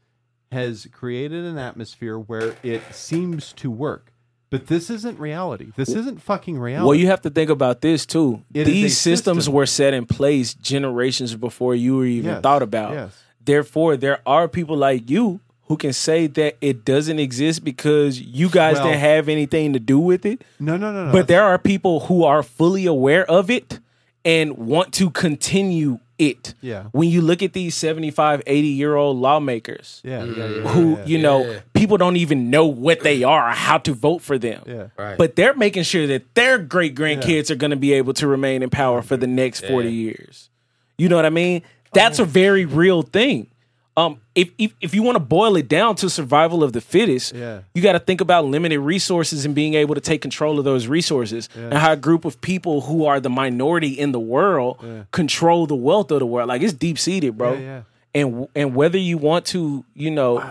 [SPEAKER 4] has created an atmosphere where it seems to work. But this isn't reality. This isn't fucking reality.
[SPEAKER 3] Well, you have to think about this too.
[SPEAKER 4] It is a
[SPEAKER 3] These systems
[SPEAKER 4] system.
[SPEAKER 3] were set in place generations before you were even
[SPEAKER 4] Yes,
[SPEAKER 3] thought about.
[SPEAKER 4] yes.
[SPEAKER 3] Therefore, there are people like you who can say that it doesn't exist because you guys
[SPEAKER 4] Well-
[SPEAKER 3] didn't have anything to do with it.
[SPEAKER 4] no, no, no, no.
[SPEAKER 3] But there are people who are fully aware of it and want to continue it.
[SPEAKER 4] Yeah.
[SPEAKER 3] When you look at these 75, 80 year old lawmakers
[SPEAKER 4] yeah, yeah, yeah,
[SPEAKER 3] who,
[SPEAKER 4] yeah.
[SPEAKER 3] you know, people don't even know what they are or how to vote for them.
[SPEAKER 4] Yeah.
[SPEAKER 2] Right.
[SPEAKER 3] But they're making sure that their great grandkids are going to be able to remain in power for the next 40 years. You know what I mean? That's
[SPEAKER 4] Oh.
[SPEAKER 3] a very real thing. Um, if, if if you want to boil it down to survival of the fittest,
[SPEAKER 4] Yeah.
[SPEAKER 3] you got to think about limited resources and being able to take control of those resources and how a group of people who are the minority in the world control the wealth of the world. Like it's deep seated, bro.
[SPEAKER 4] Yeah, yeah.
[SPEAKER 3] And and whether you want to, you know,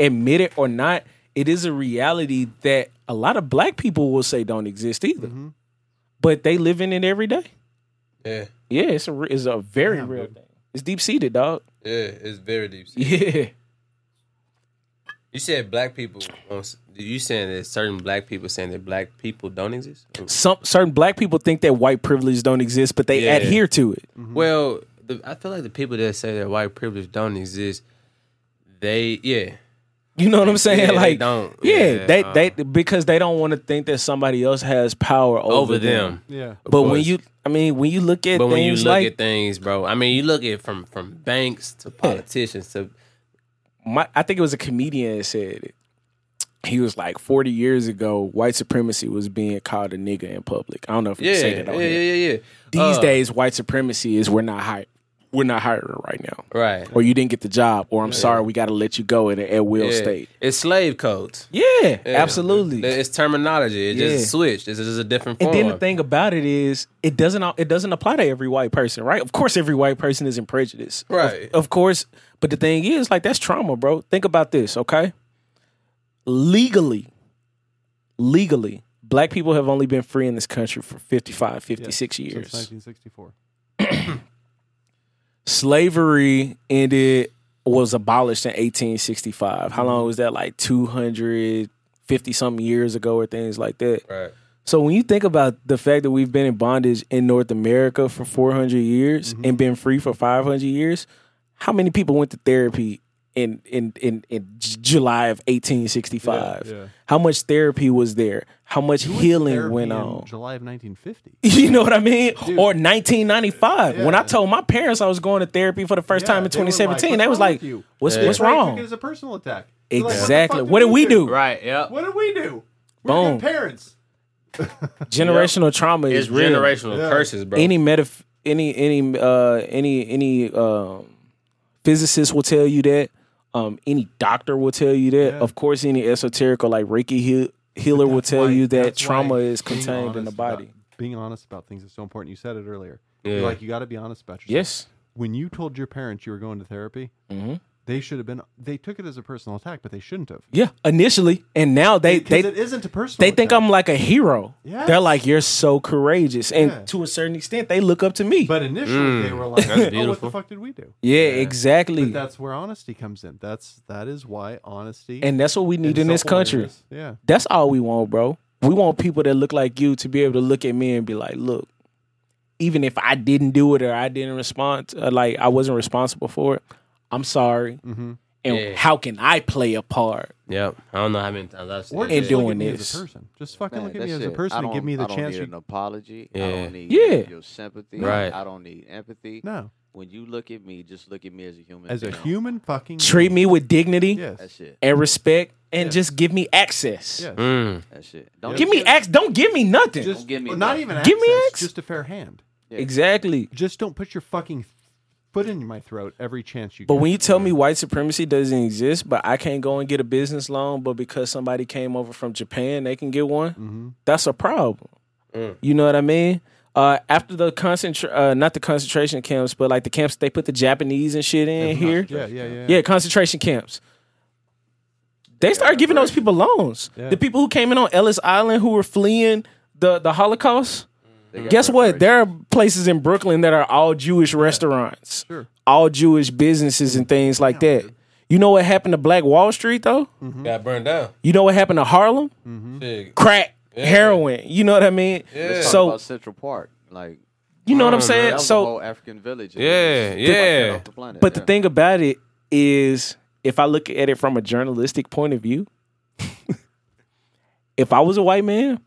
[SPEAKER 3] admit it or not, it is a reality that a lot of black people will say don't exist either. But they live in it every day.
[SPEAKER 2] Yeah.
[SPEAKER 3] Yeah, it's a re- it's a very real thing. It's deep seated, dog.
[SPEAKER 2] Yeah. It's very deep.
[SPEAKER 3] Yeah.
[SPEAKER 2] You said black people. You saying that certain black people saying that black people don't exist?
[SPEAKER 3] Some certain black people think that white privilege don't exist, but they
[SPEAKER 2] Yeah.
[SPEAKER 3] adhere to it.
[SPEAKER 2] Well, the, I feel like the people that say that white privilege don't exist, they yeah.
[SPEAKER 3] You know what I'm saying?
[SPEAKER 2] Yeah, they
[SPEAKER 3] like,
[SPEAKER 2] don't.
[SPEAKER 3] yeah,
[SPEAKER 2] Yeah,
[SPEAKER 3] they
[SPEAKER 2] uh.
[SPEAKER 3] they because they don't want to think that somebody else has power over,
[SPEAKER 2] over them.
[SPEAKER 4] yeah.
[SPEAKER 2] Of
[SPEAKER 3] But when
[SPEAKER 2] course.
[SPEAKER 3] you, I mean, when you look at
[SPEAKER 2] but when you
[SPEAKER 3] things
[SPEAKER 2] look
[SPEAKER 3] like
[SPEAKER 2] at things, bro, I mean, you look at from from banks to politicians to
[SPEAKER 3] my, I think it was a comedian that said it. He was like, 40 years ago, white supremacy was being called a nigga in public. I don't know if you
[SPEAKER 2] yeah,
[SPEAKER 3] say
[SPEAKER 2] yeah,
[SPEAKER 3] that on
[SPEAKER 2] yeah,
[SPEAKER 3] here.
[SPEAKER 2] yeah, yeah.
[SPEAKER 3] These
[SPEAKER 2] Uh,
[SPEAKER 3] days, white supremacy is we're not hiring, we're not hiring right now,
[SPEAKER 2] right?
[SPEAKER 3] or you didn't get the job, or I'm sorry, we got to let you go at a at will
[SPEAKER 2] Yeah.
[SPEAKER 3] state.
[SPEAKER 2] It's slave codes.
[SPEAKER 3] Yeah, absolutely.
[SPEAKER 2] It's terminology. It
[SPEAKER 3] Yeah.
[SPEAKER 2] just switched. It's just a different
[SPEAKER 3] And
[SPEAKER 2] form.
[SPEAKER 3] then the thing about it is, it doesn't it doesn't apply to every white person, right? Of course, every white person isn't prejudiced, Of-
[SPEAKER 2] Right.
[SPEAKER 3] Of, course, but the thing is, like that's trauma, bro. Think about this, okay? Legally, legally, black people have only been free in this country for 55, 56
[SPEAKER 4] Since
[SPEAKER 3] years.
[SPEAKER 4] 1964.
[SPEAKER 3] Slavery ended was abolished in eighteen sixty five. How
[SPEAKER 4] Mm-hmm.
[SPEAKER 3] long was that? Like two hundred fifty something years ago, or things like that.
[SPEAKER 2] right?
[SPEAKER 3] So when you think about the fact that we've been in bondage in North America for 400 years
[SPEAKER 4] Mm-hmm.
[SPEAKER 3] and been free for 500 years, how many people went to therapy in in in, in J- July of 1865?
[SPEAKER 4] Yeah, yeah.
[SPEAKER 3] How much therapy was there? How much healing
[SPEAKER 4] Therapy
[SPEAKER 3] went
[SPEAKER 4] in
[SPEAKER 3] on?
[SPEAKER 4] July of 1950.
[SPEAKER 3] You know what I mean? or 1995 when I told my parents I was going to therapy for the first time in
[SPEAKER 4] Yeah, they were like,
[SPEAKER 3] 2017, they
[SPEAKER 4] "What's
[SPEAKER 3] was
[SPEAKER 4] wrong
[SPEAKER 3] like,
[SPEAKER 4] with you?"
[SPEAKER 3] "What's
[SPEAKER 2] Yeah.
[SPEAKER 3] what's
[SPEAKER 4] They took
[SPEAKER 3] wrong?"
[SPEAKER 4] it as a personal attack. They're like,
[SPEAKER 3] Exactly.
[SPEAKER 4] the fuck
[SPEAKER 3] What did we do?
[SPEAKER 2] Right. Yep.
[SPEAKER 4] What did we do? We're
[SPEAKER 3] Boom.
[SPEAKER 4] good parents.
[SPEAKER 3] Generational trauma
[SPEAKER 2] It's
[SPEAKER 3] is real.
[SPEAKER 2] generational curses, bro.
[SPEAKER 3] any metaf- any any uh any any um physicist will tell you that um any doctor will tell you that of course any esoteric or like reiki heal- healer will
[SPEAKER 4] That's
[SPEAKER 3] tell
[SPEAKER 4] why-
[SPEAKER 3] you that
[SPEAKER 4] that's why
[SPEAKER 3] trauma is
[SPEAKER 4] being
[SPEAKER 3] contained in the
[SPEAKER 4] honest about-
[SPEAKER 3] body
[SPEAKER 4] being honest about things is so important. You said it earlier. You're
[SPEAKER 2] Yeah.
[SPEAKER 4] like, you got to be honest about yourself.
[SPEAKER 3] yes Mm-hmm.
[SPEAKER 4] When you told your parents you were going to therapy, they should have been, they took it as a personal attack, but they shouldn't have.
[SPEAKER 3] yeah initially and now they
[SPEAKER 4] Because
[SPEAKER 3] they
[SPEAKER 4] it isn't a personal
[SPEAKER 3] they think
[SPEAKER 4] attack.
[SPEAKER 3] I'm like a hero.
[SPEAKER 4] Yes.
[SPEAKER 3] They're like, you're so courageous. And
[SPEAKER 4] Yeah.
[SPEAKER 3] to a certain extent, they look up to me.
[SPEAKER 4] But initially, they were like, oh, what
[SPEAKER 2] beautiful.
[SPEAKER 4] the fuck did we do?
[SPEAKER 3] Mm. yeah, exactly.
[SPEAKER 4] But that's where honesty comes in. That's, that is why honesty
[SPEAKER 3] and that's what we need
[SPEAKER 4] and
[SPEAKER 3] in this country.
[SPEAKER 4] self-awareness- Yeah.
[SPEAKER 3] That's all we want, bro. We want people that look like you to be able to look at me and be like, look, even if I didn't do it or I didn't respond, uh, like I wasn't responsible for it, I'm sorry.
[SPEAKER 4] Mm-hmm.
[SPEAKER 3] And
[SPEAKER 2] Yeah.
[SPEAKER 3] how can I play a part?
[SPEAKER 2] Yep. I don't know how many times I've said
[SPEAKER 4] Or
[SPEAKER 2] that.
[SPEAKER 3] And
[SPEAKER 4] just look
[SPEAKER 3] doing
[SPEAKER 4] at me as
[SPEAKER 3] this.
[SPEAKER 4] a person. Just fucking
[SPEAKER 5] Man,
[SPEAKER 4] look at
[SPEAKER 5] that's
[SPEAKER 4] me as a
[SPEAKER 5] it.
[SPEAKER 4] person
[SPEAKER 5] I
[SPEAKER 4] and
[SPEAKER 5] don't-
[SPEAKER 4] give me the
[SPEAKER 5] I don't
[SPEAKER 4] chance.
[SPEAKER 5] need
[SPEAKER 4] You,
[SPEAKER 5] an apology. I
[SPEAKER 2] Yeah.
[SPEAKER 5] don't need
[SPEAKER 3] Yeah.
[SPEAKER 5] your sympathy.
[SPEAKER 2] Right.
[SPEAKER 5] I don't need empathy.
[SPEAKER 4] no,
[SPEAKER 5] when you look at me, just look at me as a human.
[SPEAKER 4] As a
[SPEAKER 5] you know?
[SPEAKER 4] human fucking
[SPEAKER 3] Treat me with dignity
[SPEAKER 4] Yes.
[SPEAKER 5] That's it.
[SPEAKER 3] and respect, and
[SPEAKER 4] Yeah.
[SPEAKER 3] just give me access.
[SPEAKER 4] Yes.
[SPEAKER 2] Mm.
[SPEAKER 5] That's it. Don't
[SPEAKER 3] Give me access. Don't give me nothing.
[SPEAKER 4] Just
[SPEAKER 5] give me
[SPEAKER 4] well,
[SPEAKER 5] a
[SPEAKER 4] not
[SPEAKER 5] bag.
[SPEAKER 4] even
[SPEAKER 3] Give me
[SPEAKER 4] access,
[SPEAKER 3] ex-
[SPEAKER 4] just a fair hand.
[SPEAKER 3] exactly.
[SPEAKER 4] Just don't put your fucking foot in my throat every chance you
[SPEAKER 3] But
[SPEAKER 4] get.
[SPEAKER 3] when you tell me white supremacy doesn't exist, but I can't go and get a business loan, but because somebody came over from Japan, they can get one. That's a problem. You know what I mean? Uh, after the concentration, uh, not the concentration camps, but like the camps they put the Japanese and shit in here.
[SPEAKER 4] yeah, yeah, yeah.
[SPEAKER 3] Yeah, concentration camps. They start giving those people loans.
[SPEAKER 4] Yeah.
[SPEAKER 3] The people who came in on Ellis Island who were fleeing the, the Holocaust.
[SPEAKER 5] Mm. They got
[SPEAKER 3] Guess what?
[SPEAKER 5] preparation.
[SPEAKER 3] There are places in Brooklyn that are all Jewish restaurants,
[SPEAKER 4] Sure.
[SPEAKER 3] all Jewish businesses, and things like that. You know what happened to Black Wall Street though?
[SPEAKER 5] Hmm.
[SPEAKER 2] Mm-hmm. Got burned down.
[SPEAKER 3] You know what happened to Harlem?
[SPEAKER 2] Shit.
[SPEAKER 3] Crack, heroin. You know what I mean?
[SPEAKER 2] Yeah.
[SPEAKER 5] Talk
[SPEAKER 3] So
[SPEAKER 5] about Central Park, like
[SPEAKER 3] you know what I'm
[SPEAKER 5] that
[SPEAKER 3] saying?
[SPEAKER 5] was
[SPEAKER 3] So
[SPEAKER 5] a whole African village. and
[SPEAKER 2] Yeah,
[SPEAKER 5] it was wiped
[SPEAKER 2] yeah.
[SPEAKER 5] off the planet,
[SPEAKER 3] But the
[SPEAKER 5] yeah.
[SPEAKER 3] thing about it is, if I look at it from a journalistic point of view, if I was a white man,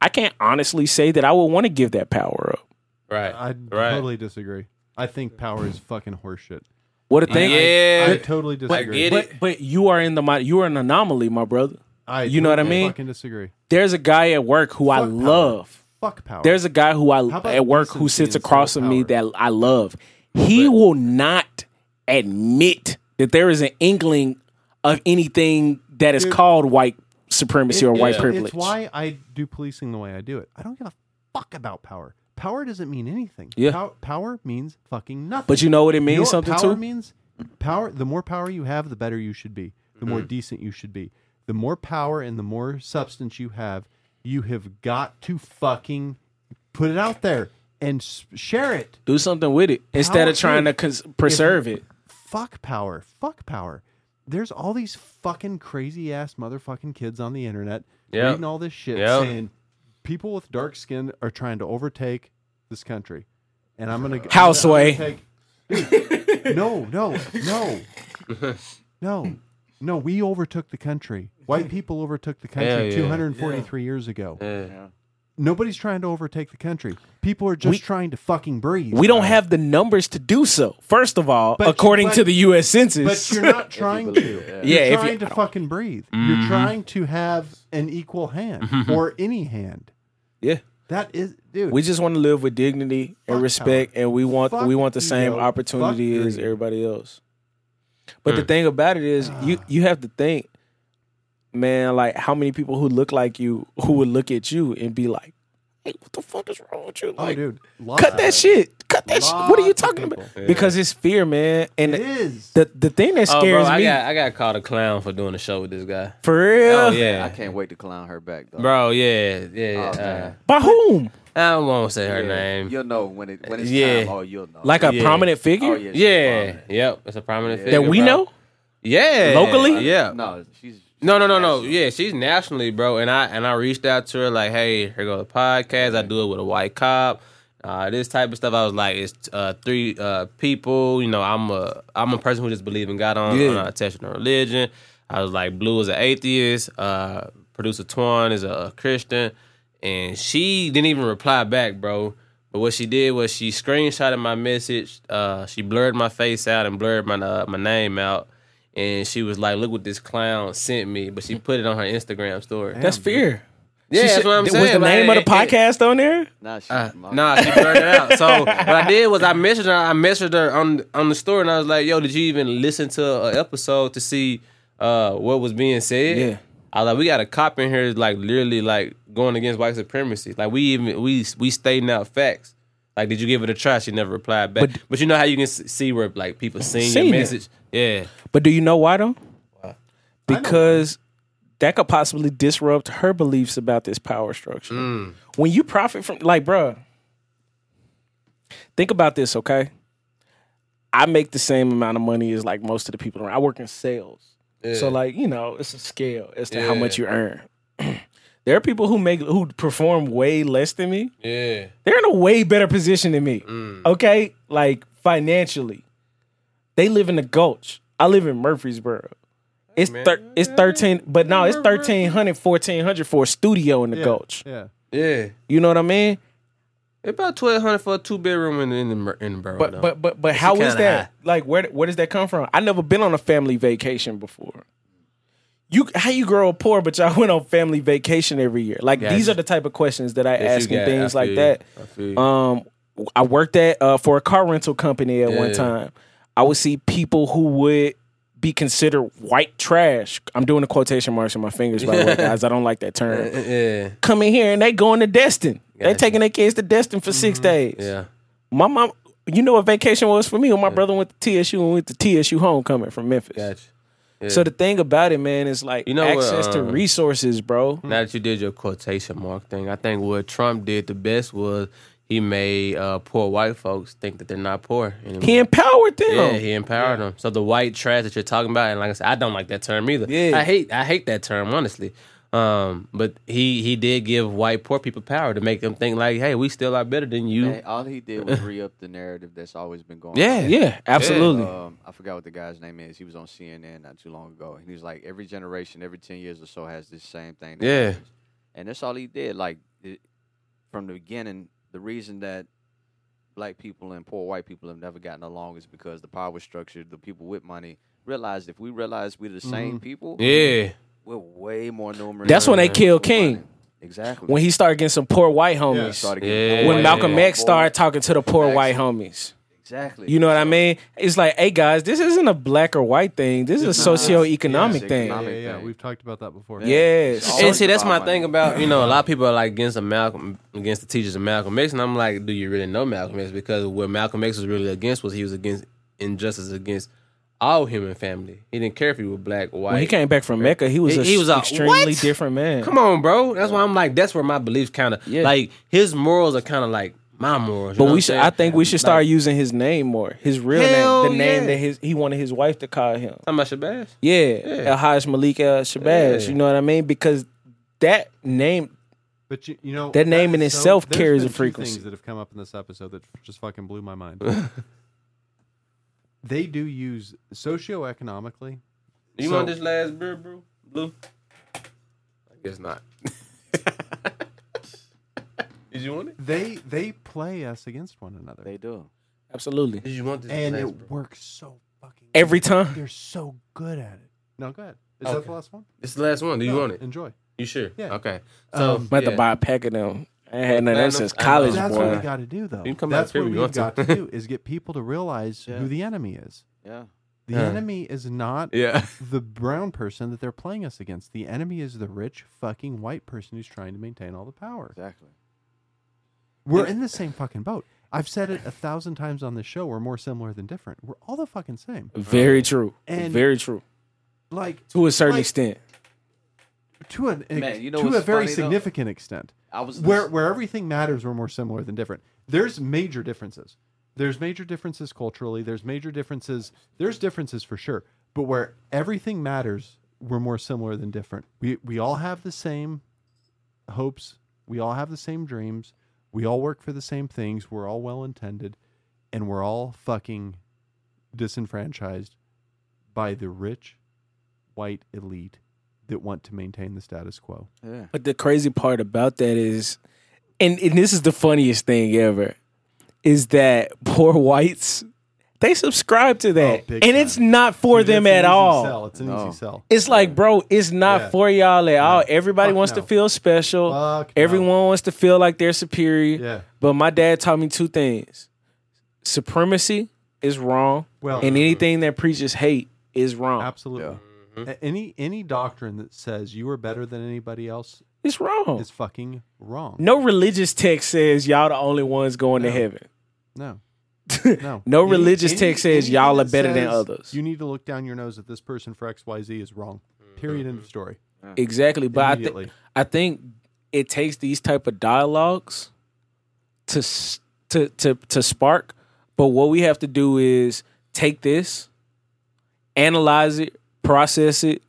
[SPEAKER 3] I can't honestly say that I would want to give that power up.
[SPEAKER 2] Right.
[SPEAKER 4] I
[SPEAKER 2] right.
[SPEAKER 4] totally disagree. I think power is fucking horseshit.
[SPEAKER 3] What a thing!
[SPEAKER 2] yeah.
[SPEAKER 4] I totally disagree.
[SPEAKER 2] get it.
[SPEAKER 4] But
[SPEAKER 3] But but you are in the mi- you are an anomaly, my brother.
[SPEAKER 4] I
[SPEAKER 3] You know what I
[SPEAKER 4] totally
[SPEAKER 3] mean?
[SPEAKER 4] Fucking disagree.
[SPEAKER 3] There's a guy at work who I
[SPEAKER 4] Fuck power.
[SPEAKER 3] love.
[SPEAKER 4] Fuck power.
[SPEAKER 3] There's a guy who I
[SPEAKER 4] about
[SPEAKER 3] at work who
[SPEAKER 4] decency
[SPEAKER 3] sits
[SPEAKER 4] instead of
[SPEAKER 3] across from me that
[SPEAKER 4] power?
[SPEAKER 3] I love. He will not admit that there is an inkling of anything that is
[SPEAKER 4] Dude.
[SPEAKER 3] called white supremacy
[SPEAKER 4] It-
[SPEAKER 3] or white
[SPEAKER 4] it's- It's
[SPEAKER 3] privilege.
[SPEAKER 4] why I do policing the way I do it. I don't give a fuck about power. Power doesn't mean anything.
[SPEAKER 3] Yeah.
[SPEAKER 4] Pow- power means fucking nothing.
[SPEAKER 3] But you know what it means
[SPEAKER 4] You know what
[SPEAKER 3] something
[SPEAKER 4] power
[SPEAKER 3] too?
[SPEAKER 4] means power. The more power you have, the better you should be. The more decent you should be. The more power and the more substance you have, you have got to fucking put it out there and s- share it.
[SPEAKER 3] Do something with it instead of
[SPEAKER 4] Power-
[SPEAKER 3] trying to
[SPEAKER 4] dude,
[SPEAKER 3] cons- preserve it.
[SPEAKER 4] Fuck power. Fuck power. There's all these fucking crazy ass motherfucking kids on the internet
[SPEAKER 2] Yep.
[SPEAKER 4] reading all this shit
[SPEAKER 2] Yep.
[SPEAKER 4] saying people with dark skin are trying to overtake this country. And I'm gonna I'm gonna- I'm gonna
[SPEAKER 3] Houseway.
[SPEAKER 4] take- no, no, no, no, no. We overtook the country. White people overtook the country
[SPEAKER 2] Yeah, yeah.
[SPEAKER 4] 243 years ago.
[SPEAKER 2] Yeah.
[SPEAKER 4] Nobody's trying to overtake the country. People are just
[SPEAKER 3] We-
[SPEAKER 4] trying to fucking breathe.
[SPEAKER 3] We don't have the numbers to do so. First of all,
[SPEAKER 4] But you-
[SPEAKER 3] according
[SPEAKER 4] but-
[SPEAKER 3] to the
[SPEAKER 4] But
[SPEAKER 3] U.S. Census,
[SPEAKER 4] you're not trying
[SPEAKER 5] believe
[SPEAKER 4] to.
[SPEAKER 5] it,
[SPEAKER 3] yeah. Yeah,
[SPEAKER 4] you're
[SPEAKER 3] if
[SPEAKER 4] trying
[SPEAKER 3] you- Mm-hmm.
[SPEAKER 4] to fucking breathe. You're trying to have an equal hand or any hand.
[SPEAKER 3] yeah,
[SPEAKER 4] That is, dude.
[SPEAKER 3] Mm-hmm. we just want to live with dignity and respect, and we want
[SPEAKER 4] Fuck
[SPEAKER 3] we want the same
[SPEAKER 4] ego.
[SPEAKER 3] opportunity
[SPEAKER 4] Fuck
[SPEAKER 3] as
[SPEAKER 4] greed.
[SPEAKER 3] everybody else. But the thing about it is, you
[SPEAKER 4] Ah.
[SPEAKER 3] you have to think, man. Like how many people who look like you who would look at you and be like, "Hey, what the fuck is wrong with you?"
[SPEAKER 4] oh,
[SPEAKER 3] Like,
[SPEAKER 4] dude, lots
[SPEAKER 3] cut
[SPEAKER 4] of
[SPEAKER 3] that shit. Cut that shit. What are you
[SPEAKER 4] Lots of
[SPEAKER 3] talking about?
[SPEAKER 4] people.
[SPEAKER 3] Because it's fear, man. And
[SPEAKER 4] It is.
[SPEAKER 3] the the thing that
[SPEAKER 2] Oh,
[SPEAKER 3] scares
[SPEAKER 2] bro, I
[SPEAKER 3] me
[SPEAKER 2] got I got called a clown for doing a show with this guy.
[SPEAKER 3] for real
[SPEAKER 2] Oh
[SPEAKER 5] I
[SPEAKER 2] yeah,
[SPEAKER 5] can't wait to clown her back though.
[SPEAKER 2] bro. Yeah, yeah.
[SPEAKER 5] Oh, man.
[SPEAKER 3] by whom?
[SPEAKER 2] uh, I won't say her
[SPEAKER 5] Yeah.
[SPEAKER 2] name.
[SPEAKER 5] You'll know when it when it's
[SPEAKER 2] Yeah.
[SPEAKER 5] time. Oh, you'll know.
[SPEAKER 3] Like a
[SPEAKER 2] Yeah.
[SPEAKER 3] prominent figure
[SPEAKER 5] Oh, yeah. she's
[SPEAKER 2] Yeah,
[SPEAKER 5] prominent.
[SPEAKER 2] yep. It's a prominent
[SPEAKER 5] Yeah.
[SPEAKER 2] figure
[SPEAKER 3] that we
[SPEAKER 2] bro.
[SPEAKER 3] know.
[SPEAKER 2] Yeah,
[SPEAKER 3] Locally?
[SPEAKER 2] Yeah.
[SPEAKER 5] No, she's
[SPEAKER 2] No, no, no, no.
[SPEAKER 5] national.
[SPEAKER 2] Yeah, she's nationally, bro. And I and I reached out to her like, hey, here go the podcast. I do it with a white cop. Uh, this type of stuff. I was like, it's uh, three uh, people. You know, I'm a I'm a person who just believe in God. On,
[SPEAKER 3] Yeah.
[SPEAKER 2] I'm not attached to no religion. I was like, Blue is an atheist. Uh, producer Twan is a Christian, and she didn't even reply back, bro. But what she did was she screenshotted my message. Uh, she blurred my face out and blurred my uh, my name out and she was like, "Look what this clown sent me," but she put it on her Instagram story.
[SPEAKER 3] Mm. That's fear.
[SPEAKER 2] yeah,
[SPEAKER 3] She
[SPEAKER 2] that's
[SPEAKER 3] said-
[SPEAKER 2] what I'm
[SPEAKER 3] was
[SPEAKER 2] saying.
[SPEAKER 3] the
[SPEAKER 2] like,
[SPEAKER 3] name of
[SPEAKER 2] it-
[SPEAKER 3] the podcast on there?
[SPEAKER 5] Nah, she's
[SPEAKER 2] it-
[SPEAKER 5] my-
[SPEAKER 2] uh, Nah, she blurred it out. So what I did was I messaged her. I messaged her on on the story, and I was like, "Yo, did you even listen to an episode to see uh, what was being said?"
[SPEAKER 3] Yeah.
[SPEAKER 2] I was like, "We got a cop in here, like literally, like going against white supremacy. Like we even we we stating out facts." Like, did you give it a try? She never replied back. But,
[SPEAKER 3] But-
[SPEAKER 2] you know how you can s- see where like people seeing
[SPEAKER 3] Seen it.
[SPEAKER 2] your message. Yeah,
[SPEAKER 3] But do you know why though? Because that could possibly disrupt her beliefs about this power structure. When you profit from, like, bruh, think about this, okay? I make the same amount of money as like most of the people around. I work in sales, so like you know, it's a scale as to how
[SPEAKER 2] Yeah.
[SPEAKER 3] much you earn. there are people who make who perform way less than me.
[SPEAKER 2] yeah.
[SPEAKER 3] they're in a way better position than me.
[SPEAKER 2] Mm.
[SPEAKER 3] Okay, like financially, they live in the Gulch. I live in Murfreesboro. It's thir- it's thirteen, but no, it's 1,300, 1,400 for a studio in the
[SPEAKER 4] yeah,
[SPEAKER 3] Gulch.
[SPEAKER 4] Yeah.
[SPEAKER 2] Yeah.
[SPEAKER 3] You know what I mean?
[SPEAKER 2] About twelve hundred for a two bedroom in the in the, mer- in the borough.
[SPEAKER 3] But
[SPEAKER 2] though.
[SPEAKER 3] but but but how
[SPEAKER 2] kinda
[SPEAKER 3] is that?
[SPEAKER 2] high.
[SPEAKER 3] Like where where does that come from? I never been on a family vacation before. You how you grow up poor, but y'all went on family vacation every year. Like
[SPEAKER 2] Gotcha.
[SPEAKER 3] these are the type of questions that I
[SPEAKER 2] That you
[SPEAKER 3] ask and
[SPEAKER 2] got,
[SPEAKER 3] things
[SPEAKER 2] I
[SPEAKER 3] like
[SPEAKER 2] feel
[SPEAKER 3] that.
[SPEAKER 2] you. I feel you.
[SPEAKER 3] Um, I worked at uh, for a car rental company at one
[SPEAKER 2] Yeah.
[SPEAKER 3] time. I would see people who would be considered white trash. I'm doing the quotation marks on my fingers, by the way, guys. I don't like that term.
[SPEAKER 2] yeah,
[SPEAKER 3] Come in here and they going to Destin. They
[SPEAKER 2] Gotcha. Mm-hmm.
[SPEAKER 3] taking their kids to Destin for six days
[SPEAKER 2] yeah.
[SPEAKER 3] my mom you know what vacation was for me when my brother went to TSU and went to TSU homecoming from Memphis.
[SPEAKER 2] Gotcha.
[SPEAKER 3] So the thing about it, man, is like
[SPEAKER 2] You know what,
[SPEAKER 3] access to
[SPEAKER 2] uh,
[SPEAKER 3] resources, bro.
[SPEAKER 2] Now that you did your quotation mark thing, I think what Trump did the best was he made uh, poor white folks think that they're not poor anymore.
[SPEAKER 3] He empowered them.
[SPEAKER 2] yeah, he empowered them. So the white trash that you're talking about, and like I said, I don't like that term either.
[SPEAKER 3] Yeah.
[SPEAKER 2] I hate I hate that term honestly. Um, but he he did give white poor people power to make them think like, hey, we still are better than you.
[SPEAKER 5] Hey, all he did was re up the narrative that's always been going.
[SPEAKER 2] Yeah. uh,
[SPEAKER 5] on.
[SPEAKER 3] Yeah, absolutely.
[SPEAKER 5] Um, I forgot what the guy's name is. He was on CNN not too long ago, and he was like, every generation, every ten years or so, has this same thing. that
[SPEAKER 2] Yeah.
[SPEAKER 5] happens." and that's all he did. Like it, from the beginning, the reason that black people and poor white people have never gotten along is because the power structure, the people with money, realized if we realized we're the same people,
[SPEAKER 2] Yeah,
[SPEAKER 5] we're way more numerous.
[SPEAKER 3] That's when they
[SPEAKER 5] than
[SPEAKER 3] killed
[SPEAKER 5] people with
[SPEAKER 3] King.
[SPEAKER 5] money. Exactly.
[SPEAKER 3] when he started getting some poor white homies.
[SPEAKER 5] Started
[SPEAKER 2] Yeah.
[SPEAKER 5] getting poor
[SPEAKER 3] when
[SPEAKER 5] white
[SPEAKER 3] Malcolm
[SPEAKER 5] people
[SPEAKER 3] X
[SPEAKER 5] on
[SPEAKER 3] started
[SPEAKER 5] board.
[SPEAKER 3] talking to the poor white homies.
[SPEAKER 5] exactly.
[SPEAKER 3] You know what I mean? It's like, hey guys, this isn't a black or white thing. This is a socioeconomic
[SPEAKER 5] Yes,
[SPEAKER 3] thing.
[SPEAKER 4] Yeah, yeah,
[SPEAKER 5] economic
[SPEAKER 4] yeah.
[SPEAKER 5] thing.
[SPEAKER 4] We've talked about that before.
[SPEAKER 3] Yes.
[SPEAKER 5] It's all-
[SPEAKER 2] and see, that's my
[SPEAKER 5] about
[SPEAKER 2] thing
[SPEAKER 5] money.
[SPEAKER 2] about you know a lot of people are like against the Malcolm, against the teachers of Malcolm X, and I'm like, do you really know Malcolm X? Because what Malcolm X was really against was he was against injustice against all human family. He didn't care if you were black or white.
[SPEAKER 3] when he came back from Mecca, he was
[SPEAKER 2] He-
[SPEAKER 3] an
[SPEAKER 2] he was a-
[SPEAKER 3] extremely
[SPEAKER 2] what?
[SPEAKER 3] different man.
[SPEAKER 2] Come on, bro. That's why I'm like, that's where my beliefs kind of
[SPEAKER 3] Yeah.
[SPEAKER 2] like his morals are kind of like my morals. you know
[SPEAKER 3] But
[SPEAKER 2] what
[SPEAKER 3] we
[SPEAKER 2] I'm
[SPEAKER 3] should.
[SPEAKER 2] saying?
[SPEAKER 3] I think we should start
[SPEAKER 2] Like,
[SPEAKER 3] using his name more. His real
[SPEAKER 2] Hell
[SPEAKER 3] name, the name
[SPEAKER 2] yeah.
[SPEAKER 3] that his he wanted his wife to call him.
[SPEAKER 2] talking about Shabazz.
[SPEAKER 3] Yeah, El Haj Malik El Shabazz.
[SPEAKER 2] Yeah.
[SPEAKER 3] You know what I mean? Because that name,
[SPEAKER 4] But you, you know
[SPEAKER 3] That name in
[SPEAKER 4] is
[SPEAKER 3] itself
[SPEAKER 4] there's
[SPEAKER 3] carries
[SPEAKER 4] been
[SPEAKER 3] a
[SPEAKER 4] two
[SPEAKER 3] frequency.
[SPEAKER 4] Things that have come up in this episode that just fucking blew my mind. they do use socioeconomically.
[SPEAKER 2] You
[SPEAKER 4] So-
[SPEAKER 2] want this last beer, bro? Blue? I guess not. Did you want it?
[SPEAKER 4] They they play us against one another,
[SPEAKER 5] They do.
[SPEAKER 3] absolutely,
[SPEAKER 2] Did you want this
[SPEAKER 4] and
[SPEAKER 2] last
[SPEAKER 4] it
[SPEAKER 2] bro?
[SPEAKER 4] works so fucking.
[SPEAKER 3] every time.
[SPEAKER 4] They're so good at it. No, go ahead. Is that
[SPEAKER 2] Okay.
[SPEAKER 4] the last one?
[SPEAKER 2] This is the last one. Do you
[SPEAKER 4] No,
[SPEAKER 2] want it?
[SPEAKER 4] Enjoy.
[SPEAKER 2] You sure?
[SPEAKER 4] Yeah.
[SPEAKER 2] Okay. So
[SPEAKER 4] Um,
[SPEAKER 3] I'm about
[SPEAKER 2] yeah.
[SPEAKER 3] to buy a pack of them. I ain't had none of
[SPEAKER 2] Man,
[SPEAKER 3] that since
[SPEAKER 2] I know.
[SPEAKER 3] college,
[SPEAKER 4] That's what we
[SPEAKER 3] boy.
[SPEAKER 4] got to do, though.
[SPEAKER 2] can come
[SPEAKER 4] That's
[SPEAKER 2] back here
[SPEAKER 4] what
[SPEAKER 2] if you
[SPEAKER 4] we've
[SPEAKER 2] want to.
[SPEAKER 4] got to do is get people to realize
[SPEAKER 5] Yeah.
[SPEAKER 4] who the enemy is.
[SPEAKER 5] Yeah.
[SPEAKER 4] The
[SPEAKER 2] Yeah.
[SPEAKER 4] enemy is not
[SPEAKER 2] Yeah.
[SPEAKER 4] the brown person that they're playing us against. The enemy is the rich fucking white person who's trying to maintain all the power.
[SPEAKER 5] Exactly.
[SPEAKER 4] We're in the same fucking boat. I've said it a thousand times on this show. We're more similar than different. We're all the fucking same.
[SPEAKER 3] Very true.
[SPEAKER 4] And-
[SPEAKER 3] Very true.
[SPEAKER 4] Like
[SPEAKER 3] To a certain
[SPEAKER 4] like,
[SPEAKER 3] extent,
[SPEAKER 4] to an
[SPEAKER 5] Man, you know
[SPEAKER 4] to a
[SPEAKER 5] what's
[SPEAKER 4] very
[SPEAKER 5] funny, though?
[SPEAKER 4] significant extent.
[SPEAKER 5] I was
[SPEAKER 4] where where everything matters we're more similar than different there's major differences there's major differences culturally there's major differences there's differences for sure but where everything matters we're more similar than different we we all have the same hopes we all have the same dreams we all work for the same things we're all well intended and we're all fucking disenfranchised by the rich white elite that want to maintain the status quo
[SPEAKER 5] Yeah.
[SPEAKER 3] but the crazy part about that is, and and this is the funniest thing ever, is that poor whites. They subscribe to that,
[SPEAKER 4] Oh, big
[SPEAKER 3] and
[SPEAKER 4] time.
[SPEAKER 3] it's not for
[SPEAKER 4] Dude,
[SPEAKER 3] them
[SPEAKER 4] it's an
[SPEAKER 3] at
[SPEAKER 4] easy
[SPEAKER 3] all.
[SPEAKER 4] sell. It's an
[SPEAKER 5] No.
[SPEAKER 4] easy sell.
[SPEAKER 3] It's like, bro, it's not
[SPEAKER 4] Yeah.
[SPEAKER 3] for y'all at all. Everybody
[SPEAKER 4] Fuck
[SPEAKER 3] wants
[SPEAKER 4] no.
[SPEAKER 3] to feel special.
[SPEAKER 4] Fuck no.
[SPEAKER 3] Everyone wants to feel like they're superior.
[SPEAKER 4] Yeah.
[SPEAKER 3] But my dad taught me two things: supremacy is wrong,
[SPEAKER 4] Well- uh-huh.
[SPEAKER 3] and anything that preaches hate is wrong.
[SPEAKER 4] Absolutely.
[SPEAKER 3] Mm-hmm.
[SPEAKER 4] A- Any any doctrine that says you are better than anybody else
[SPEAKER 3] It's wrong.
[SPEAKER 4] is fucking wrong.
[SPEAKER 3] no religious text says y'all the only ones going to heaven.
[SPEAKER 4] No. No.
[SPEAKER 3] No
[SPEAKER 4] Any-
[SPEAKER 3] religious
[SPEAKER 4] any-
[SPEAKER 3] text says
[SPEAKER 4] anything
[SPEAKER 3] y'all are
[SPEAKER 4] that
[SPEAKER 3] better than
[SPEAKER 4] says
[SPEAKER 3] others.
[SPEAKER 4] You need to look down your nose at this person for XYZ is wrong. Period. End of story.
[SPEAKER 3] Exactly, Mm-hmm. but I, thi-
[SPEAKER 4] Immediately.
[SPEAKER 3] I think it takes these type of dialogues to s- to to to spark. But what we have to do is take this, analyze it, process it,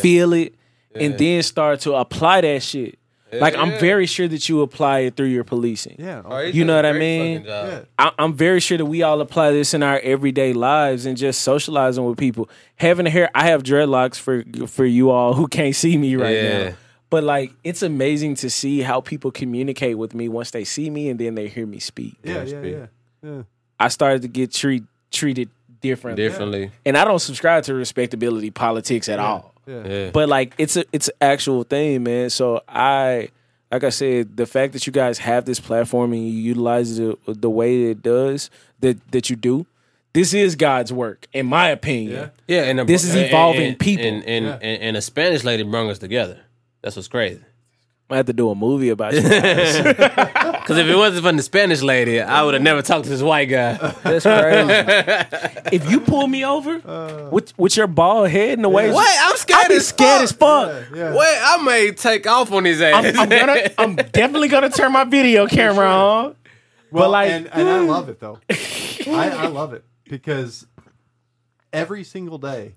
[SPEAKER 3] feel it, and then start to apply that shit. Like I'm very sure that you apply it through your policing.
[SPEAKER 4] Yeah.
[SPEAKER 3] You know what I mean?
[SPEAKER 4] Yeah.
[SPEAKER 3] I, I'm very sure that we all apply this in our everyday lives and just socializing with people. Having hair, I have dreadlocks for for you all who can't see me right
[SPEAKER 2] Yeah.
[SPEAKER 3] now. But like, it's amazing to see how people communicate with me once they see me and then they hear me speak.
[SPEAKER 4] Yeah, yeah,
[SPEAKER 2] speak.
[SPEAKER 4] yeah. yeah.
[SPEAKER 3] I started to get treat, treated differently.
[SPEAKER 2] Differently.
[SPEAKER 3] And I don't subscribe to respectability politics at
[SPEAKER 4] Yeah.
[SPEAKER 3] all.
[SPEAKER 2] Yeah.
[SPEAKER 3] But like, it's a it's an actual thing, man. So I, like I said, the fact that you guys have this platform and you utilize it the way it does that that you do, this is God's work, in my opinion.
[SPEAKER 4] Yeah.
[SPEAKER 2] Yeah, and a-
[SPEAKER 3] This is
[SPEAKER 2] and-
[SPEAKER 3] evolving
[SPEAKER 2] and-
[SPEAKER 3] people.
[SPEAKER 2] And and,
[SPEAKER 4] Yeah.
[SPEAKER 2] and and a Spanish lady brung us together. That's what's crazy.
[SPEAKER 3] I have to do a movie about you. guys.
[SPEAKER 2] Because if it wasn't for the Spanish lady, I would have never talked to this white guy.
[SPEAKER 3] That's crazy. if you pull me over with with your bald head in the way,
[SPEAKER 2] What? I'm scared.
[SPEAKER 3] I'd be
[SPEAKER 2] as
[SPEAKER 3] scared
[SPEAKER 2] fuck.
[SPEAKER 3] as fuck.
[SPEAKER 4] yeah.
[SPEAKER 2] Wait, I may take off on his ass.
[SPEAKER 3] I'm, I'm gonna, I'm definitely gonna turn my video camera on.
[SPEAKER 4] Well,
[SPEAKER 3] like-
[SPEAKER 4] and, and I love it though. I, I love it because every single day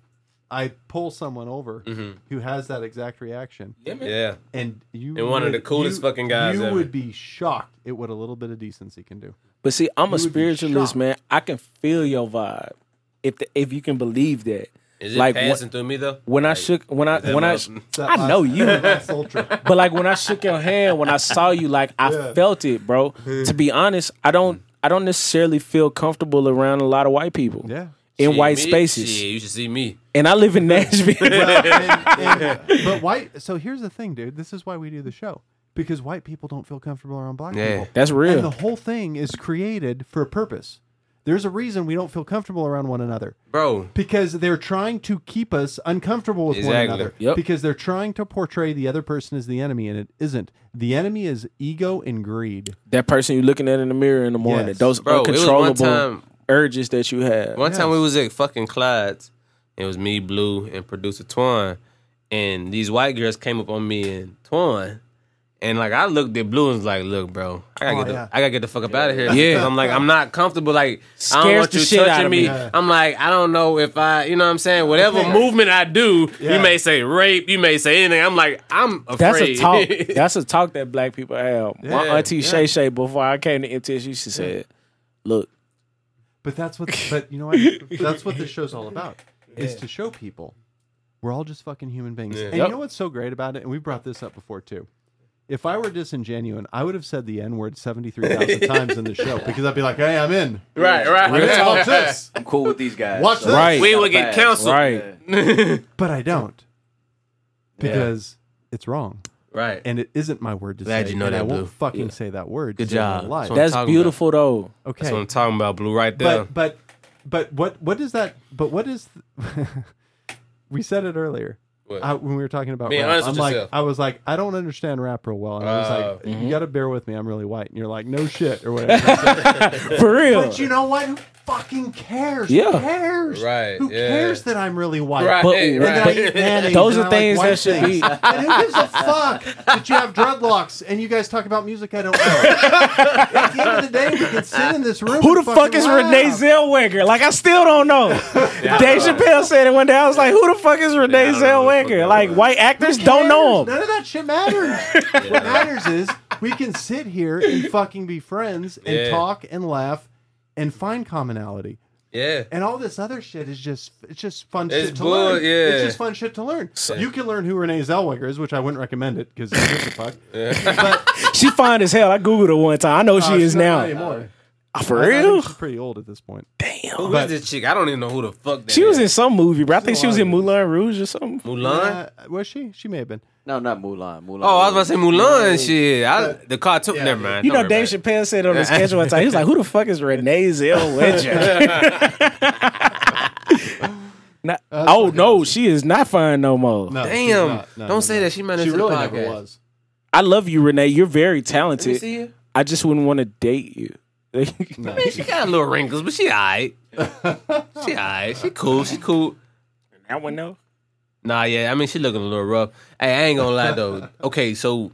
[SPEAKER 4] I pull someone over
[SPEAKER 3] Mm-hmm.
[SPEAKER 4] who has that exact reaction,
[SPEAKER 2] yeah,
[SPEAKER 4] and you
[SPEAKER 2] And one of
[SPEAKER 4] would-
[SPEAKER 2] the coolest
[SPEAKER 4] you-
[SPEAKER 2] fucking guys
[SPEAKER 4] You
[SPEAKER 2] ever.
[SPEAKER 4] would be shocked at what a little bit of decency can do.
[SPEAKER 3] But see, I'm
[SPEAKER 4] You
[SPEAKER 3] a
[SPEAKER 4] would be
[SPEAKER 3] spiritualist,
[SPEAKER 4] shocked.
[SPEAKER 3] man. I can feel your vibe. If the, if you can believe that,
[SPEAKER 2] is it
[SPEAKER 3] like when,
[SPEAKER 2] passing through me though?
[SPEAKER 3] when I shook, when I when I,
[SPEAKER 2] my-
[SPEAKER 4] That
[SPEAKER 3] I know you,
[SPEAKER 4] Last ultra.
[SPEAKER 3] but like when I shook your hand, when I saw you, like I
[SPEAKER 4] Yeah.
[SPEAKER 3] felt it, bro. to be honest, I don't, I don't necessarily feel comfortable around a lot of white people
[SPEAKER 4] Yeah.
[SPEAKER 3] in
[SPEAKER 2] Shit,
[SPEAKER 3] white
[SPEAKER 2] me?
[SPEAKER 3] spaces,
[SPEAKER 2] Shit, you should see me.
[SPEAKER 3] and I live in Nashville.
[SPEAKER 4] And- and- but white. So here's the thing, dude. This is why we do the show because white people don't feel comfortable around black
[SPEAKER 2] Yeah.
[SPEAKER 4] people.
[SPEAKER 3] That's real.
[SPEAKER 4] And the whole thing is created for a purpose. There's a reason we don't feel comfortable around one another.
[SPEAKER 2] Bro,
[SPEAKER 4] because they're trying to keep us uncomfortable with one
[SPEAKER 2] Exactly.
[SPEAKER 4] another.
[SPEAKER 3] Yep.
[SPEAKER 4] Because they're trying to portray the other person as the enemy, and it isn't. The enemy is ego and greed.
[SPEAKER 3] that person you're looking at in the mirror in the morning,
[SPEAKER 4] Yes.
[SPEAKER 3] those
[SPEAKER 2] Bro, it was one
[SPEAKER 3] uncontrollable
[SPEAKER 2] time-
[SPEAKER 3] urges that you have.
[SPEAKER 2] One time we was at fucking Clyde's, and it was me, Blue, and producer Twan, and these white girls came up on me and Twan, and like I looked at Blue and was like, "Look, bro, I gotta
[SPEAKER 4] Oh,
[SPEAKER 2] get the
[SPEAKER 4] yeah.
[SPEAKER 2] I gotta get the fuck up out of here." Yeah, I'm like I'm not comfortable. Like I don't
[SPEAKER 3] Scares
[SPEAKER 2] want
[SPEAKER 3] the
[SPEAKER 2] you
[SPEAKER 3] shit out
[SPEAKER 2] touching
[SPEAKER 3] of
[SPEAKER 2] me.
[SPEAKER 3] me.
[SPEAKER 2] I'm like I don't know if I, you know, what I'm saying whatever movement I do, you
[SPEAKER 4] Yeah.
[SPEAKER 2] may say rape, you may say anything. I'm like I'm
[SPEAKER 3] That's a
[SPEAKER 2] afraid.
[SPEAKER 3] talk. That's a talk that black people have. My
[SPEAKER 2] Yeah,
[SPEAKER 3] auntie
[SPEAKER 2] yeah.
[SPEAKER 3] Shay Shay, before I came to MTSU, she said, "Look,
[SPEAKER 4] But that's what. but you know what? That's what this show's all about. Is to show people we're all just fucking human beings. And
[SPEAKER 3] Yep.
[SPEAKER 4] you know what's so great about it? And we brought this up before too. If I were disingenuine, I would have said the N word seventy three thousand times in the show because I'd be like, "Hey, I'm in.
[SPEAKER 2] right,
[SPEAKER 4] I'm in. Watch
[SPEAKER 2] right.
[SPEAKER 4] this.
[SPEAKER 5] I'm cool with these guys.
[SPEAKER 4] Watch this.
[SPEAKER 3] Right.
[SPEAKER 2] We would get canceled.
[SPEAKER 3] Right.
[SPEAKER 4] But I don't because it's wrong.
[SPEAKER 2] Right.
[SPEAKER 4] and it isn't my word to
[SPEAKER 2] Glad
[SPEAKER 4] say.
[SPEAKER 2] you know
[SPEAKER 4] and I
[SPEAKER 2] that,
[SPEAKER 4] won't
[SPEAKER 2] Blue.
[SPEAKER 4] fucking say that word.
[SPEAKER 2] Good
[SPEAKER 4] to save my
[SPEAKER 2] job.
[SPEAKER 4] life.
[SPEAKER 2] That's
[SPEAKER 3] that's
[SPEAKER 2] talking
[SPEAKER 3] beautiful though."
[SPEAKER 4] okay,
[SPEAKER 2] That's what I'm talking about, Blue. Right
[SPEAKER 4] but
[SPEAKER 2] there.
[SPEAKER 4] but but what what is that? But what is? th- we said it earlier
[SPEAKER 2] What?
[SPEAKER 4] I, when we were talking about.
[SPEAKER 2] Being
[SPEAKER 4] rap.
[SPEAKER 2] honest
[SPEAKER 4] I'm
[SPEAKER 2] with
[SPEAKER 4] like,
[SPEAKER 2] yourself.
[SPEAKER 4] I was like, I don't understand rap real well, and I
[SPEAKER 2] Oh.
[SPEAKER 4] was like,
[SPEAKER 3] Mm-hmm.
[SPEAKER 4] you got to bear with me. I'm really white, and you're like, no shit or whatever.
[SPEAKER 3] For real,
[SPEAKER 4] but you know what? Who fucking cares?
[SPEAKER 3] Yeah.
[SPEAKER 4] Who cares?
[SPEAKER 2] Right,
[SPEAKER 4] Who
[SPEAKER 2] yeah.
[SPEAKER 4] cares that I'm really white?
[SPEAKER 2] Right.
[SPEAKER 3] but,
[SPEAKER 2] Hey,
[SPEAKER 4] And then I
[SPEAKER 2] right.
[SPEAKER 4] eat mayonnaise
[SPEAKER 3] Those
[SPEAKER 4] and
[SPEAKER 3] are
[SPEAKER 4] I like
[SPEAKER 3] things
[SPEAKER 4] white
[SPEAKER 3] that should be-
[SPEAKER 4] things. And who gives a fuck that you have dreadlocks and you guys talk about music I don't know? At the end of the day, we can sit in this room.
[SPEAKER 3] who the
[SPEAKER 4] and
[SPEAKER 3] fuck
[SPEAKER 4] fucking
[SPEAKER 3] is
[SPEAKER 4] laugh.
[SPEAKER 3] Renee Zellweger? Like I still don't know. Dave Chappelle said it one day. I was like, "Who the fuck is Renee
[SPEAKER 2] Yeah, I don't know who the fuck
[SPEAKER 3] Zellweger?"
[SPEAKER 2] that
[SPEAKER 3] Like
[SPEAKER 2] was.
[SPEAKER 3] white actors don't know him.
[SPEAKER 4] None of that shit matters. What matters is we can sit here and fucking be friends and
[SPEAKER 2] Yeah.
[SPEAKER 4] talk and laugh and find commonality.
[SPEAKER 2] yeah.
[SPEAKER 4] And all this other shit is just it's just fun
[SPEAKER 2] It's
[SPEAKER 4] shit to
[SPEAKER 2] bull-
[SPEAKER 4] learn.
[SPEAKER 2] yeah.
[SPEAKER 4] It's just fun shit to learn. You can learn who Renee Zellweger is, which I wouldn't recommend it because it's a fuck.
[SPEAKER 3] She fine as hell. I googled her one time. I know
[SPEAKER 4] Uh,
[SPEAKER 3] she is
[SPEAKER 4] she's not
[SPEAKER 3] now. Ah,
[SPEAKER 4] anymore.
[SPEAKER 3] For
[SPEAKER 4] I think
[SPEAKER 3] real,
[SPEAKER 4] She's pretty old at this point.
[SPEAKER 2] Who is
[SPEAKER 4] But-
[SPEAKER 2] this chick? I don't even know who the fuck that
[SPEAKER 3] she was
[SPEAKER 2] is.
[SPEAKER 3] in some movie, bro. I think she was in
[SPEAKER 4] alive.
[SPEAKER 3] Moulin Rouge or something.
[SPEAKER 2] Mulan.
[SPEAKER 4] Uh, was she? She may have been.
[SPEAKER 5] No, not Mulan. Mulan.
[SPEAKER 2] Oh, I was about to say Mulan shit. I, the cartoon. never mind.
[SPEAKER 3] You know,
[SPEAKER 2] Don't worry
[SPEAKER 3] Dave
[SPEAKER 2] about
[SPEAKER 3] Chappelle said on the schedule one time, he was like, "Who the fuck is Renee Zellweger?" Not- oh no, she is not fine no more.
[SPEAKER 4] No,
[SPEAKER 2] it.
[SPEAKER 4] she's
[SPEAKER 2] Damn!
[SPEAKER 4] not. No,
[SPEAKER 2] don't
[SPEAKER 4] no,
[SPEAKER 2] say
[SPEAKER 4] no.
[SPEAKER 2] that. She might
[SPEAKER 4] She
[SPEAKER 2] listen
[SPEAKER 4] really
[SPEAKER 2] to the
[SPEAKER 4] never
[SPEAKER 2] podcast.
[SPEAKER 4] was.
[SPEAKER 3] I love you, Renee. You're very
[SPEAKER 2] You
[SPEAKER 3] talented.
[SPEAKER 2] see you?
[SPEAKER 3] I just wouldn't want to date you.
[SPEAKER 4] No.
[SPEAKER 2] She got little wrinkles, but she alright. she alright. She cool. She cool.
[SPEAKER 3] that one no.
[SPEAKER 2] Nah, yeah. I mean, she looking a little rough. Hey, I ain't gonna lie though. Okay, so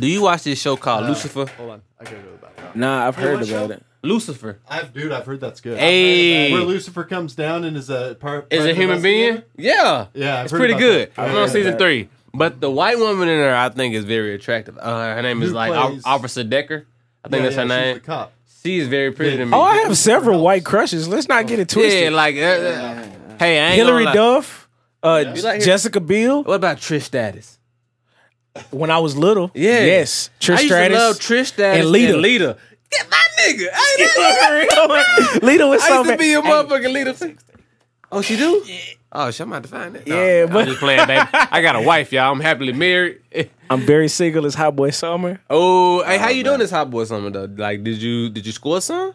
[SPEAKER 2] do you watch this show
[SPEAKER 4] Uh,
[SPEAKER 2] called Lucifer?
[SPEAKER 4] Hold on, I gotta go to the bathroom.
[SPEAKER 3] Nah, I've heard
[SPEAKER 4] what
[SPEAKER 3] about
[SPEAKER 4] show?
[SPEAKER 3] it.
[SPEAKER 2] Lucifer.
[SPEAKER 4] I've, dude, I've heard that's good.
[SPEAKER 2] Hey.
[SPEAKER 4] where Lucifer comes down and is a part.
[SPEAKER 2] Is a
[SPEAKER 4] part of the
[SPEAKER 2] human being?
[SPEAKER 4] investigator?
[SPEAKER 2] Yeah.
[SPEAKER 4] Yeah, I've
[SPEAKER 2] it's
[SPEAKER 4] heard
[SPEAKER 2] pretty
[SPEAKER 4] about
[SPEAKER 2] good.
[SPEAKER 4] that.
[SPEAKER 2] I'm
[SPEAKER 4] I've
[SPEAKER 2] on
[SPEAKER 4] heard
[SPEAKER 2] season
[SPEAKER 4] that.
[SPEAKER 2] three. But the white woman in her, I think, is very attractive. Uh, her name is
[SPEAKER 4] Who
[SPEAKER 2] like Al-
[SPEAKER 4] plays-
[SPEAKER 2] Officer Decker. I think
[SPEAKER 4] Yeah,
[SPEAKER 2] that's
[SPEAKER 4] yeah,
[SPEAKER 2] her
[SPEAKER 4] she's
[SPEAKER 2] name.
[SPEAKER 4] the cop.
[SPEAKER 2] She is very pretty to me.
[SPEAKER 3] Oh, I have several white crushes. Let's not get it twisted.
[SPEAKER 2] yeah, like uh, uh, hey, I ain't
[SPEAKER 3] Hillary
[SPEAKER 2] gonna lie.
[SPEAKER 3] Duff, uh,
[SPEAKER 2] like her?
[SPEAKER 3] Jessica Biel.
[SPEAKER 2] What about Trish Status?
[SPEAKER 3] when I was little.
[SPEAKER 2] Yeah.
[SPEAKER 3] Yes. Trish
[SPEAKER 5] I used
[SPEAKER 3] Stratus.
[SPEAKER 5] to love Trish Stratus
[SPEAKER 3] and Lita.
[SPEAKER 2] And Lita. Get my nigga. I ain't that
[SPEAKER 3] Lita was
[SPEAKER 2] I
[SPEAKER 3] so
[SPEAKER 2] used to
[SPEAKER 3] bad.
[SPEAKER 2] be a motherfucking Lita. Oh, she do? Oh, she, I'm about to find that.
[SPEAKER 3] Yeah,
[SPEAKER 2] I'm
[SPEAKER 3] but-
[SPEAKER 2] just playing, baby. I got a wife, y'all. I'm happily married.
[SPEAKER 3] I'm very single as Hot Boy Summer.
[SPEAKER 2] Oh, hey, how you doing this hot boy summer though? Like, did you did you score some?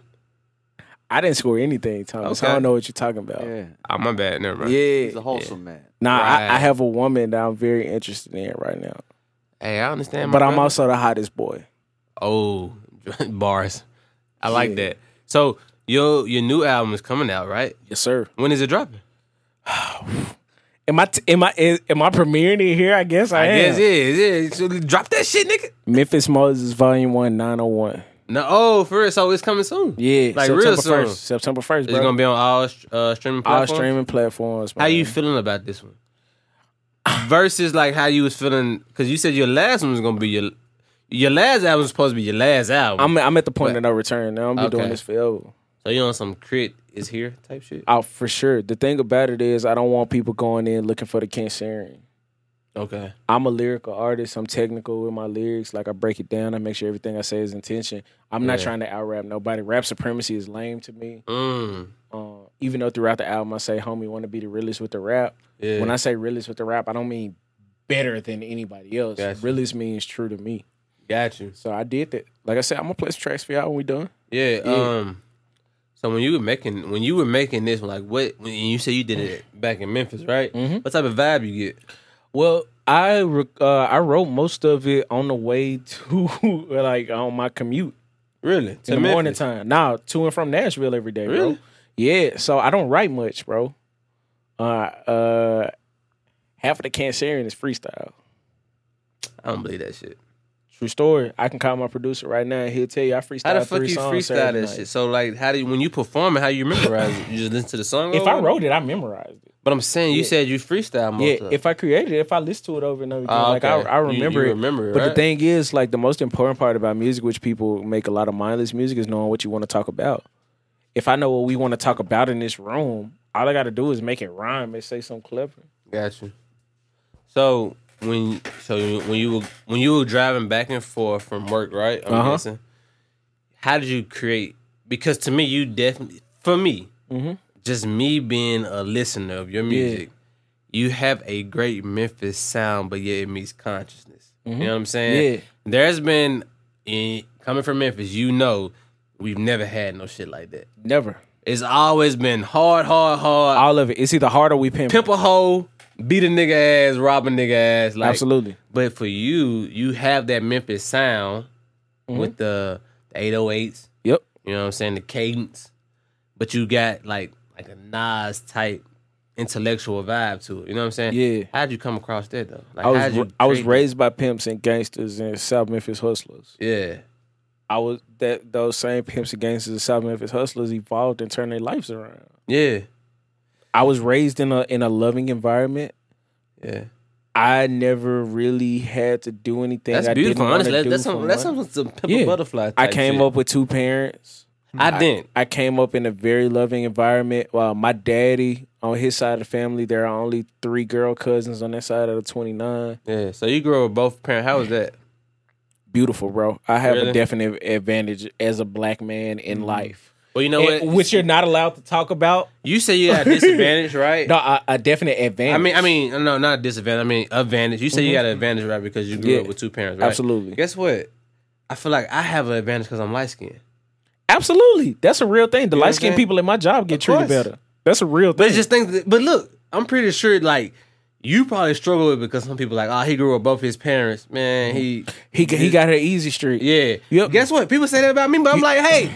[SPEAKER 3] I didn't score anything, Thomas.
[SPEAKER 2] Okay.
[SPEAKER 3] I don't know what you're talking about.
[SPEAKER 5] Yeah,
[SPEAKER 2] Oh, my bad. Never mind.
[SPEAKER 5] he's a wholesome man.
[SPEAKER 3] Nah,
[SPEAKER 2] Right.
[SPEAKER 3] I, I have a woman that I'm very interested in right now.
[SPEAKER 2] Hey, I understand. my
[SPEAKER 3] But I'm
[SPEAKER 2] brother.
[SPEAKER 3] also the hottest boy.
[SPEAKER 2] Oh, bars. I like that. So your your new album is coming out, right?
[SPEAKER 3] Yes, sir.
[SPEAKER 2] When is it dropping?
[SPEAKER 3] Am I t- am I is, am I premiering it here? I guess I,
[SPEAKER 2] I
[SPEAKER 3] am.
[SPEAKER 2] guess it is. Yeah. So drop that shit, nigga.
[SPEAKER 3] Memphis Moses Volume One 901.
[SPEAKER 2] No, oh, for real. So it's coming soon.
[SPEAKER 3] Yeah,
[SPEAKER 2] like
[SPEAKER 3] September
[SPEAKER 2] real soon.
[SPEAKER 3] 1st. September 1st,
[SPEAKER 2] It's
[SPEAKER 3] bro.
[SPEAKER 2] gonna be on all uh, streaming
[SPEAKER 3] All
[SPEAKER 2] platforms.
[SPEAKER 3] streaming platforms.
[SPEAKER 2] How
[SPEAKER 3] man.
[SPEAKER 2] you feeling about this one? Versus like how you was feeling because you said your last one was gonna be your your last album was supposed to be your last album.
[SPEAKER 3] I'm I'm at the point
[SPEAKER 2] But-
[SPEAKER 3] of no return now. I'm gonna be
[SPEAKER 2] Okay.
[SPEAKER 3] doing this forever.
[SPEAKER 2] so you on some crit is here type shit.
[SPEAKER 3] Out for sure. The thing about it is, I don't want people going in looking for the Cancerian.
[SPEAKER 2] Okay.
[SPEAKER 3] I'm a lyrical artist. I'm technical with my lyrics. Like I break it down. I make sure everything I say is intention. I'm not
[SPEAKER 2] Yeah.
[SPEAKER 3] trying to out rap nobody. Rap supremacy is lame to me.
[SPEAKER 2] Mm.
[SPEAKER 3] Uh, even though throughout the album I say, "Homie, want to be the realest with the rap."
[SPEAKER 2] Yeah.
[SPEAKER 3] When I say realest with the rap, I don't mean better than anybody else.
[SPEAKER 2] Gotcha.
[SPEAKER 3] Realist means true to me.
[SPEAKER 2] got you.
[SPEAKER 3] So I did that. Like I said, I'm gonna play some tracks for y'all when we done.
[SPEAKER 2] Yeah.
[SPEAKER 3] Yeah.
[SPEAKER 2] Um. So when you were making when you were making this, like what when you said you did it back in Memphis, right?
[SPEAKER 3] Mhm.
[SPEAKER 2] What type of vibe you get?
[SPEAKER 3] Well, I re- uh, I wrote most of it on the way to like on my commute
[SPEAKER 2] Really?
[SPEAKER 3] in the morning time. Now to and from Nashville every day, bro.
[SPEAKER 2] Really?
[SPEAKER 3] Yeah, so I don't write much, bro. Uh, uh, half of the Cancerian is freestyle.
[SPEAKER 2] I don't believe that shit.
[SPEAKER 3] True story. I can call my producer right now. and He'll tell you I freestyle.
[SPEAKER 2] How the fuck
[SPEAKER 3] three
[SPEAKER 2] you
[SPEAKER 3] songs
[SPEAKER 2] freestyle
[SPEAKER 3] Saturday
[SPEAKER 2] that
[SPEAKER 3] night.
[SPEAKER 2] shit? So like, how do you when you perform it? How you memorize it? You just listen to the song.
[SPEAKER 3] If
[SPEAKER 2] over
[SPEAKER 3] I
[SPEAKER 2] and-
[SPEAKER 3] wrote it, I memorized it.
[SPEAKER 2] but I'm saying you
[SPEAKER 3] Yeah.
[SPEAKER 2] said you freestyle most
[SPEAKER 3] Yeah,
[SPEAKER 2] of it.
[SPEAKER 3] if I created it, if I listen to it over and over again,
[SPEAKER 2] Oh,
[SPEAKER 3] like I,
[SPEAKER 2] okay.
[SPEAKER 3] I
[SPEAKER 2] You-
[SPEAKER 3] remember
[SPEAKER 2] you
[SPEAKER 3] it.
[SPEAKER 2] remember it,
[SPEAKER 3] but
[SPEAKER 2] right?
[SPEAKER 3] the thing is, like the most important part about music, which people make a lot of mindless music, is knowing what you want to talk about. If I know what we want to talk about in this room, all I got to do is make it rhyme and say something clever.
[SPEAKER 2] Got you. So when so when you were when you were driving back and forth from work, right? I'm
[SPEAKER 3] Uh-huh.
[SPEAKER 2] guessing. How did you create? Because to me, you definitely for me,
[SPEAKER 3] Mhm.
[SPEAKER 2] just me being a listener of your music, you have a great Memphis sound, but yet it meets consciousness. You know what I'm saying?
[SPEAKER 3] Mm-hmm. Yeah.
[SPEAKER 2] There's been in, coming from Memphis, you know, we've never had no shit like that.
[SPEAKER 3] Never.
[SPEAKER 2] It's always been hard, hard, hard
[SPEAKER 3] All of it. It's either hard or we pimp.
[SPEAKER 2] pimp a hoe, beat a nigga ass, rob a nigga ass. Like,
[SPEAKER 3] Absolutely.
[SPEAKER 2] But for you, you have that Memphis sound
[SPEAKER 3] Mm-hmm.
[SPEAKER 2] with the, the 808s,
[SPEAKER 3] Yep.
[SPEAKER 2] you know what I'm saying, the cadence. But you got like like a Nas type intellectual vibe to it. You know what I'm saying?
[SPEAKER 3] Yeah.
[SPEAKER 2] How'd you come across that though? Like,
[SPEAKER 3] I
[SPEAKER 2] how'd
[SPEAKER 3] was
[SPEAKER 2] you
[SPEAKER 3] ra- I was
[SPEAKER 2] create
[SPEAKER 3] raised by pimps and gangsters and South Memphis hustlers.
[SPEAKER 2] that? Yeah.
[SPEAKER 3] I was that those same pimps and gangsters and South Memphis hustlers evolved and turned their lives around.
[SPEAKER 2] Yeah.
[SPEAKER 3] I was raised in a in a loving environment.
[SPEAKER 2] Yeah.
[SPEAKER 3] I never really had to do anything.
[SPEAKER 2] That's
[SPEAKER 3] I
[SPEAKER 2] beautiful.
[SPEAKER 3] Didn't wanna
[SPEAKER 2] Honestly, that-
[SPEAKER 3] do
[SPEAKER 2] that's
[SPEAKER 3] for
[SPEAKER 2] some that's
[SPEAKER 3] money.
[SPEAKER 2] some, some pimp
[SPEAKER 3] Yeah.
[SPEAKER 2] a butterfly.
[SPEAKER 3] I
[SPEAKER 2] type
[SPEAKER 3] came
[SPEAKER 2] shit.
[SPEAKER 3] up with two parents.
[SPEAKER 2] I didn't.
[SPEAKER 3] I came up in a very loving environment. Well, my daddy on his side of the family, there are only three girl cousins on that side of the twenty nine.
[SPEAKER 2] Yeah. So you grew up with both parents. How was that?
[SPEAKER 3] Beautiful, bro. I have
[SPEAKER 2] Really?
[SPEAKER 3] a definite advantage as a black man in life,
[SPEAKER 2] Well, you know what?
[SPEAKER 3] And- which you're not allowed to talk about.
[SPEAKER 2] you say you had a disadvantage, right?
[SPEAKER 3] No, a, a definite advantage. Mm-hmm.
[SPEAKER 2] I mean, I mean, no, not disadvantage. I mean, advantage. You say you got an advantage, right? Because you grew
[SPEAKER 3] Yeah.
[SPEAKER 2] up with two parents, right?
[SPEAKER 3] Absolutely.
[SPEAKER 2] Guess what? I feel like I have an advantage because I'm light skinned.
[SPEAKER 3] absolutely. That's a real thing. The
[SPEAKER 2] know what I'm
[SPEAKER 3] light skinned
[SPEAKER 2] saying?
[SPEAKER 3] people in my job get treated
[SPEAKER 2] course.
[SPEAKER 3] better. That's a real thing.
[SPEAKER 2] But it's just things. That, but look, I'm pretty sure like you probably struggle with it because some people like, oh, he grew up both his parents. Man, he
[SPEAKER 3] He he got her easy street.
[SPEAKER 2] yeah.
[SPEAKER 3] Yep.
[SPEAKER 2] Guess what? People say that about me, but I'm like, hey.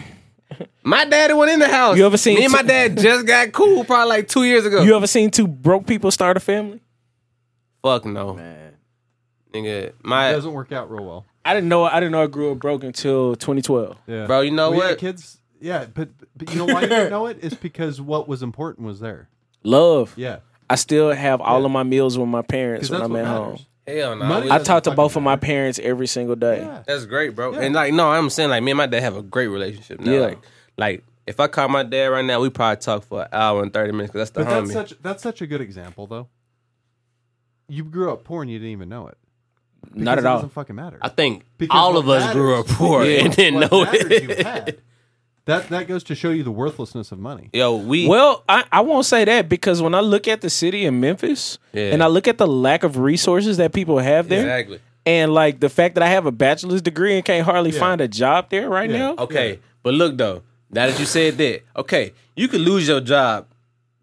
[SPEAKER 2] My daddy went in the house.
[SPEAKER 3] You ever seen
[SPEAKER 2] me and my
[SPEAKER 3] two-
[SPEAKER 2] dad just got cool probably like two years ago.
[SPEAKER 3] You ever seen two broke people start a family?
[SPEAKER 2] Fuck no,
[SPEAKER 5] Man,
[SPEAKER 2] nigga.
[SPEAKER 4] It
[SPEAKER 2] My
[SPEAKER 4] doesn't work out real well.
[SPEAKER 3] I didn't know. I didn't know I grew up broke until 2012.
[SPEAKER 4] Yeah.
[SPEAKER 2] bro, you know
[SPEAKER 4] we had
[SPEAKER 2] what?
[SPEAKER 4] kids. Yeah, but, but you know why you didn't know it is because what was important was there.
[SPEAKER 3] Love.
[SPEAKER 4] Yeah,
[SPEAKER 3] I still have all of my meals with my parents
[SPEAKER 4] because
[SPEAKER 3] when
[SPEAKER 4] that's
[SPEAKER 3] I'm
[SPEAKER 4] what
[SPEAKER 3] at
[SPEAKER 4] matters.
[SPEAKER 3] home.
[SPEAKER 2] Hell no.
[SPEAKER 4] Money
[SPEAKER 2] we-
[SPEAKER 4] It
[SPEAKER 3] I
[SPEAKER 4] doesn't
[SPEAKER 3] talk to
[SPEAKER 4] fucking
[SPEAKER 3] both of my parents every single day.
[SPEAKER 4] Yeah.
[SPEAKER 2] That's great, bro.
[SPEAKER 4] Yeah.
[SPEAKER 2] And like, no, I'm saying like me and my dad have a great relationship now.
[SPEAKER 3] Yeah.
[SPEAKER 2] Like, like if I call my dad right now, we probably talk for an hour and thirty minutes because that's the
[SPEAKER 4] But that's
[SPEAKER 2] homie.
[SPEAKER 4] such that's such a good example though. You grew up poor and you didn't even know it.
[SPEAKER 3] Not
[SPEAKER 4] Because
[SPEAKER 3] at
[SPEAKER 4] it
[SPEAKER 3] all.
[SPEAKER 4] Doesn't fucking matter.
[SPEAKER 2] I think
[SPEAKER 4] Because
[SPEAKER 2] all
[SPEAKER 4] what
[SPEAKER 2] of us grew up
[SPEAKER 4] matters-
[SPEAKER 2] poor
[SPEAKER 4] Yeah.
[SPEAKER 2] and didn't
[SPEAKER 4] What
[SPEAKER 2] know
[SPEAKER 4] matters you
[SPEAKER 2] it.
[SPEAKER 4] had. That that goes to show you the worthlessness of money.
[SPEAKER 2] Yo, we
[SPEAKER 3] Well, I, I won't say that because when I look at the city of Memphis
[SPEAKER 2] Yeah.
[SPEAKER 3] and I look at the lack of resources that people have there,
[SPEAKER 2] exactly.
[SPEAKER 3] and like the fact that I have a bachelor's degree and can't hardly find a job there right now,
[SPEAKER 2] Okay, but look though, now that you said that, okay, you could lose your job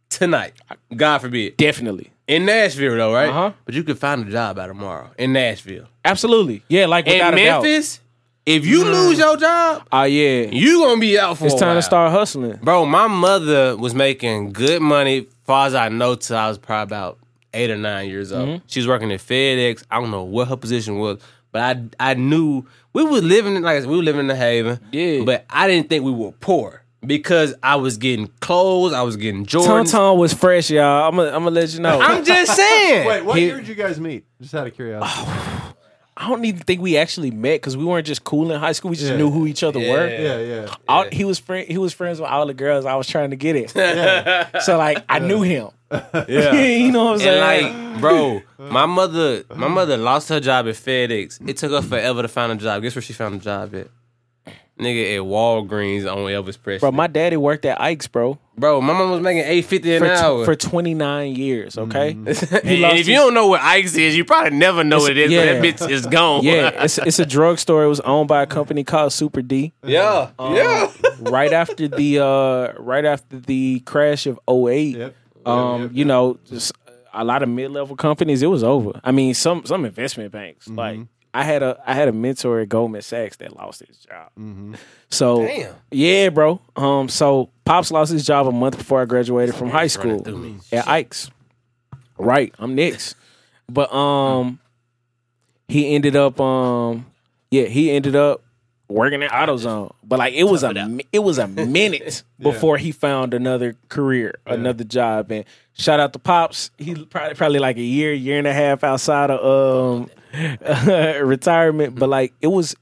[SPEAKER 2] tonight, God forbid,
[SPEAKER 3] definitely,
[SPEAKER 2] in Nashville though, right?
[SPEAKER 3] Uh-huh.
[SPEAKER 2] But you could find a job by tomorrow in Nashville.
[SPEAKER 3] absolutely, yeah, like
[SPEAKER 2] In
[SPEAKER 3] without a
[SPEAKER 2] Memphis, if you
[SPEAKER 4] Mm.
[SPEAKER 2] lose your job,
[SPEAKER 3] doubt. Oh yeah,
[SPEAKER 2] you gonna be out for
[SPEAKER 3] it's
[SPEAKER 2] a
[SPEAKER 3] time
[SPEAKER 2] while.
[SPEAKER 3] to start hustling.
[SPEAKER 2] Bro, my mother was making good money, far as I know, till I was probably about eight or nine years old.
[SPEAKER 3] Mm-hmm.
[SPEAKER 2] She was working at FedEx. I don't know what her position was, but I I knew we were living in- like we were living in the Haven.
[SPEAKER 3] Yeah.
[SPEAKER 2] but I didn't think we were poor because I was getting clothes, I was getting
[SPEAKER 3] Tom
[SPEAKER 2] Jordans.
[SPEAKER 3] Tom was fresh, y'all. I'm gonna I'm gonna let you know.
[SPEAKER 2] I'm just saying.
[SPEAKER 4] Wait, what
[SPEAKER 3] He-
[SPEAKER 4] year did you guys meet? Just out of curiosity.
[SPEAKER 3] I don't even think we actually met because we weren't just cool in high school. We just
[SPEAKER 4] Yeah.
[SPEAKER 3] knew who each other were.
[SPEAKER 4] yeah, yeah.
[SPEAKER 3] All, He was friend. He was friends with all the girls I was trying to get it. So like I knew him. Yeah, you know what I'm
[SPEAKER 2] And
[SPEAKER 3] saying.
[SPEAKER 2] like, bro, my mother, my mother lost her job at FedEx. It took her forever to find a job. Guess where she found a job at? Nigga at Walgreens on Elvis Presley.
[SPEAKER 3] bro, my daddy worked at Ike's, bro,
[SPEAKER 2] Bro, my mom was making eight fifty an
[SPEAKER 3] for,
[SPEAKER 2] hour.
[SPEAKER 3] tw- for 29 years. Okay,
[SPEAKER 2] and
[SPEAKER 3] lost
[SPEAKER 2] if you
[SPEAKER 3] his-
[SPEAKER 2] don't know what Ike's is, you probably never know what it is.
[SPEAKER 3] yeah.
[SPEAKER 2] But that bitch is gone.
[SPEAKER 3] yeah, it's it's a drugstore. It was owned by a company called Super D.
[SPEAKER 2] yeah, yeah.
[SPEAKER 3] right after the uh right after the crash of 08
[SPEAKER 4] Yep.
[SPEAKER 3] um
[SPEAKER 4] Yep, yep,
[SPEAKER 3] you know just a lot of mid-level companies it was over i mean some some investment banks like i had a i had a mentor at goldman sachs that lost his job so
[SPEAKER 2] Damn.
[SPEAKER 3] yeah bro um so pops lost his job a month before i graduated from high school
[SPEAKER 2] through me.
[SPEAKER 3] at ike's right i'm next but um he ended up um yeah he ended up working at AutoZone. But like it was a mi- it was a minute before he found another career, another job. And shout out to Pops. He probably probably like a year, year and a half outside of um retirement. But like it was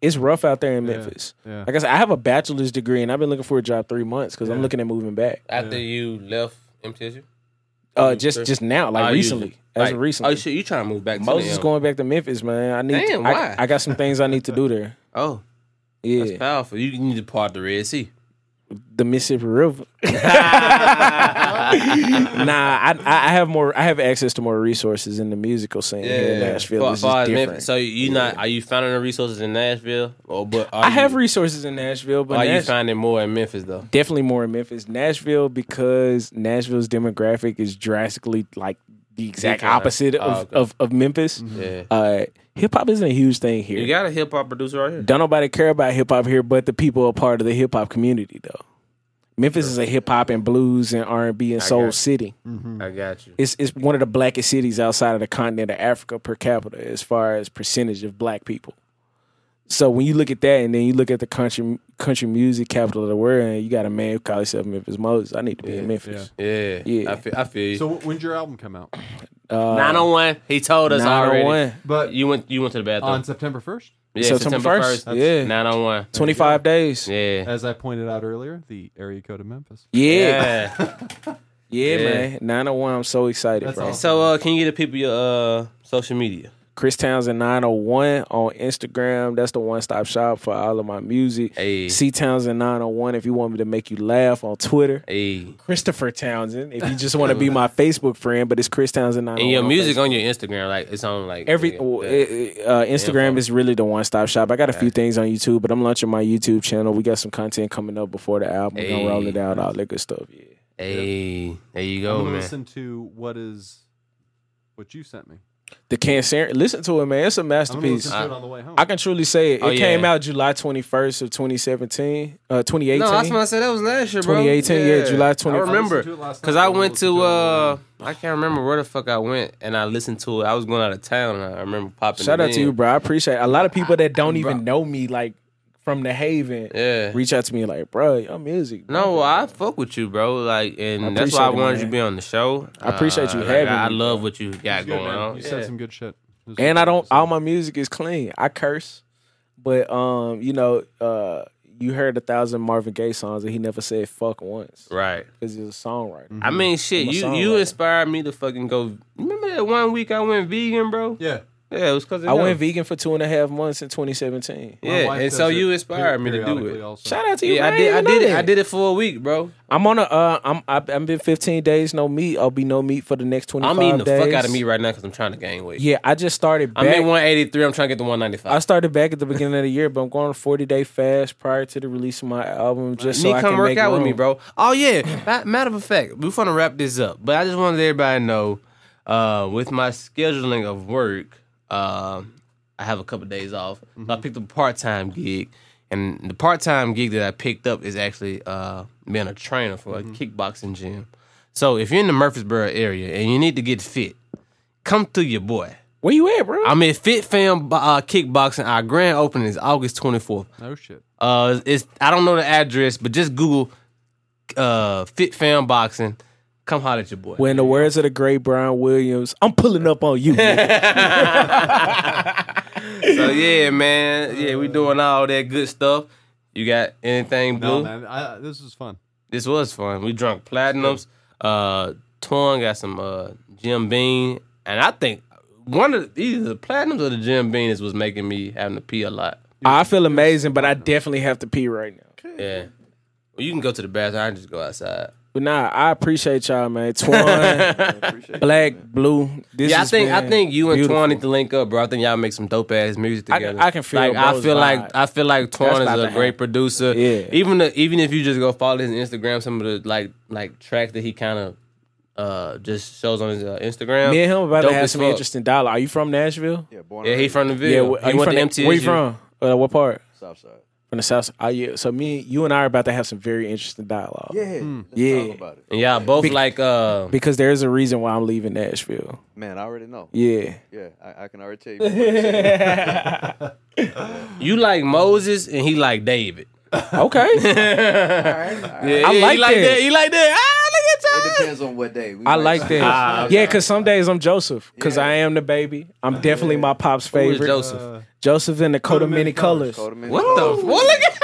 [SPEAKER 3] it's rough out there in Memphis.
[SPEAKER 4] yeah.
[SPEAKER 3] Like I said, I have a bachelor's degree and I've been looking for a job three months because I'm looking at moving back.
[SPEAKER 2] After you left MTSU,
[SPEAKER 3] Uh, just just now, like
[SPEAKER 2] Oh, you-
[SPEAKER 3] recently, as of recently.
[SPEAKER 2] Oh shit, you trying to move back?
[SPEAKER 3] Moses
[SPEAKER 2] to
[SPEAKER 3] is
[SPEAKER 2] them.
[SPEAKER 3] going back to Memphis, man. I need.
[SPEAKER 2] Damn,
[SPEAKER 3] to, I-
[SPEAKER 2] why?
[SPEAKER 3] I, got some things I need to do there.
[SPEAKER 2] Oh,
[SPEAKER 3] Yeah,
[SPEAKER 2] that's powerful. You need to part the Red Sea.
[SPEAKER 3] the Mississippi River. nah, I I I have more. I have access to more resources in the musical scene here in Nashville.
[SPEAKER 2] Far-
[SPEAKER 3] It's
[SPEAKER 2] far
[SPEAKER 3] just
[SPEAKER 2] as
[SPEAKER 3] different.
[SPEAKER 2] Memphis. So you not? Are you finding the resources in Nashville? Or but are
[SPEAKER 3] I have
[SPEAKER 2] You,
[SPEAKER 3] resources in Nashville, but
[SPEAKER 2] are you
[SPEAKER 3] Nash-
[SPEAKER 2] finding more in Memphis though?
[SPEAKER 3] definitely more in Memphis. Nashville because Nashville's demographic is drastically like the exact
[SPEAKER 2] Different.
[SPEAKER 3] opposite of,
[SPEAKER 2] Oh, okay.
[SPEAKER 3] of, of Memphis.
[SPEAKER 2] Yeah.
[SPEAKER 3] Uh, hip hop isn't a huge thing here.
[SPEAKER 2] You got a hip hop producer right here.
[SPEAKER 3] Don't nobody care about hip hop here, but the people are part of the hip hop community though. Memphis is a hip hop and blues and R and B and soul
[SPEAKER 2] got-
[SPEAKER 3] city.
[SPEAKER 2] I got you.
[SPEAKER 3] It's it's one of the blackest cities outside of the continent of Africa per capita as far as percentage of black people. So when you look at that, and then you look at the country country music capital of the world, and you got a man who calls himself Memphis Moses. I need to be in Memphis.
[SPEAKER 2] Yeah,
[SPEAKER 3] Yeah.
[SPEAKER 2] I feel, I feel you.
[SPEAKER 4] So wh- when'd your album come out?
[SPEAKER 2] Nine on one. He told us already.
[SPEAKER 3] 901.
[SPEAKER 4] But
[SPEAKER 2] You went. You went to the bathroom.
[SPEAKER 4] on September first,
[SPEAKER 2] yeah,
[SPEAKER 3] September first. Yeah,
[SPEAKER 2] Nine on one.
[SPEAKER 3] twenty five days. Yeah.
[SPEAKER 2] Yeah.
[SPEAKER 4] as I pointed out earlier, the area code of Memphis.
[SPEAKER 3] Yeah.
[SPEAKER 2] Yeah. Yeah.
[SPEAKER 3] man. Nine oh one. I'm so excited,
[SPEAKER 4] That's
[SPEAKER 3] bro.
[SPEAKER 4] awesome.
[SPEAKER 2] so, uh, can you get the people your uh, social media?
[SPEAKER 3] Chris Townsend 901 on Instagram. That's the one stop shop for all of my music.
[SPEAKER 2] Hey.
[SPEAKER 3] C Townsend 901 if you want me to make you laugh on Twitter.
[SPEAKER 2] Hey.
[SPEAKER 3] Christopher Townsend if you just want to be my Facebook friend, but it's Chris Townsend 901.
[SPEAKER 2] And your
[SPEAKER 3] on
[SPEAKER 2] music
[SPEAKER 3] Facebook.
[SPEAKER 2] on your Instagram, like it's on like
[SPEAKER 3] Every
[SPEAKER 2] yeah,
[SPEAKER 3] well,
[SPEAKER 2] yeah.
[SPEAKER 3] it- it- uh, Instagram
[SPEAKER 2] Info.
[SPEAKER 3] is really the one stop shop. I got a few things on YouTube, but I'm launching my YouTube channel. We got some content coming up before the album. We're
[SPEAKER 2] Hey.
[SPEAKER 3] gonna roll it out, all that good stuff. Yeah.
[SPEAKER 2] Hey, there you
[SPEAKER 4] I'm
[SPEAKER 2] go,
[SPEAKER 4] gonna
[SPEAKER 2] Oh, man.
[SPEAKER 4] listen to what is what you sent me.
[SPEAKER 3] The cancer, listen to it, man. It's a
[SPEAKER 4] I'm gonna
[SPEAKER 3] masterpiece.
[SPEAKER 4] listen to it on the way home.
[SPEAKER 3] I can truly say it. It
[SPEAKER 2] Oh, yeah.
[SPEAKER 3] came out July 21st of 2017, uh, 2018.
[SPEAKER 2] No, that's what I said. That was last year, bro.
[SPEAKER 3] 2018, yeah, July 20.
[SPEAKER 2] I
[SPEAKER 4] I
[SPEAKER 2] remember
[SPEAKER 4] listened to it last
[SPEAKER 2] because
[SPEAKER 4] night,
[SPEAKER 2] I
[SPEAKER 4] but I
[SPEAKER 2] went
[SPEAKER 4] listened
[SPEAKER 2] to
[SPEAKER 4] to it
[SPEAKER 2] uh,
[SPEAKER 4] on
[SPEAKER 2] I can't remember where the fuck I went, and I listened to it. I was going out of town, and I remember popping.
[SPEAKER 3] Shout
[SPEAKER 2] it
[SPEAKER 3] out to
[SPEAKER 2] in.
[SPEAKER 3] you, bro. I appreciate it. a lot of people that don't even know me, like from the Haven,
[SPEAKER 2] Yeah.
[SPEAKER 3] reach out to me like, bro, your music. bro."
[SPEAKER 2] No, I fuck with you, bro. Like, and that's why I
[SPEAKER 3] appreciate it,
[SPEAKER 2] wanted
[SPEAKER 3] man.
[SPEAKER 2] you to be on the show. Uh,
[SPEAKER 3] I appreciate you
[SPEAKER 2] like,
[SPEAKER 3] having
[SPEAKER 2] I
[SPEAKER 3] me,
[SPEAKER 2] love what you got
[SPEAKER 4] It's good,
[SPEAKER 2] going
[SPEAKER 4] man.
[SPEAKER 2] on.
[SPEAKER 4] You said
[SPEAKER 2] Yeah.
[SPEAKER 4] some good shit. This is-
[SPEAKER 3] and I don't. All my music is clean. I curse, but um, you know, uh, you heard a thousand Marvin Gaye songs and he never said fuck once
[SPEAKER 2] Right. Mm-hmm.
[SPEAKER 3] because he's a songwriter.
[SPEAKER 2] I mean, shit,
[SPEAKER 3] I'm a
[SPEAKER 2] you
[SPEAKER 3] songwriter.
[SPEAKER 2] you inspired me to fucking go. Remember that one week I went vegan, bro?
[SPEAKER 4] Yeah.
[SPEAKER 2] Yeah, it was because
[SPEAKER 3] I went vegan for two and a half months in 2017.
[SPEAKER 4] My
[SPEAKER 2] Yeah,
[SPEAKER 4] wife
[SPEAKER 2] and
[SPEAKER 4] does
[SPEAKER 2] so
[SPEAKER 4] it
[SPEAKER 2] you inspired me to do it.
[SPEAKER 4] periodically Also.
[SPEAKER 3] Shout out to you.
[SPEAKER 2] Yeah, I
[SPEAKER 3] man.
[SPEAKER 2] did. I
[SPEAKER 3] You know
[SPEAKER 2] did it.
[SPEAKER 3] that.
[SPEAKER 2] I did it for a week, bro.
[SPEAKER 3] I'm on a. Uh, I'm. I've, I've been 15 days no meat. I'll be no meat for the next 25
[SPEAKER 2] I'm
[SPEAKER 3] days.
[SPEAKER 2] eating the fuck out of meat right now because I'm trying to gain weight.
[SPEAKER 3] Yeah, I just started.
[SPEAKER 2] I'm
[SPEAKER 3] Back,
[SPEAKER 2] at 183. I'm trying to get to
[SPEAKER 3] I
[SPEAKER 2] 195.
[SPEAKER 3] started back at the beginning of the year, but I'm going on a 40 day fast prior to the release of my album, just so
[SPEAKER 2] you
[SPEAKER 3] I
[SPEAKER 2] need
[SPEAKER 3] can
[SPEAKER 2] come work
[SPEAKER 3] make
[SPEAKER 2] out with me,
[SPEAKER 3] room.
[SPEAKER 2] bro. Oh yeah. Ma- Matter of fact, we're gonna wrap this up, but I just wanted everybody to know, uh, with my scheduling of work, uh, I have a couple days off. So
[SPEAKER 3] Mm-hmm.
[SPEAKER 2] I picked up a part time gig, and the part time gig that I picked up is actually uh, being a trainer for
[SPEAKER 3] Mm-hmm.
[SPEAKER 2] a kickboxing gym. So if you're in the Murfreesboro area and you need to get fit, come to your boy.
[SPEAKER 3] Where you at, bro?
[SPEAKER 2] I'm at Fit Fam uh, Kickboxing. Our grand opening is August 24th.
[SPEAKER 4] No shit.
[SPEAKER 2] Uh, it's I don't know the address, but just Google uh, Fit Fam Boxing. Come holler at your boy.
[SPEAKER 3] when the words of the great Brian Williams, I'm pulling up on you. nigga.
[SPEAKER 2] so yeah, man. Yeah, we doing all that good stuff. You got anything,
[SPEAKER 4] No,
[SPEAKER 2] Blue?
[SPEAKER 4] man, I, this is fun.
[SPEAKER 2] This was fun. We drunk platinums. Uh, Torn got some uh Jim Bean, and I think one of the, either the platinums or the Jim Bean is was making me having to pee a lot.
[SPEAKER 3] I feel amazing, but I definitely have to pee right now.
[SPEAKER 2] Yeah. Well, you can go to the bathroom. I just go outside.
[SPEAKER 3] But nah, I appreciate y'all, man. Twan, Black, Blue. This
[SPEAKER 2] Yeah, I
[SPEAKER 3] has
[SPEAKER 2] think I
[SPEAKER 3] been
[SPEAKER 2] think you and
[SPEAKER 3] beautiful.
[SPEAKER 2] Twan need to link up, bro. I think y'all make some dope ass music
[SPEAKER 3] I
[SPEAKER 2] together.
[SPEAKER 3] can- I can feel
[SPEAKER 2] like I
[SPEAKER 3] those
[SPEAKER 2] feel
[SPEAKER 3] vibes.
[SPEAKER 2] like I feel like
[SPEAKER 3] That's
[SPEAKER 2] Twan
[SPEAKER 3] about
[SPEAKER 2] is
[SPEAKER 3] to
[SPEAKER 2] a great
[SPEAKER 3] happen.
[SPEAKER 2] producer.
[SPEAKER 3] Yeah.
[SPEAKER 2] Even the, even if you just go follow his Instagram, some of the like like tracks that he kind of uh just shows on his uh, Instagram.
[SPEAKER 3] me and him about
[SPEAKER 2] dope
[SPEAKER 3] to have
[SPEAKER 2] as
[SPEAKER 3] some
[SPEAKER 2] fuck.
[SPEAKER 3] interesting dialogue. Are you from Nashville?
[SPEAKER 5] Yeah, born
[SPEAKER 2] Yeah, he from the
[SPEAKER 3] Yeah,
[SPEAKER 2] Ville.
[SPEAKER 3] wh- are
[SPEAKER 2] he
[SPEAKER 3] you
[SPEAKER 2] went
[SPEAKER 3] from
[SPEAKER 2] to
[SPEAKER 3] the-
[SPEAKER 2] MTSU.
[SPEAKER 3] Where you from? Uh, what part?
[SPEAKER 5] Southside.
[SPEAKER 3] From the south. Oh, yeah. So me, you and I are about to have some very interesting dialogue.
[SPEAKER 5] Yeah,
[SPEAKER 2] Hmm.
[SPEAKER 5] let's
[SPEAKER 3] Yeah.
[SPEAKER 5] talk about it.
[SPEAKER 2] And y'all both like uh
[SPEAKER 3] Because there is a reason why I'm leaving Nashville.
[SPEAKER 5] Man, I already know.
[SPEAKER 3] Yeah.
[SPEAKER 5] Yeah, I, I can already tell you. what I'm saying.
[SPEAKER 2] you like Moses and he like David.
[SPEAKER 3] Okay.
[SPEAKER 2] Yeah,
[SPEAKER 3] I
[SPEAKER 2] yeah,
[SPEAKER 3] like
[SPEAKER 2] he like
[SPEAKER 3] that.
[SPEAKER 2] that. He like that. Ah, look at
[SPEAKER 5] it
[SPEAKER 2] y'all.
[SPEAKER 5] depends on what day. We
[SPEAKER 3] I
[SPEAKER 5] might-
[SPEAKER 3] like that.
[SPEAKER 2] Ah,
[SPEAKER 3] Yeah, because some days I'm Joseph, because I am the baby. I'm definitely my pop's
[SPEAKER 2] Who is
[SPEAKER 3] favorite.
[SPEAKER 2] Joseph?
[SPEAKER 3] Joseph in the Uh, coat of many colors.
[SPEAKER 5] Call them in
[SPEAKER 2] what
[SPEAKER 5] the
[SPEAKER 2] the?
[SPEAKER 5] call.
[SPEAKER 2] f- What? Look at.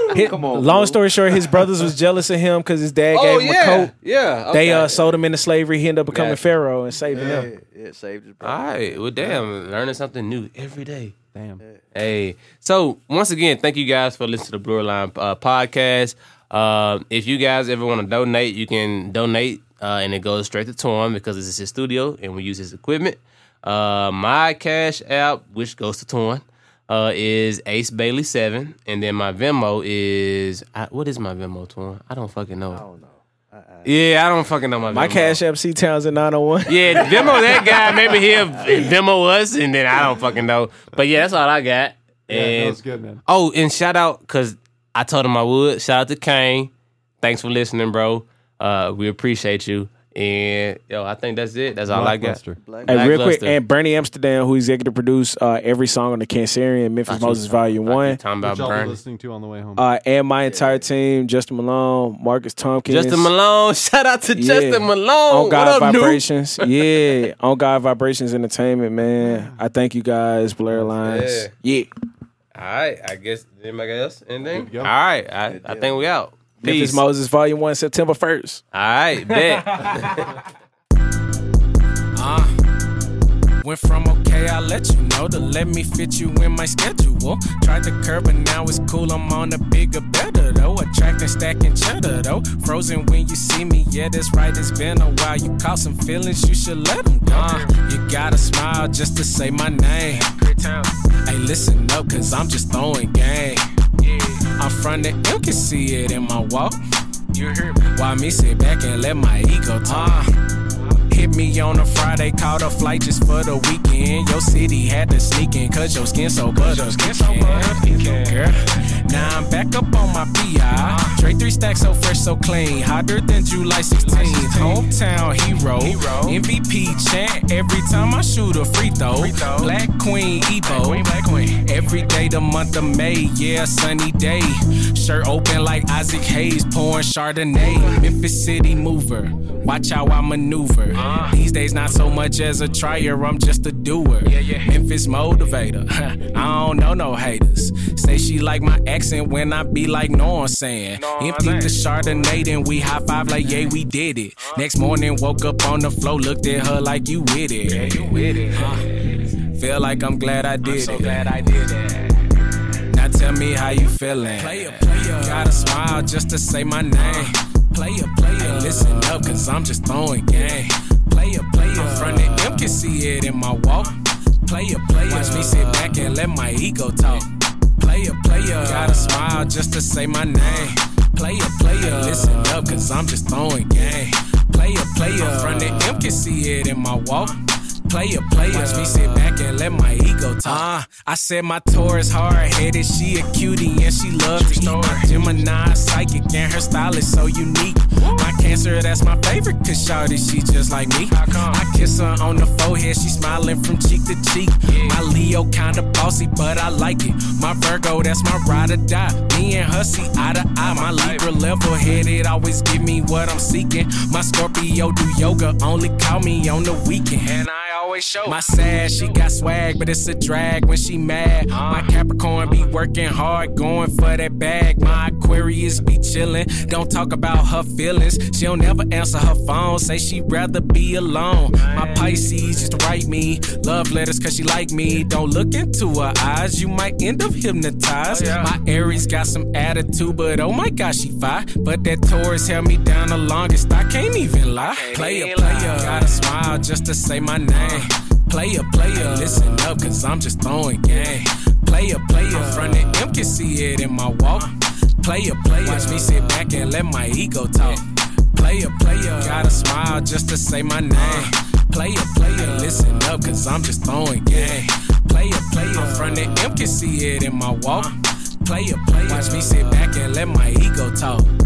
[SPEAKER 3] Yeah. His-
[SPEAKER 5] Come on,
[SPEAKER 3] long
[SPEAKER 5] Blue.
[SPEAKER 3] story short, his brothers was jealous of him because his dad
[SPEAKER 2] Oh
[SPEAKER 3] gave him
[SPEAKER 2] yeah,
[SPEAKER 3] a coat.
[SPEAKER 2] yeah.
[SPEAKER 3] They uh,
[SPEAKER 2] okay.
[SPEAKER 3] sold him into slavery. He ended up becoming
[SPEAKER 2] Gotcha.
[SPEAKER 3] Pharaoh and saving
[SPEAKER 5] Yeah,
[SPEAKER 3] them.
[SPEAKER 5] yeah, saved his
[SPEAKER 2] All
[SPEAKER 5] brother.
[SPEAKER 2] right. Well, damn, learning something new every day.
[SPEAKER 4] Damn.
[SPEAKER 2] Hey, so once again, thank you guys for listening to the Blue Line uh, podcast. Uh, if you guys ever want to donate, you can donate, uh, and it goes straight to Torm because this is his studio and we use his equipment. Uh, my Cash app, which goes to Torn, uh, is Ace Bailey Seven, and then my Venmo is I, what is my Venmo, Torn? I don't fucking know. I don't know. yeah, I don't fucking know my
[SPEAKER 3] My
[SPEAKER 2] Venmo.
[SPEAKER 3] cash app C Townsend 901.
[SPEAKER 2] Yeah, Venmo that guy. Maybe he'll Venmo us, and then I don't fucking know. But yeah, that's all I got.
[SPEAKER 4] Yeah, that
[SPEAKER 2] And
[SPEAKER 4] was good, man.
[SPEAKER 2] oh, and shout out because I told him I would. Shout out to Kane. Thanks for listening, bro. Uh, we appreciate you. And yo, I think that's it. That's all I got.
[SPEAKER 4] Blockbuster.
[SPEAKER 5] Black
[SPEAKER 3] Hey, real quick,
[SPEAKER 2] Lackluster.
[SPEAKER 3] and Bernie Amsterdam, who executive produced uh, every song on the Cancerian, Memphis Moses Volume One,
[SPEAKER 2] Talking
[SPEAKER 4] Which
[SPEAKER 2] about
[SPEAKER 4] y'all be
[SPEAKER 2] Bernie.
[SPEAKER 4] listening to on the way home.
[SPEAKER 3] uh, and my entire team: Justin Malone, Marcus Tompkins,
[SPEAKER 2] Justin Malone. Shout out to Justin Malone.
[SPEAKER 3] On Oh, God
[SPEAKER 2] Oh, what up, dude?
[SPEAKER 3] Vibrations, yeah, On God Vibrations Entertainment, man. I thank you guys, Blair Lines, yeah.
[SPEAKER 2] All right, I guess anybody else anything?
[SPEAKER 4] go.
[SPEAKER 2] All right, I, I think we out.
[SPEAKER 3] Memphis
[SPEAKER 2] Peace. All
[SPEAKER 3] Moses Volume One, September first.
[SPEAKER 2] right, bet.
[SPEAKER 1] Went from okay, I let you know to let me fit you in my schedule. Tried to curb, but now it's cool. I'm on a bigger, better though. Attracting, stacking cheddar though. Frozen when you see me, yeah, that's right. It's been a while. You caught some feelings, you should let them go. Uh, you gotta smile just to say my name. Hey, listen up, cause I'm just throwing game. I'm from the M, can see it in my walk. You hear me? Uh-huh. Why me sit back and let my ego talk? Hit me on a Friday, caught a flight just for the weekend. Your city had to sneak in, cause your skin so butter. Skin so Girl, now I'm back up on my PI. Trade three stacks so fresh, so clean. Hotter than July 16th. Hometown hero. MVP chant every time I shoot a free throw. Black Queen Evo. Every day the month of May, yeah, sunny day. Shirt open like Isaac Hayes, pouring Chardonnay. Memphis City mover, watch how I maneuver. These days, not so much as a trier, I'm just a doer. Memphis motivator, I don't know no haters. Say she like my accent when I be like, no, I'm saying. Empty the Chardonnay, then we high five like, yeah, we did it. Next morning, woke up on the floor, looked at her like, you with it. Yeah, you with it. Feel like I'm glad I did it. glad I did it. Now tell me how you feeling. Player, player. Gotta smile just to say my name. Player, player. listen up, cause I'm just throwing game. Player, player. I'm from the M, can see it in my walk. Player, player. Watch me sit back and let my ego talk. Player, player. Gotta smile just to say my name. Player, player. Listen up, cause I'm just throwing game. Player, player. I'm from the M, can see it in my walk. Player, player. Watch me sit back and let my ego talk. Uh, I said my Taurus hard headed. She a cutie and she loves to eat. My Gemini psychic and her style is so unique. My cancer, that's my favorite. Cause shawty, she just like me. I kiss her on the forehead. She smiling from cheek to cheek. My Leo kinda bossy, but I like it. My Virgo, that's my ride or die. Me and her see eye to eye. My Libra level headed. Always give me what I'm seeking. My Scorpio do yoga. Only call me on the weekend. And I always show. My sad, she got swag, but it's a drag when she mad. My Capricorn be working hard, going for that bag. My Aquarius be chilling, don't talk about her feelings. She don't ever answer her phone, say she rather be alone. My Pisces used to write me love letters cause she like me. Don't look into her eyes, you might end up hypnotized. My Aries got some attitude, but oh my gosh, she fine. But that Taurus held me down the longest, I can't even lie. Player, player, gotta smile just to say my name. Player, player, listen up, cause I'm just throwing game. Player, player, from the M can see it in my walk. Player, player, watch me sit back and let my ego talk. Player, player, gotta smile just to say my name. Player, player, listen up, cause I'm just throwing game. Player, player, from the M can see it in my walk. Player, player, watch me sit back and let my ego talk.